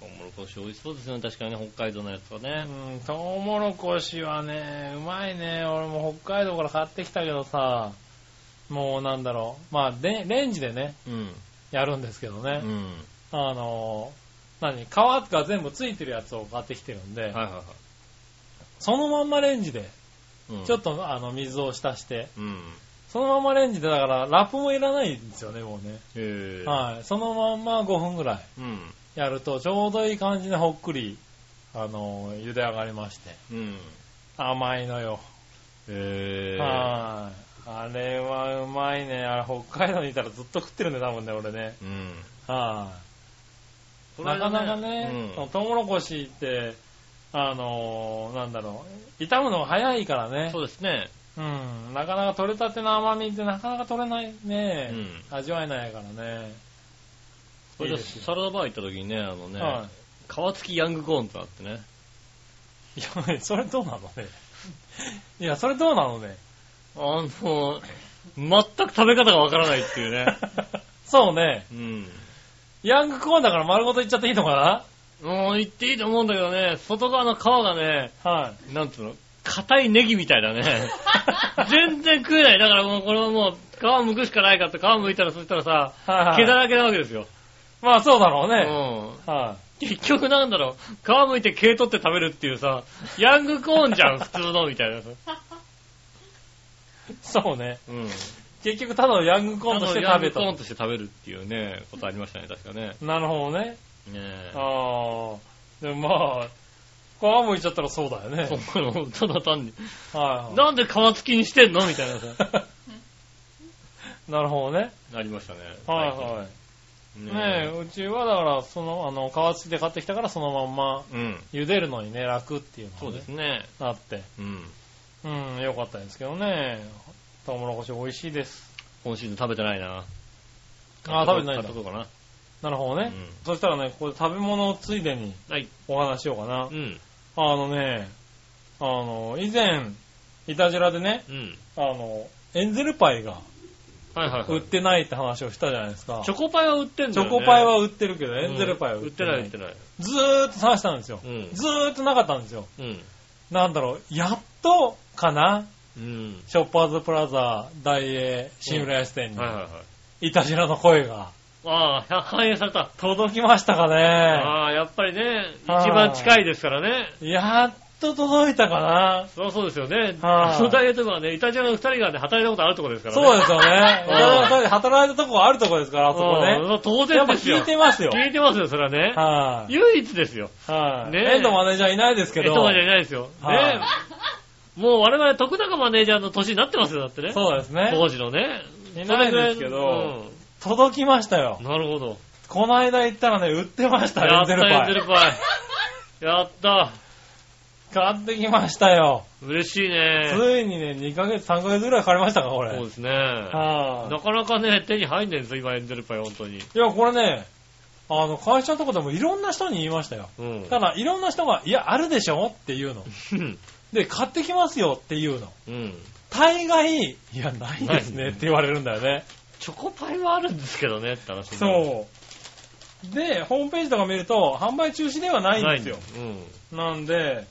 B: トウモロコシ美味しそうですね。確かにね、北海道のやつは
C: う
B: ね。
C: ん、トウモロコシはね、うまいね。俺も北海道から買ってきたけどさ、もうなんだろう。まあ、でレンジでね、
B: うん。
C: やるんですけどね。
B: うん。
C: あの、何皮が全部ついてるやつを買ってきてるんで、
B: はいは
C: そのまんまレンジで、
B: いはい。
C: ちょっ
B: と。
C: とあの水を浸して、
B: うん。
C: そのまんまレンジで、だからラップもいらないんですよね、もうね。
B: へえ。
C: はい。そのまんま5分ぐらい
B: うん。
C: やると、ちょうどいい感じでほっくり、あの、茹で上がりまして。
B: うん。
C: 甘いのよ。
B: へえ。
C: はい。あれはうまいね。あれ、北海道にいたらずっと食ってるね、多分ね、俺ね。
B: うん。
C: はい。
B: この
C: な
B: 間
C: か
B: ね
C: なかね、
B: うん
C: トウモロコシって、あのーなんだろう、傷むのが早いからね
B: そ、うですね。
C: うん、なかなか取れたての甘みってなかなか取れないね、
B: うん
C: 味わえないからね。
B: これ
C: いい
B: で
C: ですよ
B: サラダバー行った時にね、あのね、
C: は
B: 皮付きヤングコーンってあってね。
C: い。いや、それどうなのね。いや、それどうなのね。
B: あの、全く食べ方がわからないっていう
C: *laughs*
B: ね。
C: そうね、
B: うん。
C: ヤングコーンだから丸ごといっちゃっていいのか
B: もう言っていいと思うんだけどね、外側の皮がね、
C: なはい。
B: なんつうの、硬いネギみたいだ
C: *laughs*
B: ね。全然食えない。だからもうこれはもう、皮剥くしかないかって皮剥いたらそしたらさ、
C: はい、
B: 毛だらけなわけですよ。
C: まあ、そうだろう
B: う
C: ね。
B: ん。
C: は
B: 結局なんだろう、皮剥いて毛取って食べるっていうさ、ヤングコーンじゃん、普通の、みたいなさ。
C: い。そうね。
B: うん。
C: 結局、ただのヤングコーンとして食べた
B: コ。ーンとして食べるっていうね、ことありましたね、確かね。
C: なるほどね。
B: ねえ。
C: ああ。でもまあ、皮むいちゃったらそうだよね。はい
B: そう *laughs* なのただ単に。
C: はい、
B: なんで皮付きにしてんのみたいなさ。
C: なるほどね。
B: ありましたね。
C: はいはい。
B: い
C: ねえ、うちはだから、その、あの、皮付きで買ってきたからそのまんま
B: え。うん。
C: 茹でるのにね、楽っていう
B: そ
C: のがね
B: うですね。
C: あって。
B: うん。
C: うん、よかったですけどね。トウモロコシ美味しいです。
B: 今シーズン食べてないな。
C: あー食べてないんだ
B: 買っとこうか
C: なるほど
B: な。
C: ね。そしたらね、ここで食べ物をついでに
B: うん。はい。
C: お話しようかな
B: う。ん。
C: あのね、あの、以前、イタジラでね、
B: うん。
C: あの、エンゼルパイが
B: はいはいは
C: 売っ
B: い。
C: てないって話をしたじゃないですか。
B: チョコパイは売ってん
C: チ
B: だよ
C: ョ
B: ね。
C: コパイは売ってるけど、
B: うん、
C: エンゼルパイは
B: 売ってない売ってない。
C: ずーっと探したんですよ
B: う。ん。
C: ずーっとなかったんですよ。
B: うん。
C: なんだろう、やっとかな
B: うん。
C: ショッパーズプラザ、大英、新浦安店に
B: はい、はいはい。
C: いたじらの声が
B: ああ、反映された。
C: 届きましたかね。
B: ああ、やっぱりね、一
C: はい
B: 番近いですからね。
C: やっと届いたかな。
B: そうそうですよね。
C: はい
B: あのダイエット部はね、イタジアの二人がね、働いたことあるところですからね。
C: そうですよね。
B: *laughs* うん
C: いろいろそうやって働いたとこあるとこですから、あそこね。
B: うん当
C: や
B: 然
C: っぱ
B: ですよ。
C: 聞いてますよ。
B: 聞いてますよ、それはね。
C: はい。
B: 唯一ですよ。
C: はい。
B: ねえ
C: エンドマネージャーいないですけ
B: えっ
C: ど。
B: とまでいないですよ。
C: は
B: ね
C: い
B: もう我々徳永マネージャーの年になってますよ、だってね。
C: そうですね。
B: 当時のね。
C: いないですけど届きましたよ
B: それぐらいのうん。なるほど。
C: この間行ったらね、売ってました
B: や
C: よ、エ
B: っ
C: ン
B: た、
C: ゼル
B: エン
C: パ
B: ゼル
C: イ。
B: パイ。やった。
C: 買ってきましたよ。
B: 嬉しいね。
C: ついにね、2ヶ月、3ヶ月ぐらいかかりましたか、これ。
B: そうですね。
C: は
B: なかなかね、手に入んねんですよ、今エンゼルパイ、本当に。
C: い。いや、これね、あの、会社のとこでもいろんな人に言いましたよ。
B: うん。
C: ただ、いろんな人が、いや、あるでしょっていうの。
B: うん。
C: で、買ってきますよっていうの。
B: うん。
C: 大概、いや、ないです
B: ない
C: ねって言われるんだよね。
B: チョコパイはあるんですけどね、って話になる。
C: そう。で、ホームページとか見ると、販売中止ではないんですよ。
B: うん。
C: なんで、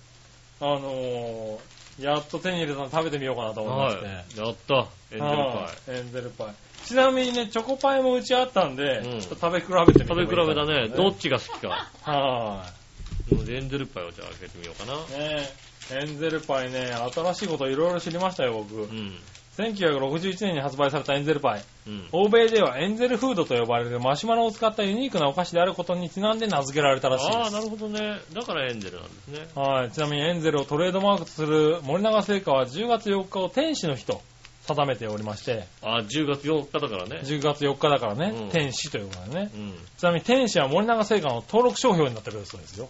C: あのーやっと手に入れたの食べてみようかなと思いま
B: は
C: して。
B: い。やった。エンゼルパイ。
C: イ。エンゼルパイ。ちなみにね、チョコパイもうちあったんで、
B: うん
C: ちょっと食べ比べてみて
B: 食
C: も
B: べ
C: いい
B: 比
C: かな
B: べだね。どっちが好きか。
C: は
B: エンゼルパイをじゃあ開けてみようかな。
C: い。ねエンゼルパイね、新しいこといろいろ知りましたよ、僕
B: う。ん。
C: 1961年に発売されたエンゼルパイ。
B: うん。
C: 欧米ではエンゼルフードと呼ばれるマシュマロを使ったユニークなお菓子であることにちなんで名付けられたらしい
B: あ
C: で
B: あ、
C: す。
B: なるほどね。だからエンゼルなんですね。
C: はい。ちなみにエンゼルをトレードマークとする森永製菓は10月4日を天使の日と定めておりまして、
B: ああ、10月4日だからね。
C: 10月4日だからね、
B: うん
C: 天使ということでね。
B: うん。
C: ちなみに天使は森永製菓の登録商標になってるそうですよ。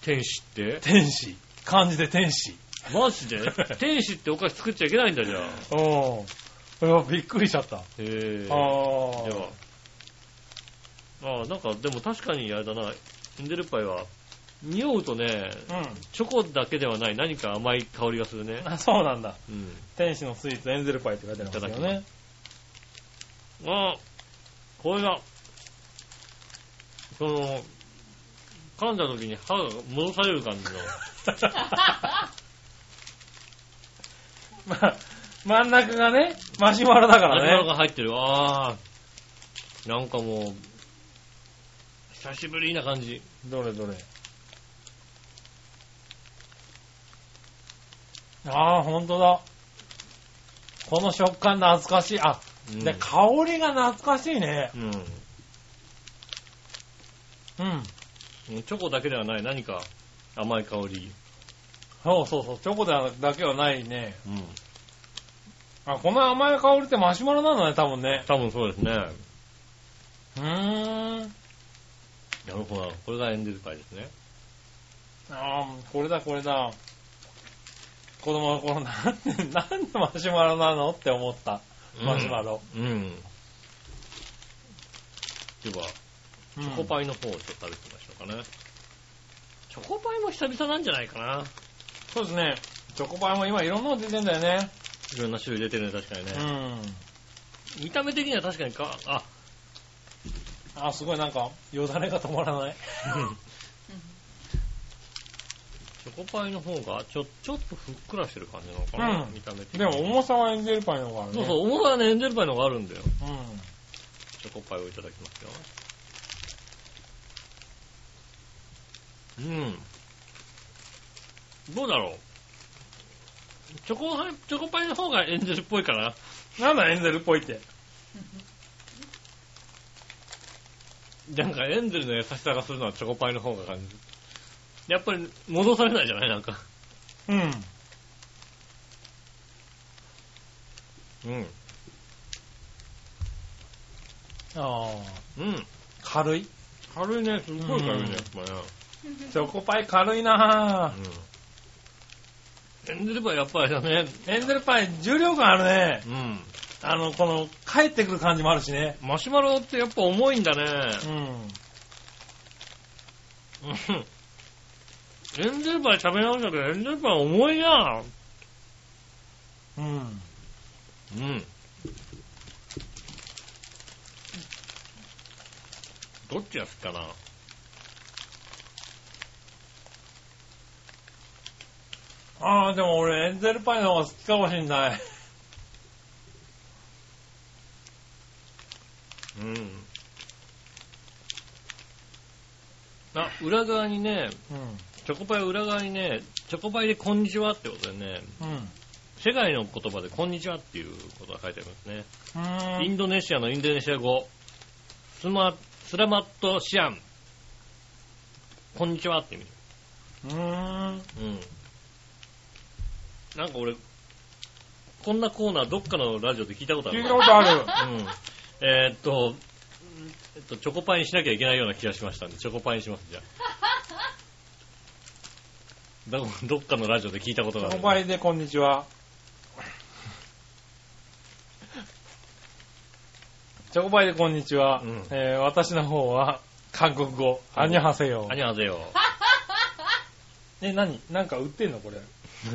B: 天使って
C: 天使。漢字で天使。
B: マジで天使ってお菓子作っちゃいけないんだじゃあ。へ
C: うん。うわびっくりしちゃった。
B: え。じ
C: あ
B: ゃあ。ああ、なんかでも確かにあれだな、エンゼルパイは、匂うとね、
C: あ。うん。
B: チョコだけではない何か甘い香りがするね。
C: あ、そうなんだ。
B: うん。
C: 天使のスイーツ、エンゼルパイって書いてありますよ
B: いただ
C: ね。
B: ああ、これが、その、噛んだ時に歯が戻される感じの。
C: まあ、真ん中がね、マシュマロだか
B: マシュマ
C: ら
B: ロ
C: ね。
B: が入ってる。ああ。なんかもう、久しぶりな感じ。
C: どれどれ。ああ、ほんとだ。この食感懐かしい。あ、
B: うん。
C: で香りが懐かしいね。
B: う
C: うん。
B: ん。チョコだけではない何か甘い香り。
C: そうそうそう、チョコだけはないね。
B: うん。
C: あ、この甘い香りってマシュマロなのね、多分ね。
B: 多分そうですね。な
C: うーん。
B: るほど。これがエンデルパイですね。
C: あーこれだ、これだ。子供の頃、なんで、 *laughs* なんでマシュマロなのって思った。マシュマロ。
B: うん。うん。では、
C: うん
B: チョコパイの方をちょっと食べてみましょうかね。チョコパイも久々なんじゃないかな。
C: そうですね。チョコパイも今いろんなの出てんだよね。
B: いろんな種類出てるね、確かにね
C: う。ん。
B: 見た目的には確かにか、あ、
C: あ、すごいなんか、よだれが止まらない。
B: チョコパイの方がちょ、ちょっとふっくらしてる感じなのかな、
C: うん
B: 見た目的に
C: でも重さはエンゼルパイの方がある
B: そ
C: ね。
B: うそう、重さはね、エンゼルパイの方があるんだよ。
C: う。うん。
B: チョコパイをいただきますよ。うん。どうだろうチョコパイ、チョコパイの方がエンゼルっぽいかな。
C: なんだエンゼルっぽいって。
B: なんかエンゼルの優しさがするのはチョコパイの方が感じる。やっぱり戻されないじゃないなんか。
C: うん。
B: うん。
C: ああ。
B: うん。
C: 軽い。
B: 軽いね、すごい軽いね、やっぱね。
C: チョコパイ軽いなぁ。
B: エンゼルパイやっぱりだね。
C: エンゼルパイ、重量感あるね。
B: うん。
C: あの、この、帰ってくる感じもあるしね。
B: マシュマロってやっぱ重いんだね。
C: うん。
B: うんエンゼルパイ食べ直したけど、エンゼルパイ重いな
C: うん。
B: うん。どっちが好きかな
C: ああ、でも俺、エンゼルパイの方が好きかもしんない。
B: うん。あ、裏側にね、
C: う
B: チョコパイ裏側にね、チョコパイでこんにちはってことでね、
C: ん。うん。
B: 世界の言葉でこんにちはっていうことが書いてありますね。
C: うー
B: インドネシアのインドネシア語、スマ、スラマットシアン。こんにちはって意味。
C: うーん。
B: うん。なんか俺、こんなコーナーどっかのラジオで聞いたことあ
C: 聞
B: る
C: い
B: な
C: たことある。
B: うん。えーっと、うんえっと、チョコパイにしなきゃいけないような気がしましたんで、チョコパイにします、じゃあ。 *laughs* どどっかのラジオで聞いたこと
C: チ
B: があ
C: ョ
B: る。
C: コパイでこんにちは。チョコパイでこんにちは。
B: うん
C: えー私の方は、韓国語。アニョハセヨ
B: あ。にゃぜよ。
C: え、何なんか売ってんのこれ。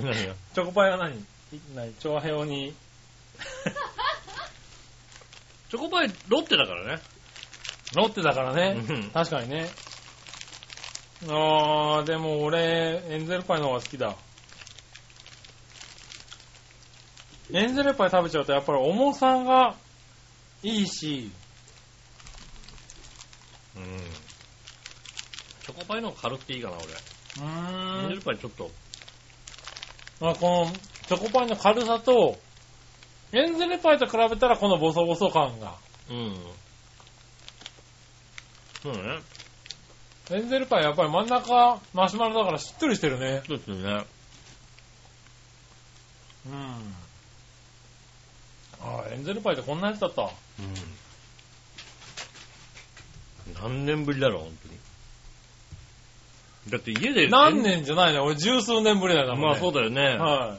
B: 何
C: *laughs*
B: が
C: チョコパイは何ない、長平に。
B: チョコパイ、ロッテだからね。
C: ロッテだからね。
B: うん
C: 確かにね。あー、でも俺、エンゼルパイの方が好きだ。エンゼルパイ食べちゃうとやっぱり重さがいいし、
B: うん。チョコパイの方が軽くていいかな、俺。
C: う
B: エンゼ
C: ー
B: ル
C: ん、
B: パイちょっと、
C: まあ、このチョコパイの軽さと、エンゼルパイと比べたらこのボソボソ感が。
B: うん。そうね。
C: エンゼルパイやっぱり真ん中マシュマロだからしっとりしてるね。
B: そうですね。
C: うん。ああ、エンゼルパイってこんなやつだった。
B: うん。何年ぶりだろう、本当に。だって家で。
C: 何年じゃないね。俺十数年ぶりだよ、
B: まあそう
C: だ
B: だよね。
C: ね。は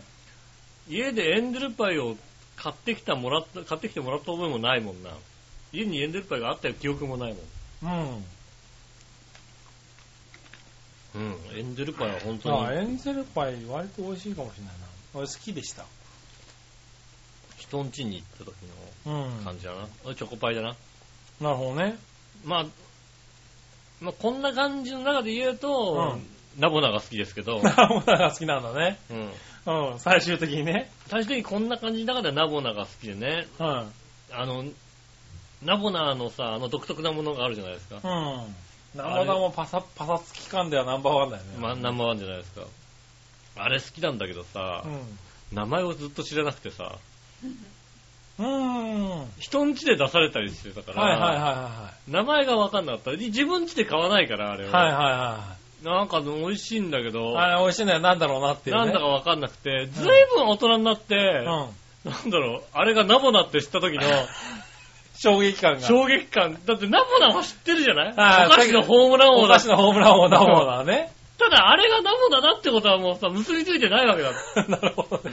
B: 家でエンゼルパイを買ってきたもらった、買ってきてもらった覚えもないもんな。家にエンゼルパイがあったよ記憶もないもん。
C: い。うん。
B: うん。エンゼルパイは本
C: あ
B: 当
C: あ、
B: に
C: エンゼルパイ割と美味しいかもしれないな。俺好きでした。
B: 人ん家に行った時
C: うん。
B: の感じだな。あチョコパイだな。
C: なるほどね。
B: まあ、まあこんな感じの中で言うと、
C: うん
B: ナボナが好きですけ
C: *laughs*
B: ど、
C: ナボナが好きなんだね。
B: うん。
C: うん、最終的にね。
B: 最終的にこんな感じの中ではナボナが好きでね、
C: うん。
B: あの、ナボナのさ、あの独特なものがあるじゃないですか
C: う。ん。ナンバダもパサ、パサつき感ではナンバーワンだよね。
B: まあ、ナンバーワンじゃないですか。あれ好きなんだけどさ、名前をずっと知らなくてさ、
C: うん。うーん。
B: 人ん家で出されたりしてたから、
C: はいはいは
B: 名前がわかんなかった。自分家で買わないから、あれ
C: いはい。
B: は。
C: はいはいは
B: なんか美味しいんだけど、
C: い。あれ美味しいんだよ。なんだろうなっていう、ね。
B: なんだか
C: う。
B: わかんなくて、ずいぶん大人になって、
C: うん。
B: なんだろう、あれがナボナって知った時の
C: 衝撃感が。
B: *laughs* 衝撃感。だってナボナは知ってるじゃない
C: はい
B: お菓子のホームラン王
C: お
B: だ
C: 菓子。のホームラン王だもんだね。
B: ただあれがナボナだってことはもうさ、結びついてないわけだ。
C: *laughs* なるほどね。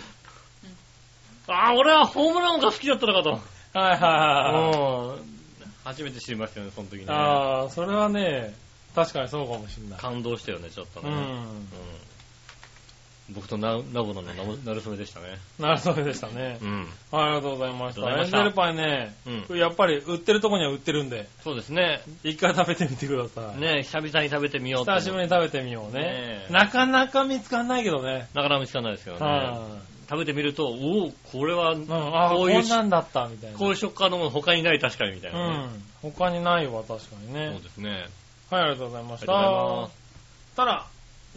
B: ああ、俺はホームラン王が好きだったのかと。
C: はいはいはいはい。
B: うん初めて知りましたよね、その時ね。
C: ああ、それはね、確かにそうかもしれない。
B: 感動したよね、ちょっと
C: う
B: ね。
C: ん。
B: うん僕とナナボナのナボなるそめでしたね。
C: なるほどでしたね。
B: うん。
C: ありがとうございまし
B: あ
C: た。
B: りがとう
C: エ
B: ございまし
C: ン
B: た
C: ゼルパイね、
B: うん。
C: やっぱり売ってるとこには売ってるんで、
B: そうですね。
C: 一回食べてみてください。
B: ね久々に食べてみようと思
C: 久
B: う
C: しぶりに食べてみよう
B: ね
C: ね
B: え。
C: なかなか見つかんないけどね。
B: なかなか見つかんないですけどね。
C: は
B: 食べてみると、おお、これは、
C: い。うん、あ
B: こ
C: こ
B: う
C: う
B: い
C: いうう。こんなんだった、みたいな。
B: こういう食感のもの他にない確かにみたいなね。
C: うん。他にないわ、確かに
B: そ
C: ね
B: う。ですね。
C: はい、ありがとうございま
B: あ
C: し
B: り
C: た。
B: がとうございます。
C: たら、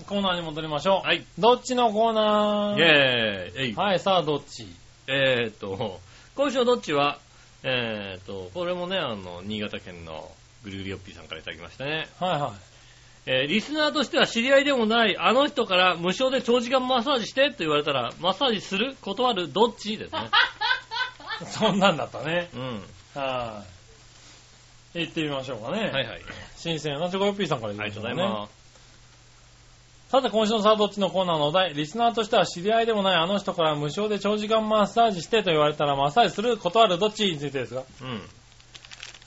C: コーナーに戻りましょう。
B: はい。
C: どっちのコーナー
B: イェーイえい。
C: はい、さあ、どっち
B: えーっと、今週のどっちは、えーっと、これもね、あの、新潟県のぐるぐるよっぴーさんからいただきましたね。
C: はいは
B: えーリスナーとしては知り合いでもないあの人から無償で長時間マッサージしてと言われたら、マッサージする断るどっちです
C: *laughs*
B: ね。
C: い。そんなんだったね。
B: うん。
C: はい。行ってみましょうか
B: は
C: ね。
B: いはい。
C: 新鮮なチョコヨッピーさんからい
B: あ
C: た
B: り
C: だ
B: がと
C: き
B: う
C: まし
B: ござい
C: たね。
B: ます。
C: さて、今週のさあどっちのコーナーのお題、リスナーとしては知り合いでもないあの人から無償で長時間マッサージしてと言われたらマッサージする断るどっちについてですが、
B: うん。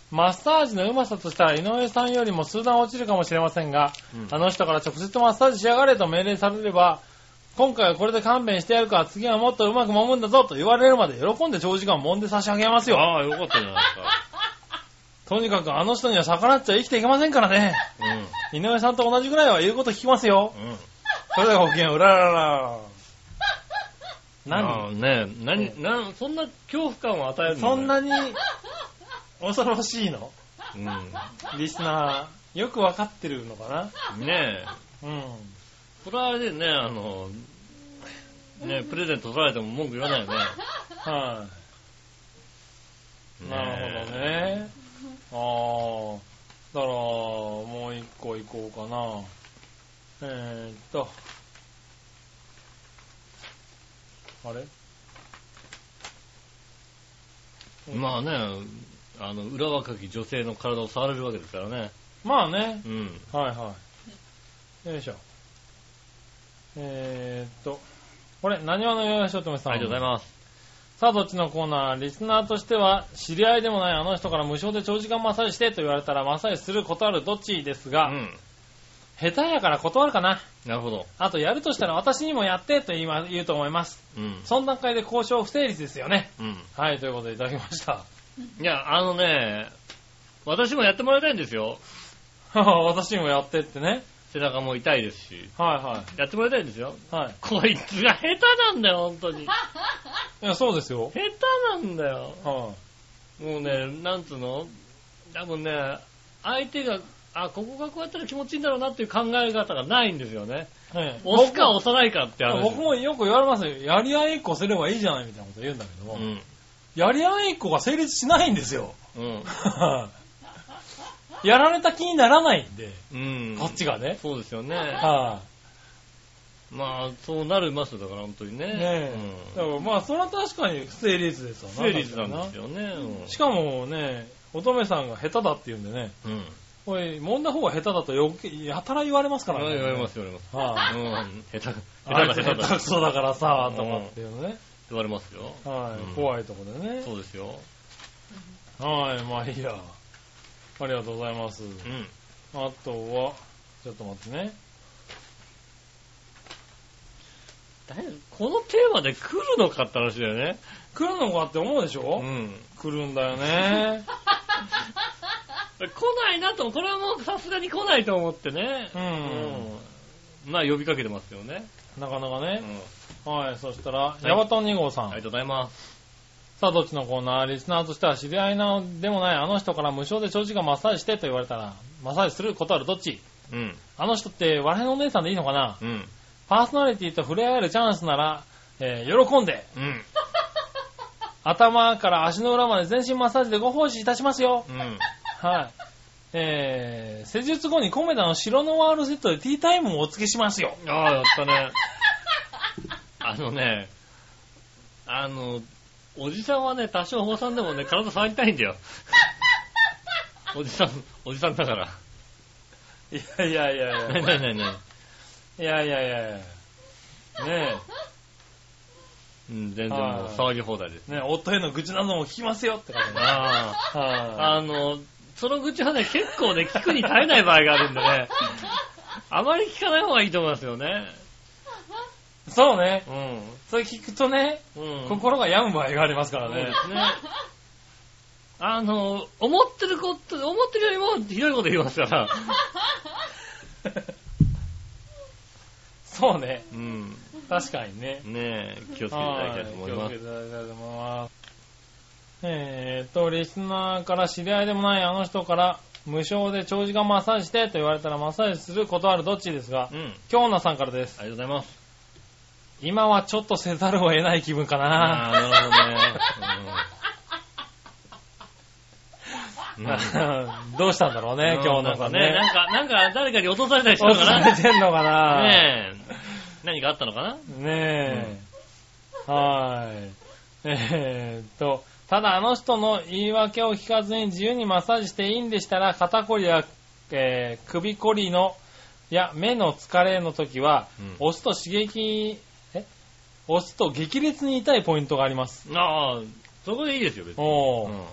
C: マッサージのうまさとしたら井上さんよりも数段落ちるかもしれませんが、
B: うん
C: あの人から直接マッサージしやがれと命令されれば、今回はこれで勘弁してやるから次はもっとうまく揉むんだぞと言われるまで喜んで長時間揉んで差し上げますよ。
B: ああ、よかったじゃない
C: とにかくあの人には逆らっちゃ生きていけませんからね。
B: ですか。
C: 井上さんと同じぐらいは言うこと聞きますよ。
B: うん。うん。
C: それではごきげんよう、うらららら。
B: あ
C: 何
B: あねえ、何、なん、そんな恐怖感を与えるの
C: そんな、に恐ろしいの
B: う
C: リスナー、よくわかってるのか
B: ん。ねえ。
C: なうん。
B: これはあれでね、あの、ねプレゼント取られても文句言わないよね。
C: はい、 *laughs* なるほど。ね。ああ。だから、もう一個行こうかな。えー、っと。あれ
B: まあね、あの、裏若き女性の体を触れるわけですからね。
C: まあね。
B: うん。
C: はいはい。よいしょ。えー、っと。これ、何話のよいしょともさん。
B: ありがとうございます。
C: さあ、どっちのコーナーリスナーとしては、知り合いでもないあの人から無償で長時間マッサージしてと言われたら、マッサージする断るどっちです
B: う
C: が、
B: ん。
C: 下手やから断るかな。
B: なるほど。
C: あと、やるとしたら私にもやってと言いま言うと思います。
B: うん。
C: その段階で交渉不成立ですよね。
B: うん。
C: はい、ということでいただきました。 *laughs*
B: いや、あのね、私もやってもらいたいんですよ。
C: 私にもやってってね。
B: 背中も痛いですし。
C: は
B: やってもらいたいんですよ。
C: いはい。はい。
B: こいつが下手なんだよ、本
C: *laughs*
B: 当に。下
C: いや、そうですよ。
B: 手なんだよ。
C: は
B: もうね、なんつうの多分ね、相手があ、ここがこうやったら気持ちいいんだろうなっていう考え方がないんですよね。
C: ええ
B: 押すか押さないかってある
C: 僕もよく言われますよ。やり合いっこすればいいじゃないみたいなこと言うんだけども、
B: うん。
C: やり合いっこが成立しないんですよ。 *laughs*
B: うん。
C: やられた気にならないんで、
B: うん。
C: こっちがね。
B: そうですよね。
C: は
B: まあ、そうなりますよ、だから本当にね。
C: い、ねえ。だからまあ、それは確かに不成立ですよ
B: うん。成立なんですよね。うん
C: しかもね、乙女さんが下手だって言うんでね、
B: うん。
C: おい、揉んだ方が下手だと余計、やたら言われますからね。
B: 言われます、言われます。
C: はい、
B: うん。下手、下手
C: あい
B: だ、下
C: つ下
B: 手
C: 手
B: だ
C: く。そだからさ、とかっていうのね。
B: 言われますよ。
C: はい、
B: うん
C: 怖いとこでね。
B: そうですよ。
C: はい、まあいいや。ありがとうございます。
B: うん。
C: あとは、ちょっと待ってね。
B: だいこのテーマで来るのかって話だよね。
C: 来るのかって思うでしょ、
B: ん。
C: 来るんだよ *laughs* ね。
B: 来ないなと、これはもうさすがに来ないと思ってね。
C: う。
B: うんまあ、呼びかけてますよね。
C: なかなか
B: う
C: ね。
B: ん。
C: はい、そしたら、
B: い
C: ヤバトン2号さん。
B: ありがとうございます。
C: さあ、どっちのコーナーリスナーとしては知り合いなのでもないあの人から無償で長時間マッサージしてと言われたら、マッサージすることあるどっち
B: うん。
C: あの人って笑いのお姉さんでいいのかな
B: うん。
C: パーソナリティと触れ合えるチャンスなら、えー喜んで、
B: うん。
C: 頭から足の裏まで全身マッサージでご奉仕いたしますよ。
B: うん。
C: はい。えー、施術後にコメダの白のワールセットでティータイムをお付けしますよ。
B: ああ、やったね。あのね、あの、おじさんはね、多少おばさんでもね、体触りたいんだよ。おじさん、おじさんだから。
C: いやいやいや
B: ないないないない。
C: いやいやいやいや。ね
B: うん、全然もう
C: はい
B: 騒ぎ放題です。
C: え、ねえ、夫への愚痴なども聞きますよって感じね。
B: ああ、
C: は
B: あの、その愚痴はね、結構ね、聞くに耐えない場合があるんでね、あまり聞かない方がいいと思いますよね。
C: いそうね。
B: う
C: それ聞くとね、
B: ん。うん。
C: 心が病む場合がありますから
B: そうで
C: ね。
B: すね。あの、思ってること、思ってるよりもひどいこと言いますから。
C: *laughs* そうね。
B: うん。
C: 確かにね。
B: ねえ、気をつけていただきたいと思い
C: は
B: ま
C: い気をつけ
B: す。
C: ていただきたいと思います。えーっと、リスナーから知り合いでもないあの人から、無償で長時間マッサージしてと言われたらマッサージすることあるどっちですが
B: う、ん。
C: 京奈さんからです。
B: ありがとうございます。
C: 今はちょっとせざるを得ない気分かな。
B: あー、なるほど
C: *laughs*
B: ね。
C: どうしたんだろう
B: うん
C: ね、京奈さんね
B: なん。か、なんか誰かに落とされたりした
C: 落
B: の
C: ち
B: か
C: され
B: な
C: てんのかな。
B: ねえ。何かあったのかな
C: ねえ。はーい。えーっと、ただあの人の言い訳を聞かずに自由にマッサージしていいんでしたら、肩こりや、えー首こりの、いや、目の疲れの時は、
B: うん
C: 押すと刺激、え押すと激烈に痛いポイントがあります。
B: ああ、そこでいいですよ、別に。
C: お
B: う
C: ー
B: ん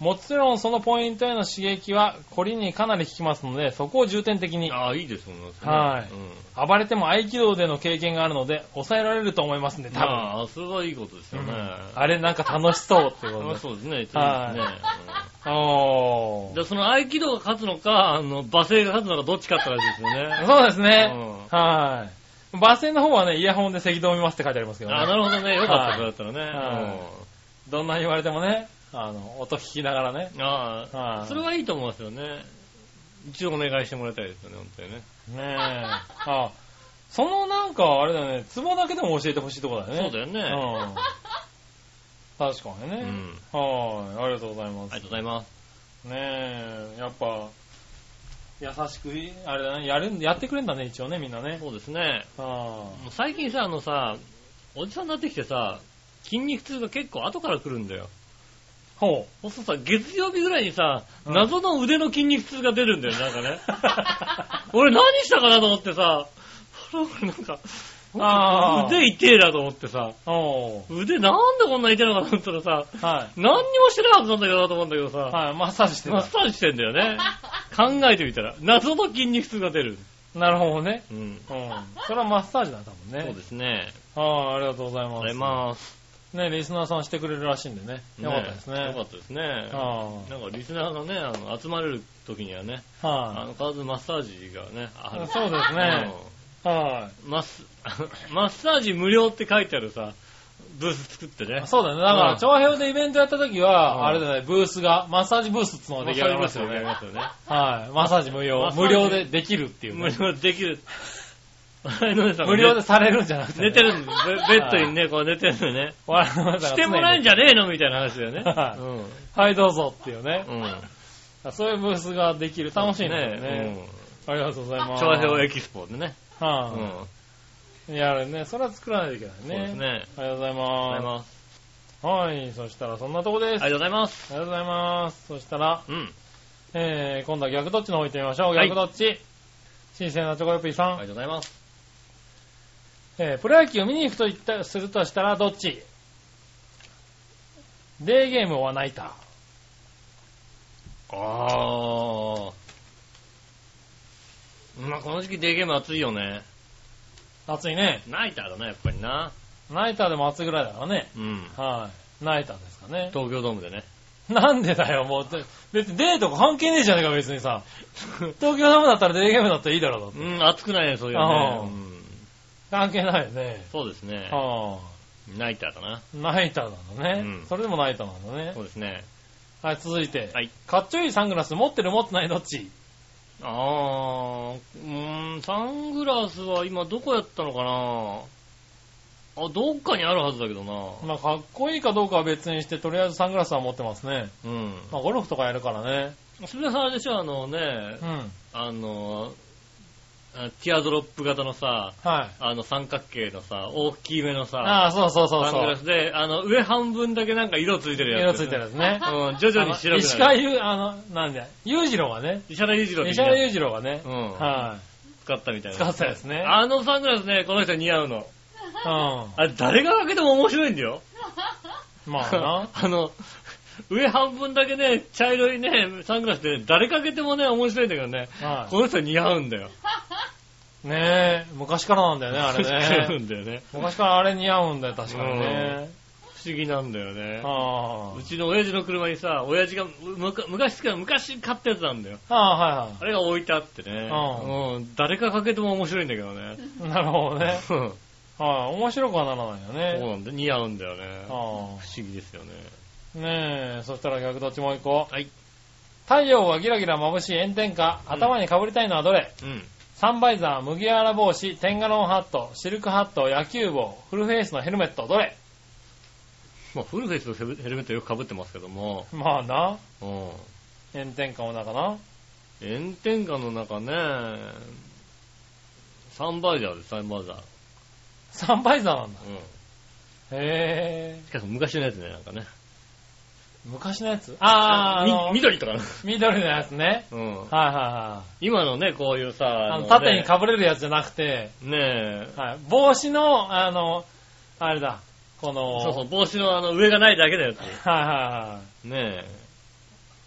C: もちろんそのポイントへの刺激は、こりにかなり効きますので、そこを重点的に。
B: ああ、いいです、そんなのね
C: はい
B: うん
C: 暴れても合気道での経験があるので、抑えられると思いますんで、多分。
B: まあ、それはいいことですよね。
C: あれなんか楽しそうってこと
B: まあ
C: です。
B: そうですね、いいですね。
C: はい
B: う
C: お
B: ん
C: ー
B: じゃあ、その合気道が勝つのか、あの、罵声が勝つのか、どっちかって話ですよね。
C: そうですね。
B: ね。
C: はい。バス停の方はね、イヤホンで赤道を見ますって書いてありますけど
B: あ、
C: ね。
B: なるほどね。よかった、そ
C: は
B: れ
C: い
B: だったらね。
C: はいどんな言われてもね、あの、音聞きながらね。
B: うんあ
C: は
B: あ、
C: い
B: それはいいと思いますよね。一応お願いしてもらいたいですよね、本当にね。
C: ねえ。あ、そのなんか、あれだよね、ツボだけでも教えてほしいとこだよね。
B: そうだよね。
C: よね。うん。確かに
B: う
C: ね。
B: ん。
C: はい。ありがとうございま
B: あ
C: す。
B: りがとうございます。
C: ねえ、やっぱ、優しく、あれだね、やるん、やってくれんだね、一応ね、みんなね。
B: そうですね。
C: は
B: もう最近さ、あのさ、おじさんになってきてさ、筋肉痛が結構後から来るんだよ。
C: い。ほ
B: そうするとさ、月曜日ぐらいにさ、
C: うん
B: 謎の腕の筋肉痛が出るんだよ、なんか
C: *laughs*
B: ね。俺何したかなと思ってさ、あれ俺なんか、
C: う。ああ。
B: 腕痛えなと思ってさ、
C: お
B: 腕なんでこんな痛いのかなと思ったらさ、
C: ーはい。
B: 何にもしてなかったんだけどなと思うんだけどさ、
C: はい、マッサージして
B: マッ
C: た。
B: サージしてんだよ
C: *laughs*
B: ね。考えてみたら、謎の筋肉痛が出る。
C: なるほどね。
B: うん。
C: うん。それはマッサージなんだもんね。
B: そうですね。
C: はい、ありがとうござい
B: ありがと
C: ます。
B: うございます。
C: ね、リスナーさんしてくれるらしいんでね。よかったですね。
B: よかったですね。
C: は
B: なんかリスナーがね、あの集まれる時にはね、
C: い
B: あ
C: は
B: の、必ずマッサージがね、ある。
C: そうですね
B: うん
C: い。は
B: *laughs* マッスマッサージ無料って書いてあるさ、ブース作ってね。
C: そうだね。だから、
B: うん
C: 長編でイベントやった時は、
B: うん
C: あれだね、ブースが、マッサージブースっていうのが出来上がりましたよ
B: あり
C: ね。
B: ますよね。
C: はい。マッサージ無
B: マッ
C: 料。
B: サー
C: 無
B: ジ
C: 料でできるっていう
B: 無
C: ね。
B: 料でで
C: *laughs*
B: きる。あれのねさんが
C: 無
B: ね
C: 料でされるんじゃなくてね。
B: 寝てるの、ベベッドにね、こう寝てるのにね。
C: 笑いました
B: してもらえん
C: じ
B: じゃねえのみたいな話だよ *laughs* ね。
C: はいはい、どうぞっていうね
B: う。ん。うん。
C: そういうブースができる。楽しいね。ね。ありがとうござい
B: うん。
C: ます。
B: 長編エキスポでね。う
C: は
B: ん。
C: い。やるね。それは作らないといけ
B: そう
C: ない
B: です
C: ね。
B: ね。
C: ありがとうござい
B: ありがとうござい
C: ま
B: ます。
C: す。はい。そしたらそんなとこです。
B: あ
C: あり
B: りがとうございます。
C: がとうございます。そしたら、
B: うん。
C: えー、今度は逆どっちの方行ってみましょう。
B: はい
C: 逆どっち。新鮮なチョコヨッピー
B: あ
C: さ
B: りが
C: ん。
B: とうございます。
C: えー、プロ野球を見に行くと言った、するとしたらどっちデーゲームはナイタ
B: あ
C: ー。
B: あ。まあこの時期デーゲーム暑いよね。
C: 暑いね。
B: ナイターだな、やっぱりな。
C: ナイターでも暑いぐらいだからね。
B: うん。
C: はい。ナイターですかね。
B: 東京ドームでね。
C: *laughs* なんでだよ、もう。て別にデートが関係ねえじゃねえか、別にさ。東京ダムだったらデーゲームだったらいいだろうだって
B: うん、暑くないね、そういう
C: あ
B: ね
C: あ。
B: うん
C: 関係ないよね。
B: そうですね。
C: はあ、
B: ナイターだな。
C: ナイターなのね、
B: うん
C: それでもナイターなのね
B: そ。うですね。
C: はい、続いて。
B: はい。
C: かっちょいいサングラス持ってる持ってないどっち
B: あー、うーん、サングラスは今どこやったのかなあ、どっかにあるはずだけどな。
C: まあ、かっこいいかどうかは別にして、とりあえずサングラスは持ってますね。
B: うん。
C: まあ、ゴルフとかやるからね。
B: それはあれでしょ、あのね
C: う、ん。
B: あの、あティアドロップ型のさ、
C: はい。
B: あの三角形のさ、大きめのさ、
C: ああ、そうそうそう
B: サン
C: そ
B: グラ
C: う。
B: スで、あの、上半分だけなんか色ついてるや
C: 色
B: つ。
C: ついてるやつね。
B: うん、徐々に白くなる。
C: 石川優、あの、なんで、裕次郎がね。
B: 石原裕次郎的
C: 石
B: な
C: 原裕次郎がね。
B: うん
C: はい。
B: 使ったみたいな。
C: 使ったやつね
B: あのサングラスね、この人似合うの。
C: う
B: あれ、誰がかけても面白いんだよ。
C: ん。まあな
B: *laughs* 。あの、上半分だけね、茶色いね、サングラスで、ね、誰かけてもね、面白いんだけどね、 *laughs*
C: はい
B: この人似合うんだよ。
C: ねえ、昔からなんだよね、あ
B: *laughs*
C: れ
B: 似合う
C: ね。
B: んだよね。
C: 昔からあれ似合うんだよ、確かにね。
B: 不思議なんだよね。
C: あ
B: うちの親父の車にさ、親父がむか昔から昔買ったやつなんだよ。
C: あ。ああ、は
B: あれが置いてあってね。
C: うん
B: うん誰かかけても面白いんだけどね。
C: いはい。なるほ
B: *laughs*
C: どね。
B: うん
C: はい、面白くはならないよ
B: そう
C: ね。
B: なんだよ。似合うんだよね。不
C: あ
B: 思議ですよね。
C: あ。ねえ、そしたら逆どっちもう一個。
B: はい。
C: 太陽がギラギラ眩しい炎天下、
B: ん
C: 頭に被りたいのはどれ、
B: うん。
C: サンバイザー、麦わら帽子、テンガロンハット、シルクハット、野球帽、フルフェイスのヘルメット、どれ
B: まあ、フルフェイスのヘルヘルメットよく被ってますけども、
C: まあな、
B: うん。
C: 炎天下もなかな。
B: 炎天下の中ね、サンバイザーです、サンバイザー。
C: サンバイザーなんだ。
B: うん。
C: へえ。
B: しかも昔のやつね、なんかね。
C: 昔のやつああ、あの
B: み緑とかな。
C: 緑のやつね。
B: うん。
C: はいはいはい。
B: 今のね、こういうさ、
C: あの、
B: ね
C: 縦に被れるやつじゃなくて、
B: ねえ、
C: はい、帽子の、あの、あれだ、この、
B: そうそう、帽子のあの上がないだけだよって。
C: はいはいはい。
B: ねえ。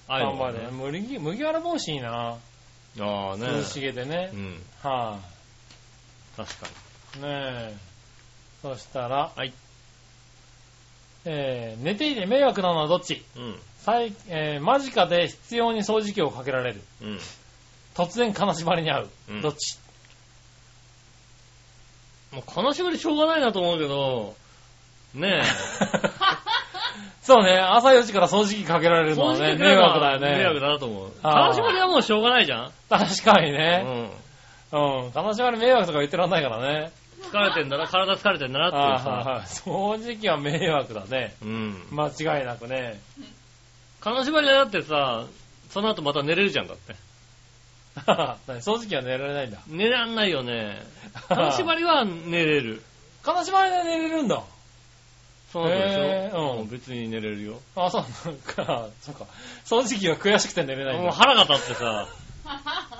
B: ああいう
C: 頑
B: の
C: 張
B: が
C: れ、
B: ね。
C: 麦麦わら帽子いいな。
B: ああね。
C: 涼しげでね
B: う。ん。
C: は
B: 確かに。
C: い、ねえ。そしたら、
B: はい
C: えー、寝ていて迷惑なのはどっち
B: うん。
C: 最、えー、間近で必要に掃除機をかけられる。
B: うん。
C: 突然金縛りに遭う。
B: うん
C: どっち
B: もう悲しみでしょうがないなと思うけど、ね
C: *laughs*
B: え。
C: そうね、朝4時から掃除機かけられるの
B: 正
C: は
B: 直
C: ね、
B: ね
C: 迷惑だよ
B: 迷惑
C: ね。
B: だなと思う。
C: ああ
B: 悲しみはもうしょうがないじゃん。
C: 確かに
B: う
C: ね。
B: ん。
C: うん。金縛り迷惑とか言ってらんないからね。
B: 疲れてんだな、体疲れてんだなっていう
C: あー
B: さ。
C: はいはい掃除機は迷惑だね。
B: うん。
C: 間違いなくね。
B: 金縛りだってさ、その後また寝れるじゃんだって。
C: 何掃除機は寝られないんだ。
B: 寝らんないよ *laughs* ね。金
C: 金
B: 縛
C: *laughs* 縛り
B: りは寝れる。
C: 金縛りで寝れるんだ。
B: その後で
C: へ
B: し
C: ー
B: ょ。
C: うん
B: も別に寝れるよ。
C: あ、そうなんか。そうか。掃除機は悔しくて寝れないん
B: もう
C: だ。
B: 腹が立ってさ。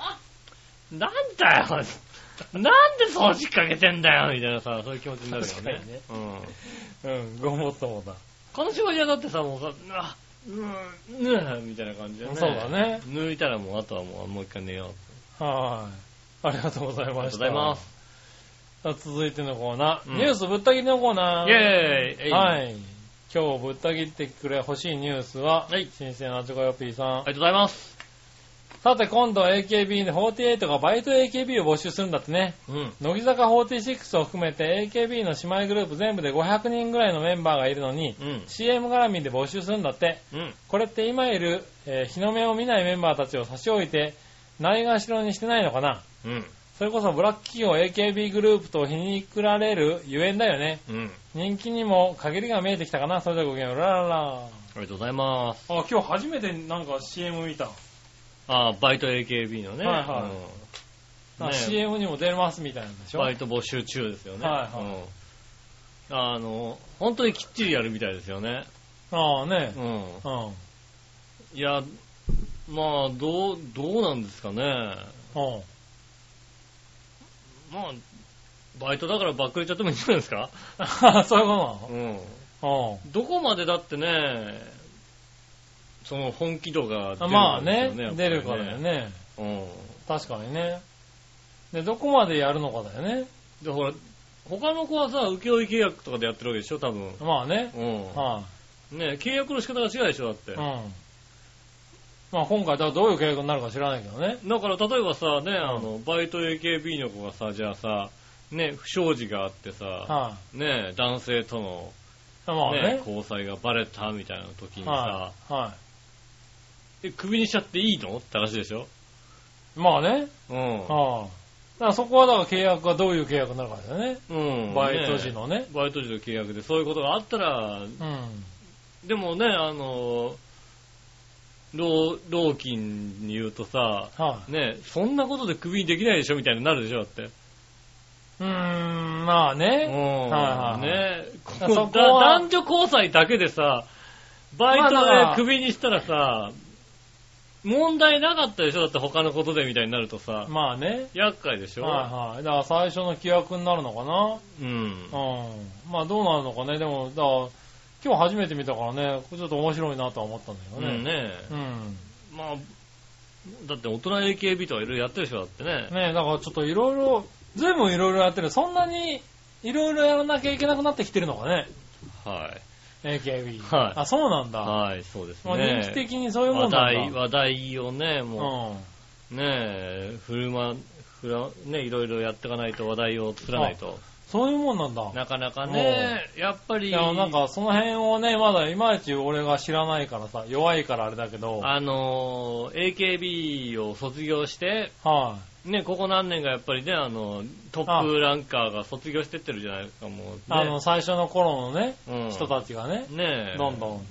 B: *laughs* なんだよ。なんで掃除機かけてんだよみたいなさ、そういう気持ちになるよ
C: 確か
B: ね
C: にね。
B: うん。
C: うん、ごもっともだ。
B: 金縛りはだってさ、もうさ、あうん、ぬーみたいな感じでね。
C: そうだ。ね。
B: 抜いたらもう、あとはもう、もう一回寝よう。
C: はい。ありがとうござい
B: ありが
C: ま
B: と
C: し
B: う
C: た。
B: ございます。
C: さあ続いてのコーナー、
B: うん
C: ニュースぶった切りのコー
B: イ
C: ナー。
B: ェーイ。
C: は
B: あ
C: い。今日ぶった切ってくれ欲しいニュースは、
B: はい
C: 新鮮なチョコヨッピーさん。
B: りがとうございます。
C: さて今度 AKB48 がバイト AKB を募集するんだってね。
B: うん。
C: 乃木坂46を含めて AKB の姉妹グループ全部で500人ぐらいのメンバーがいるのに、
B: うん。
C: CM 絡みで募集するんだって。
B: うん。
C: これって今いる、えー日の目を見ないメンバーたちを差し置いて、ないがしろにしてないのかな
B: うん。
C: それこそブラック企業 AKB グループと皮肉られるゆえんだよね。
B: うん。
C: 人気にも限りが見えてきたかな。それではごきげんよう。ラララ。あ、
B: ありがとうございます。
C: 今日初めてなんか CM 見た。
B: あーバイト AKB のね。
C: はいはい
B: うんね
C: CM にも出ますみたいなんでしょ
B: バイト募集中ですよね。
C: はいはい
B: うんあの、本当にきっちりやるみたいですよね。
C: ああね
B: う。ん。
C: うん。うん。
B: いや、まあ、どう、どうなんですかね。まあ、バイトだからバックれちゃってもいいんじゃないですか
C: あ *laughs* そういうこ
B: うん。
C: となの
B: どこまでだってね、その本気度が出る
C: うん。
B: か
C: まあ
B: ですよ
C: ね、出るからだよ。
B: やっ
C: ね。
B: ぱりね
C: 確かにね。で、どこまでやるのかだよね。
B: うん。で、ほら、他の子はさ、請負契約とかでやってるわけでしょ、多分。
C: まあね。
B: うん。
C: は
B: ね契約の仕方が違うでしょ、だって。
C: い。うん。まあ今回、だからどういう契約になるか知らないけどね。
B: だから例えばさ、ね、あの、バイト AKB の子がさ、じゃあさ、ね、不祥事があってさ、
C: は
B: ね、男性との、
C: い。まあ
B: ね
C: ね、。
B: 交際がバレたみたいな時にさ
C: は、い。は
B: え、首にしちゃっていいのって話でしょ
C: い。まあね。
B: うん。
C: はあ。だからそこはだから契約がどういう契約になるかだよね。
B: うん。
C: バイト時
B: ね。
C: のね。
B: バイト時の契約でそういうことがあったら、
C: うん。
B: でもね、あの、老、老金に言うとさ、
C: は
B: ね、そんなことで首にできないでしょみたいになるでしょだって。
C: い。うーん、まあ
B: うん
C: ね。はいはい
B: ね
C: そこは
B: だ男女交際だけでさ、バイ
C: まあだか
B: ト
C: ら
B: で首にしたらさ、問題なかったでしょだって他のことでみたいになるとさ、
C: まあね。
B: 厄介でしょ、
C: はいはい。だから最初の規約になるのかな。
B: うん。
C: うん。まあどうなるのかね。でも、だから今日初めて見たからね、ちょっと面白いなとは思ったんだけど
B: うん
C: ね。
B: ね
C: うん。
B: まあ、だって大人 AKB とかいろいろやってるでしょだってね。
C: ねえ、だからちょっといろいろ、ずいぶんいろいろやってる。そんなにいろいろやらなきゃいけなくなってきてるのかね。
B: はい。
C: AKB。
B: はい
C: あ、そうなんだ。
B: はい、そうです
C: まあ
B: ね。
C: 人気的にそういうも
B: 話
C: んな
B: 題、
C: んだ。
B: 話題をね、も
C: うん。
B: う、ねえ、振るま、振ら、ね、いろいろやっていかないと話題を作らないと。
C: そういうもんなんだ。
B: なかなかね、やっぱ
C: い
B: り、
C: や、なんかその辺をね、まだいまいち俺が知らないからさ、弱いからあれだけど、はい、
B: あのー、AKB を卒業して、ね、ここ何年かやっぱりね、あの、トップランカーが卒業してってるじゃないですか、もう、ね。
C: あの、最初の頃のね、
B: うん
C: 人たちがね、
B: ねえ、
C: どんどん。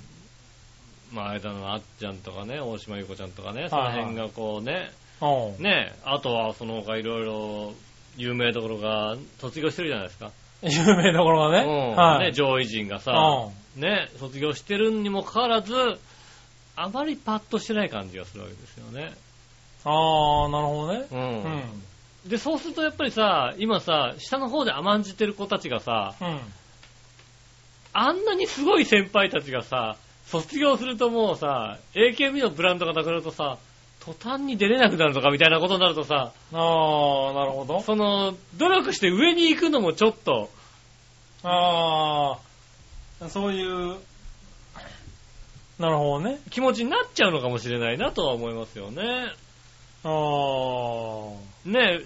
B: まあ、あれだな、あっちゃんとかね、大島優子ちゃんとかね、
C: い
B: その辺がこうね、
C: うん。
B: ねえ、あとはその他いろいろ有名どころが卒業してるじゃないですか。
C: 有名どころがね。
B: うん
C: はい。
B: ね上位陣が
C: う
B: さ、ねえ、卒業してるにもかかわらず、あまりパッとしてない感じがするわけですよね。
C: ん。ああ、なるほどね。
B: う。
C: うんん。
B: で、そうするとやっぱりさ、今さ、下の方で甘んじてる子たちがさ、
C: うん。
B: あんなにすごい先輩たちがさ、卒業するともうさ、AKB のブランドがなくなるとさ、途端に出れなくなるとかみたいなことになるとさ、
C: ああ、なるほど。
B: その、努力して上に行くのもちょっと、
C: ああ、そういう、なるほどね。
B: 気持ちになっちゃうのかもしれないなとは思いますよね。
C: ああ、
B: ね、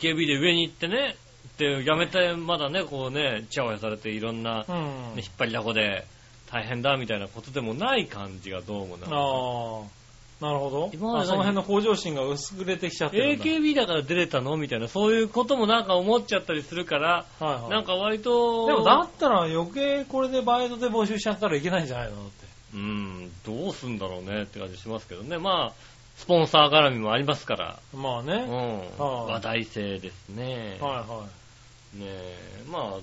B: AKB で上に行ってね、で、やめてまだね、こうね、チヤホヤされていろんな、ね
C: うん。
B: 引っ張りだこで大変だみたいなことでもない感じがどうもな
C: あ。あ、なるほど。
B: 今まで何
C: あその辺の向上心が薄れてきちゃってるんだ。
B: AKB だから出れたのみたいな、そういうこともなんか思っちゃったりするから、
C: はいはい、
B: なんか割と、
C: でもだったら余計これでバイトで募集しちゃったらいけないんじゃないのだって。
B: うん、どうすんだろうねって感じしますけどね。まあ、スポンサー絡みもありますから、
C: まあ
B: うん、
C: ね。はい
B: 話題性ですね。
C: はいはい。
B: ねえ、まあ、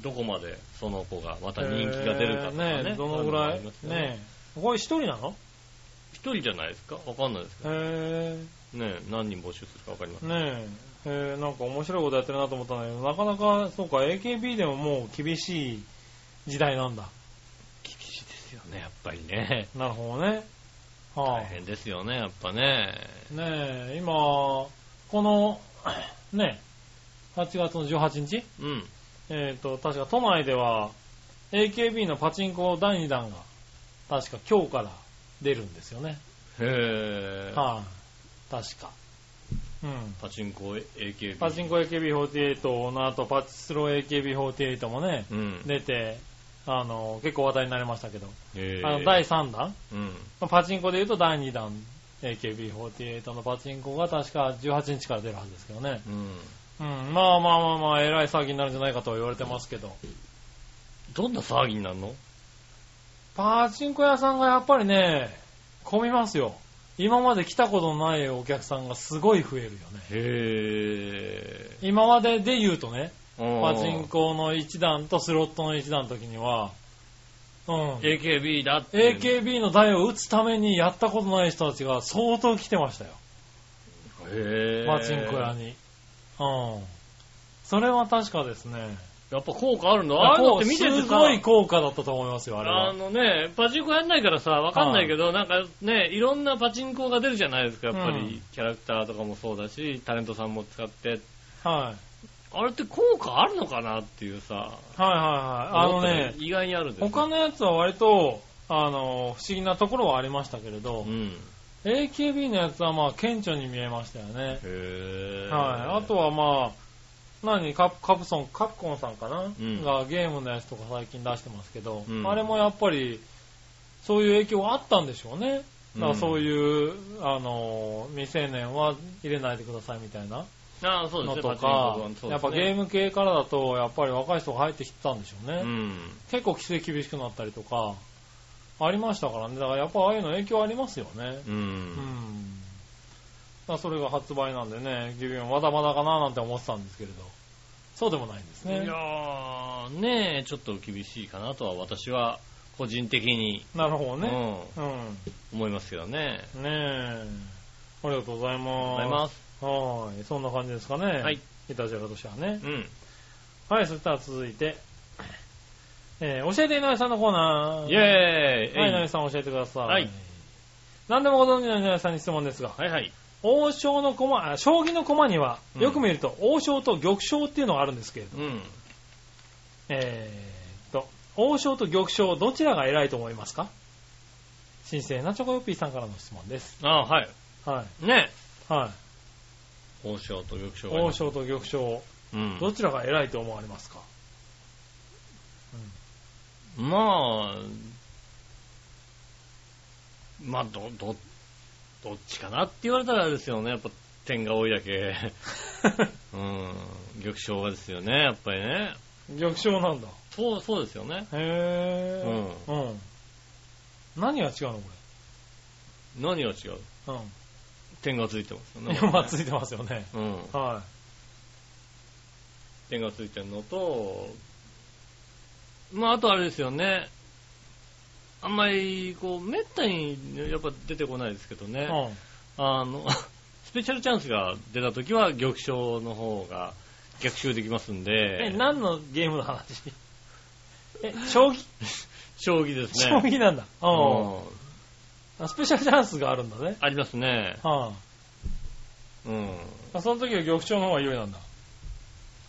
B: どこまでその子が、また人気が出るかとかね。
C: えーねどの
B: そうう
C: ぐらい
B: のもありますよ
C: ねえ。これ一人なの
B: 一人じゃないですかわかんないですけ
C: へ
B: ど。ねえ、何人募集するかわかりま
C: え。
B: せん。
C: ねえ。へえ、なんか面白いことやってるなと思ったんだけど、なかなか、そうか、AKB でももう厳しい時代なんだ。
B: 厳しいですよね、やっぱりね。
C: なるほどね。は
B: 大
C: い、
B: 変ですよね、やっぱね。
C: ねえ、今、この、 *coughs* ねえ、8月の18日
B: うん。
C: えっ、と、確か都内では、AKB のパチンコ第2弾が、確か今日から出るんですよね。
B: へえ。
C: は
B: 確か。
C: うん。
B: パチンコ AKB。
C: パチンコ AKB48 の後、パチスロ AKB48 もね、
B: うん。
C: 出て、あの、結構話題になりましたけど、
B: え
C: あの、第3弾
B: うん。
C: まあパチンコで言うと第2弾、AKB48 のパチンコが確か18日から出るはずですけどね。
B: うん。
C: うん、まあまあまあまあ、えらい騒ぎになるんじゃないかとは言われてますけど、
B: どんな騒ぎになるの
C: パチンコ屋さんがやっぱりね、混みますよ。今まで来たことのないお客さんがすごい増えるよね。
B: へ
C: 今までで言うとね、
B: ぇ
C: パチン。コの1段とスロットの1段の時には、うん。
B: AKB だっていう。
C: AKB の台を打つためにやったことない人たちが相当来てましたよ。
B: へぇ
C: パチンコ屋。に。うん。それは確かですね。
B: やっぱ効果あるんだ。ああいうのって見ててさ
C: すごい効果だったと思いますよ、あれ
B: あ
C: は。
B: のね、パチンコやんないからさ、わかんないけど、なんかね、いろんなパチンコが出るじゃないですか、やっぱり、
C: うん
B: キャラクターとかもそうだし、タレントさんも使って、
C: はい。
B: あれって効果あるのかなっていうさ、
C: はいはいはい。あのね、
B: 意外にあるんですよ
C: 他のやつは割と、あの、不思議なところはありましたけれど、
B: うん。
C: AKB のやつはまあ顕著に見えましたよね。
B: へぇ
C: はい。あと、はまあ、何カプカプソン、カプコンさんかな、
B: ん
C: がゲームのやつとか最近出してますけど、
B: うん
C: あれもやっぱり、そういう影響はあったんでしょうね。だからそう
B: う
C: いう、あの、未成年は入れないでくださいみたいな
B: うん。ああ、そうで
C: の
B: すね、
C: と
B: パチンコ
C: か、やっぱゲー
B: ム。
C: ム系からだと、やっぱり若い人が入ってきてたんでしょうね。
B: うん。
C: 結構規制厳しくなったりとか、ありましたからね。だからやっぱああいうの影響ありますよね。
B: う
C: うんん。。まあそれが発売なんでね、ギビオンまだまだかななんて思ってたんですけれど、そうでもないんですね
B: いや。ー、ねえ、ちょっと厳しいかなとは私は個人的に、
C: なるほどね。
B: う
C: うん。
B: ん、思いますけどね。
C: ねえ。ありがとうございます。
B: ございます。
C: はーい。そんな感じですかね。
B: はい。
C: いたじらとしてはね
B: う。ん。
C: はい、そしたら続いて、えー教えて井上さんのコーナ
B: イェ
C: ー。
B: ーイえい
C: はい、井上さん教えてください。
B: はい。
C: 何でもご存知の井上さんに質問ですが、
B: はいはい。
C: 王将の駒、あ将棋の駒には、
B: うん
C: よく見ると王将と玉将っていうのがあるんですけれど、
B: うん。
C: えーっと、王将と玉将、どちらが偉いと思いますか新鮮なチョコヨッピーさんからの質問です。
B: ああ、はい。
C: は
B: ね
C: い。はい。
B: え。王将と玉将がい
C: 王
B: ます。
C: 将と玉将、
B: うん。
C: どちらが偉いと思われますか *laughs*
B: まあ、まあ、ど、ど、どっちかなって言われたらですよね。やっぱ点が多いだけ。 *laughs* うん。玉将がですよね、やっぱりね。
C: 玉将なんだ。
B: そう、そうですよね。
C: へぇー。うん。何が違うのこ
B: 何が違う
C: れ。
B: 点がついてますよ
C: うん。
B: ね。
C: いや、まあ、ついてますよね。
B: うん。
C: は
B: 点がついてるのと、まあ、あとあれですよね。あんまり、こう、めったに、やっぱ出てこないですけど
C: い。う
B: ね。
C: ん。
B: あの、 *laughs* スペシャルチャンスが出た時は玉将の方が逆襲できますんで。
C: え、何のゲームの話 *laughs* え、将棋
B: 将棋です
C: 将
B: ね。
C: 棋なんだ。うん
B: うん
C: あ。スペシャルチャンスがあるんだね。
B: ありますね。
C: は
B: うん。
C: あ。その時は玉将の方が優位なんだ。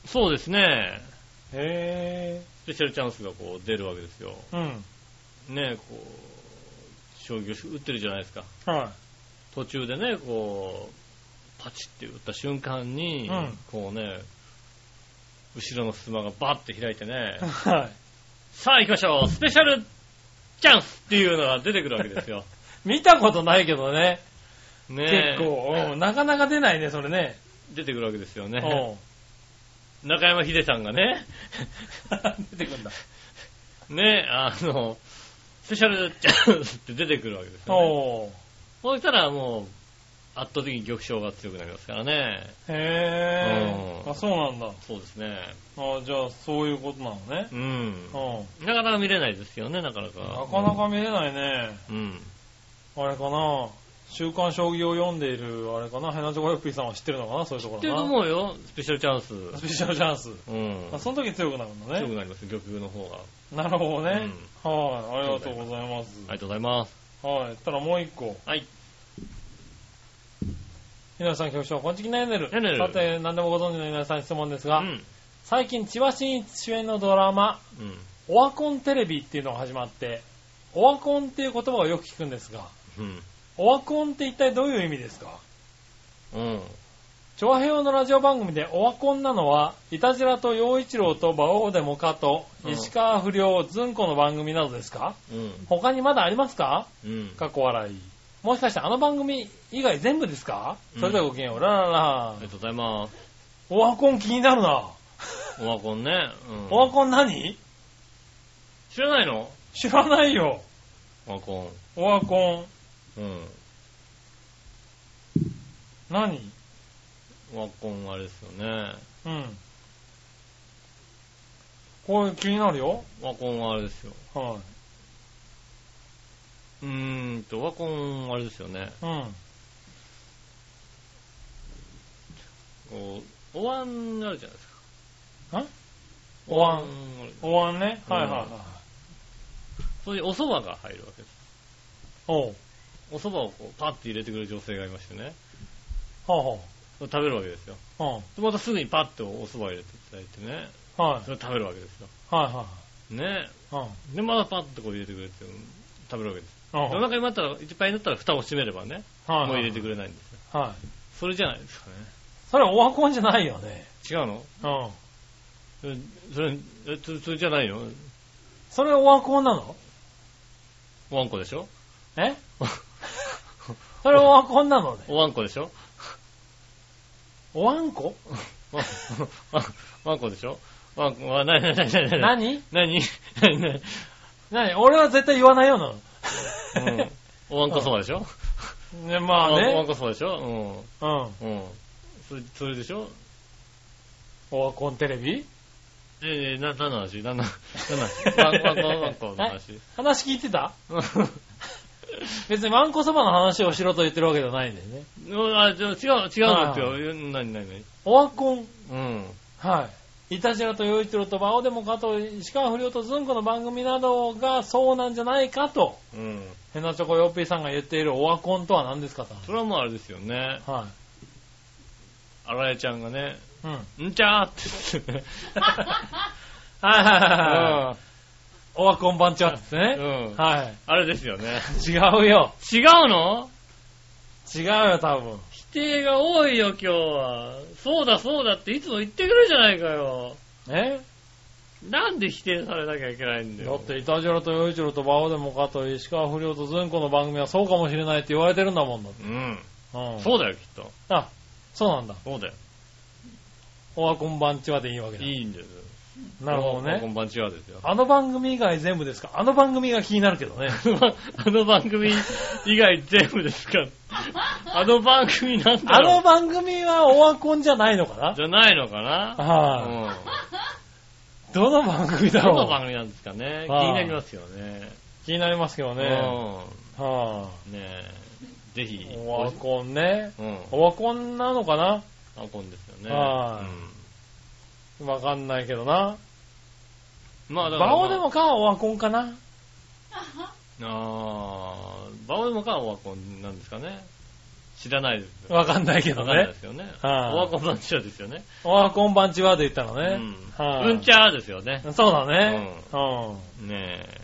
B: そうですね。
C: へ
B: スペシャルチャンスがこう出るわけですよ。
C: ぇー。うん。
B: ねこう、将棋を打ってるじゃないですか。
C: は
B: 途中でね、こう、パチって打った瞬間に、
C: うん
B: こうね、後ろの襖がバッて開いてね *laughs*
C: い。、は
B: さあ行きましょうスペシャルチャンスっていうのが出てくるわけです
C: *laughs*
B: よ。
C: い。見たことないけどね。
B: ね
C: 結構、うん。なかなか出ないね、それね。
B: 出てくるわけですよ
C: う
B: ね。 *laughs*
C: ん。
B: 中山秀さんがね、
C: *laughs* 出てくんだ。
B: ね、あの、スペシャルチャンスって出てくるわけですよ、ね。
C: おー。
B: そうしたらもう、圧倒的に玉将が強くなりますからね。
C: へぇ
B: う
C: ー。
B: ん
C: あ、そうなんだ。
B: そうですね。
C: あじゃあ、そういうことなのね
B: う。ん。
C: う
B: なかなか見れないですよね、なかなか。
C: ん。なかなか見れないね。
B: うん。
C: あれかな。週刊将棋を読んでいる、あれかな。ヘナチョコヨッピーさんは知ってるのかな、そういうとこ
B: 知
C: ろ
B: ってると
C: な。
B: 思うよ、スペシャルチャンス。
C: スペシャルチャンス。
B: うん。
C: あその時強くなるんだ
B: 強く
C: ね。
B: なりますよ、玉の方が。あ
C: なるほどね。はい。ありがとうございます。
B: りがとうございます。
C: はい。たらもう一個。
B: はい。
C: 皆さん局長、こんちきねんねる。
B: ねんねる
C: さて、何でもご存知の皆さんに質問です
B: う
C: が、
B: ん。
C: 最近千葉真一主演のドラマ、
B: うん。
C: オワコンテレビっていうのが始まって、オワコンっていう言葉をよく聞くんですが、
B: うん。
C: オワコンって一体どういう意味ですか
B: うん。
C: 長平洋のラジオ番組でオワコンなのは、イタジラと陽一郎と馬王でもかと、
B: うん
C: 石川不良、ずんこの番組などですか
B: うん。
C: 他にまだありますか
B: うん。
C: 過去笑い。もしかしてあの番組以外全部ですか
B: うん
C: それではごきげんよう。ラララ
B: ありがとうございます。
C: オワコン気になるな。
B: オワコンね。うん
C: オワコン何
B: 知らないの
C: 知らないよ。
B: オワコ
C: オワコン。
B: ン。うん。
C: 何
B: オワコンはあれですよね。
C: うん。これ気になるよ。
B: オワコンはあれですよ。
C: は
B: うーんと、オワコンはあれですよね。
C: い。うん。
B: こうお椀があるじゃないですか。
C: お椀。
B: ある
C: お椀ね。はいはいはい。
B: そういうお蕎麦が入るわけです。
C: おう。
B: お蕎麦をこうパッて入れてくれる女性がいましてね。
C: は
B: それ食べるわけですよ。
C: あはあ。
B: でまたすぐにパッてお蕎麦入れていただいてね。
C: うん。はい。
B: それ食べるわけですよ。
C: はいは
B: ね。
C: いはい。
B: で、またパッとこう入れてくれて、うん食べるわけです。
C: うん。
B: お
C: うん。はい
B: 腹になったら、いっぱいになったら蓋を閉めればね、
C: は
B: も
C: い。
B: う入れてくれないんですよ。
C: はい。
B: それじゃないですかね。
C: それはオワコンじゃないよね。
B: 違うの
C: うん。
B: それ、それ、えそれそれじゃないの
C: それオワコンなの
B: おわんこでしょ *laughs*
C: えそれオワコンなのね。
B: おわんこでしょ
C: おわんこ
B: わわわんこでしょわんこ、わ、なになになになに
C: 何
B: なになになに
C: 何俺は絶対言わないようなの。
B: うんおわんこそばでしょ
C: ね、 *laughs* まあ
B: おわん
C: ね。
B: こそばでしょ
C: うん。
B: うん。うん。それ、それでしょ
C: オワコンテレビ
B: ええ、な、何の話何の話わんわんこ、わんこの *laughs* 話。
C: 話聞いてた
B: う
C: *laughs* 別にワンコそばの話をしろと言ってるわけじゃないんだよね。
B: んあ、じゃあ違う、違うんです
C: あ
B: よ。なになになに
C: オワコン。
B: うん。
C: はい。イタジラとヨイチロとバオデモカと石川不良とズンコの番組などがそうなんじゃないかと、
B: うん。
C: ヘナチョコヨッピーさんが言っているオワコンとは何ですかと。
B: それはもうあれですよね。
C: は
B: あらえちゃんがね、
C: い。うん。はい
B: んちゃーって言ってね。
C: はいはいはい。
B: う
C: オワコン番長です
B: *laughs*
C: ね。
B: ん。うん。
C: は
B: あれですよね。
C: い。違うよ。
B: 違うの
C: 違うよ、多分。
B: 否定が多いよ、今日は。そうだ、そうだっていつも言ってくるじゃないかよ。
C: え
B: なんで否定されなきゃいけないんだ
C: だ
B: よ
C: っ。て、イタジラとヨイチロとバオデモカと石川不良とズンコの番組はそうかもしれないって言われてるんだもんだって。
B: うん。
C: うん。
B: そうだよ、きっと。
C: あ、そうなんだ。
B: そうだよ。
C: オワコン番長でいいわけだ。
B: いいんですよ。
C: なるほど
B: もうこ
C: ね。
B: んばんちはですよ。
C: あの番組以外全部ですかあの番組が気になるけどね。
B: *laughs* あの番組以外全部ですかあの番組なん *laughs* だ
C: あ
B: ろ
C: の
B: う
C: 番組はオワコンじゃないのか
B: じゃないのかなう
C: なは
B: ん。
C: い。どの番組だ
B: どの
C: ろ
B: 番組なんですかね気
C: ああ
B: になりますよね。
C: う気になりますけどね。
B: う
C: はあ
B: ん。ねえ。ぜひ。
C: オワコンね。
B: うん。
C: オワコンなのかな
B: オワコンですよね。
C: はいわかんないけどな。
B: うん。まあだから。
C: バオでもかはオワコンかな
B: ああ、バオでもかオワコンなんですかね。知らないですよ。
C: わかんないけ
B: わ
C: ど
B: かんないで
C: ね。
B: すよね。オ
C: はい
B: ワコンの話はですよね。
C: オワコン番地はで言ったの
B: う
C: ね。
B: ん。
C: はい
B: うんちゃーですよね。
C: そうだね。うん。
B: ねえ。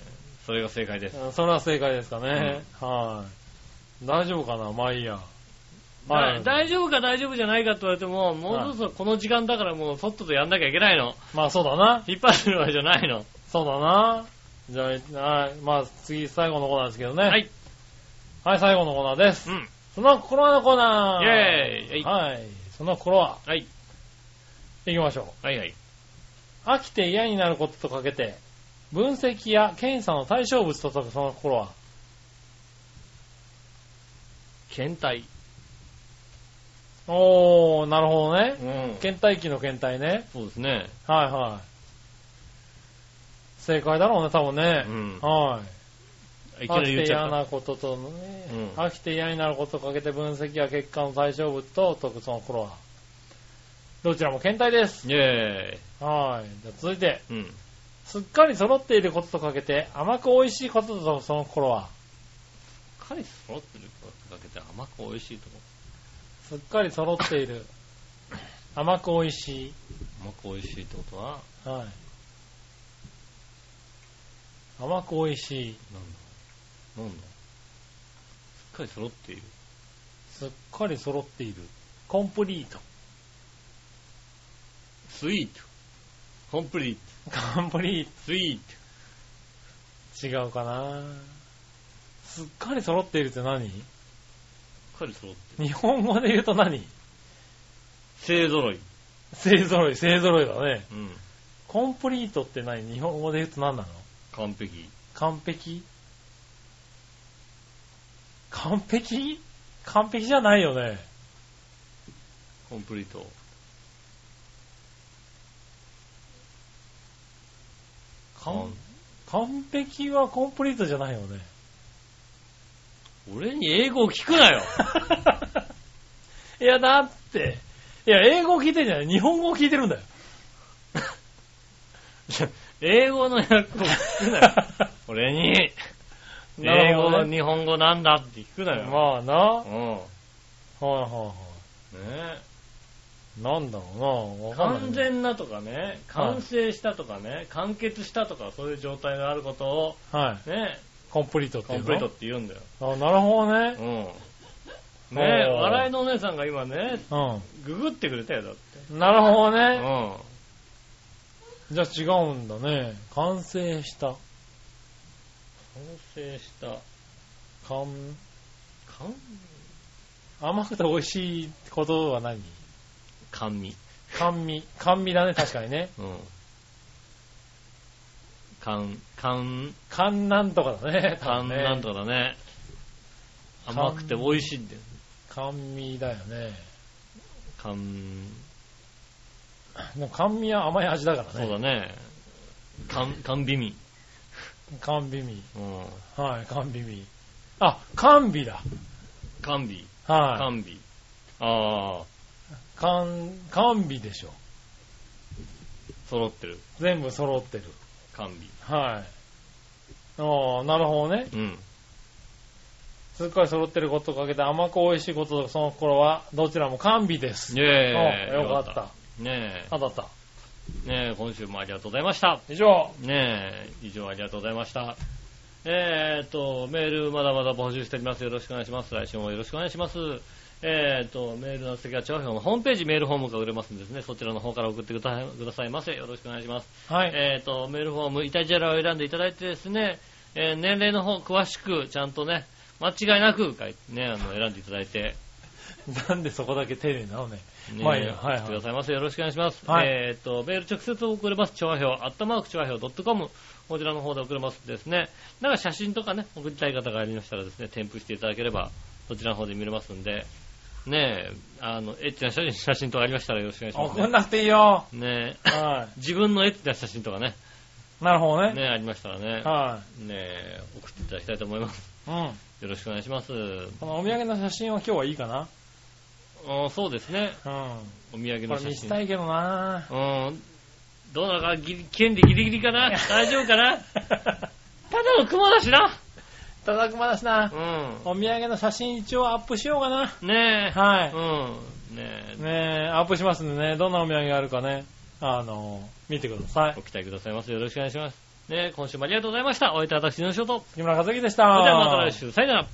B: それが正解です。
C: それは正解ですかね。はい。大丈夫かなまあいいや。はい
B: だ大丈夫か大丈夫じゃないかって言われても、もうそろそろこの時間だからもうそっととやんなきゃいけないの。
C: まあそうだな。
B: 引っ張ってるわけじゃないの。
C: そうだな。じゃあ、はい。まあ次、最後のコーナーですけどね。
B: はい。
C: はい、最後のコーナーです。
B: うん。
C: その心はのコーナー。
B: イェーイ
C: はい。その心は、
B: はい。
C: 行きましょ
B: はいはい。
C: う。飽きて嫌になることとかけて、分析や検査の対象物と解くその心は、
B: 検体。
C: おー、なるほどね。
B: うん
C: 検体機の検体ね。
B: そうですね。
C: はいはい。正解だろうね、多分ね。
B: うん
C: はい。
B: いきな
C: 飽
B: り
C: き
B: 言
C: て
B: っち
C: 嫌
B: ゃった。
C: なこととね、
B: うん
C: 飽きて嫌になることをかけて分析や結果の対象物と解くその頃は、どちらも検体です。
B: イェーイ。
C: はい。じゃあ続いて、
B: うん。
C: すっかり揃っていることとかけて甘く美味しいことと解くその頃は、
B: カリス揃ってることだけで甘く美味しいとこ。
C: すっかり揃っている、
B: *laughs*
C: 甘く美味しい、
B: 甘く美味しいってことは、
C: はい。甘く美味しい、
B: なんだなんだすっかり揃っている。
C: すっかり揃っている。
B: コンプリート。スイート。コンプリート。
C: カンプリー
B: スイート。
C: ト。違うかなすっかり揃っているって何
B: 彼揃って。
C: 日本語で言うと何
B: 勢揃い。
C: 勢揃い、勢揃いだね。
B: うん。
C: コンプリートって何日本語で言うと何なの
B: 完璧。
C: 完璧完璧完璧じゃないよね。
B: コンプリート。
C: 完完璧はコンプリートじゃないよね。
B: 俺に英語を聞くな
C: *laughs*
B: よ。
C: いや、だって、いや、英語を聞いてんじゃない日本語を聞いてるんだよ。
B: *laughs* 英語の訳を聞くなよ。俺に、
C: な
B: 英
C: るほ
B: 語、
C: どね
B: 日本語なんだって聞くなよ。
C: *laughs* まあな。は
B: う
C: い
B: ん。ね
C: はいは
B: え。
C: い。なんだろうな。わかんない
B: 完全なとかね、完成したとかね、完結したとか、そういう状態があることを、
C: はい。
B: ね、
C: コンプリートって
B: コ
C: いう
B: ン
C: の
B: プリートって言うんだよ。
C: あなるほど
B: う
C: ね。
B: ん。ねえ、
C: おー
B: 笑いのお姉さんが今ね、
C: う
B: ググってくれたよ、だって。
C: ん。なるほど
B: う
C: ね。
B: ん。
C: じゃあ違うんだね。完成した。
B: 完成した。
C: 完、
B: 完
C: 甘くて美味しいことは何
B: 甘味。
C: 甘味。甘味だね、確かにね。
B: うん。甘、甘、
C: 甘なんとかだね。多
B: 甘
C: 分ね
B: なんとかだね。
C: 甘
B: 甘くて美味しいんだよ。
C: 甘味だよね。
B: 甘、
C: でも甘味は甘い味だから
B: そうだ
C: ね。
B: ね。甘、甘美味。
C: 甘味味。
B: うん。
C: はい、甘味味。あ、甘味だ。
B: 甘美。
C: はい。
B: 甘美。ああ、
C: 甘、甘味でしょ。
B: 揃ってる。
C: 全部揃ってる。
B: 甘
C: はい。ああ、なるほどね。
B: 美。うん。
C: すっかり揃ってることをかけて甘く美味しいこととその心はどちらも甘味です。
B: イェーイ。
C: うんよかった。
B: ね
C: 当たった。
B: え、ねえ、今週もありがとうございました。
C: 以上。
B: ねえ、以上ありがとうございました。えーっと、メールまだまだ募集しております。よろしくお願いします。来週もよろしくお願いします。えーっと、メールの先は長編のホームページメールフォームが売れますんでですね、そちらの方から送ってくだくださいませ。よろしくお願いします。
C: はい。
B: えーっと、メールフォーム、イタジェラを選んでいただいてですね、えー年齢の方詳しく、ちゃんとね、間違いなく書いてね、あの、選んでいただいて、
C: なんでそこだけ丁寧なのね。
B: ね
C: まあいいや
B: 送
C: はいはい
B: ってくださいませ。よろしくお願いします。
C: はい
B: えーっと、メール直接送れます。調和表、アットマーク調和表 .com、こちらの方で送れますですね。なんか写真とかね、送りたい方がありましたらですね、添付していただければ、そちらの方で見れますんで、ねえ、あの、エッチな写真写真とかありましたらよろしくお願いします、
C: 送ん
B: ね。
C: なくていいよ。
B: ねえ、 *laughs*
C: は
B: 自分のエッチな写真とかね、
C: い。なるほどね。
B: ねえありましたらね、
C: は
B: ねえ、送っていただきたいと思います。
C: い。うん。
B: よろしくお願いします。
C: このお土産の写真は今日はいいかな。
B: うんそうですね、
C: う
B: お土産
C: ん。こ
B: の
C: れ
B: 写
C: 見せ
B: 真。
C: たいけどな。
B: うん。どうなのかなギリ、権利ギリギリか
C: *laughs*
B: な大丈夫かなただの雲だしな。
C: いただくまだしな。
B: う
C: お土産の写真一応アップしようか
B: ん。
C: な。
B: ねえ。
C: はい。
B: うん。ねえ。
C: ねえ、アップしますんでね、どんなお土産があるかね、あの、見てください
B: ご。期待くださいませ。よろしくお願いします。ねえ、今週もありがとうございました。お相手は私、の仕事。
C: 木村和樹でした。
B: それではまた来週。さよなら。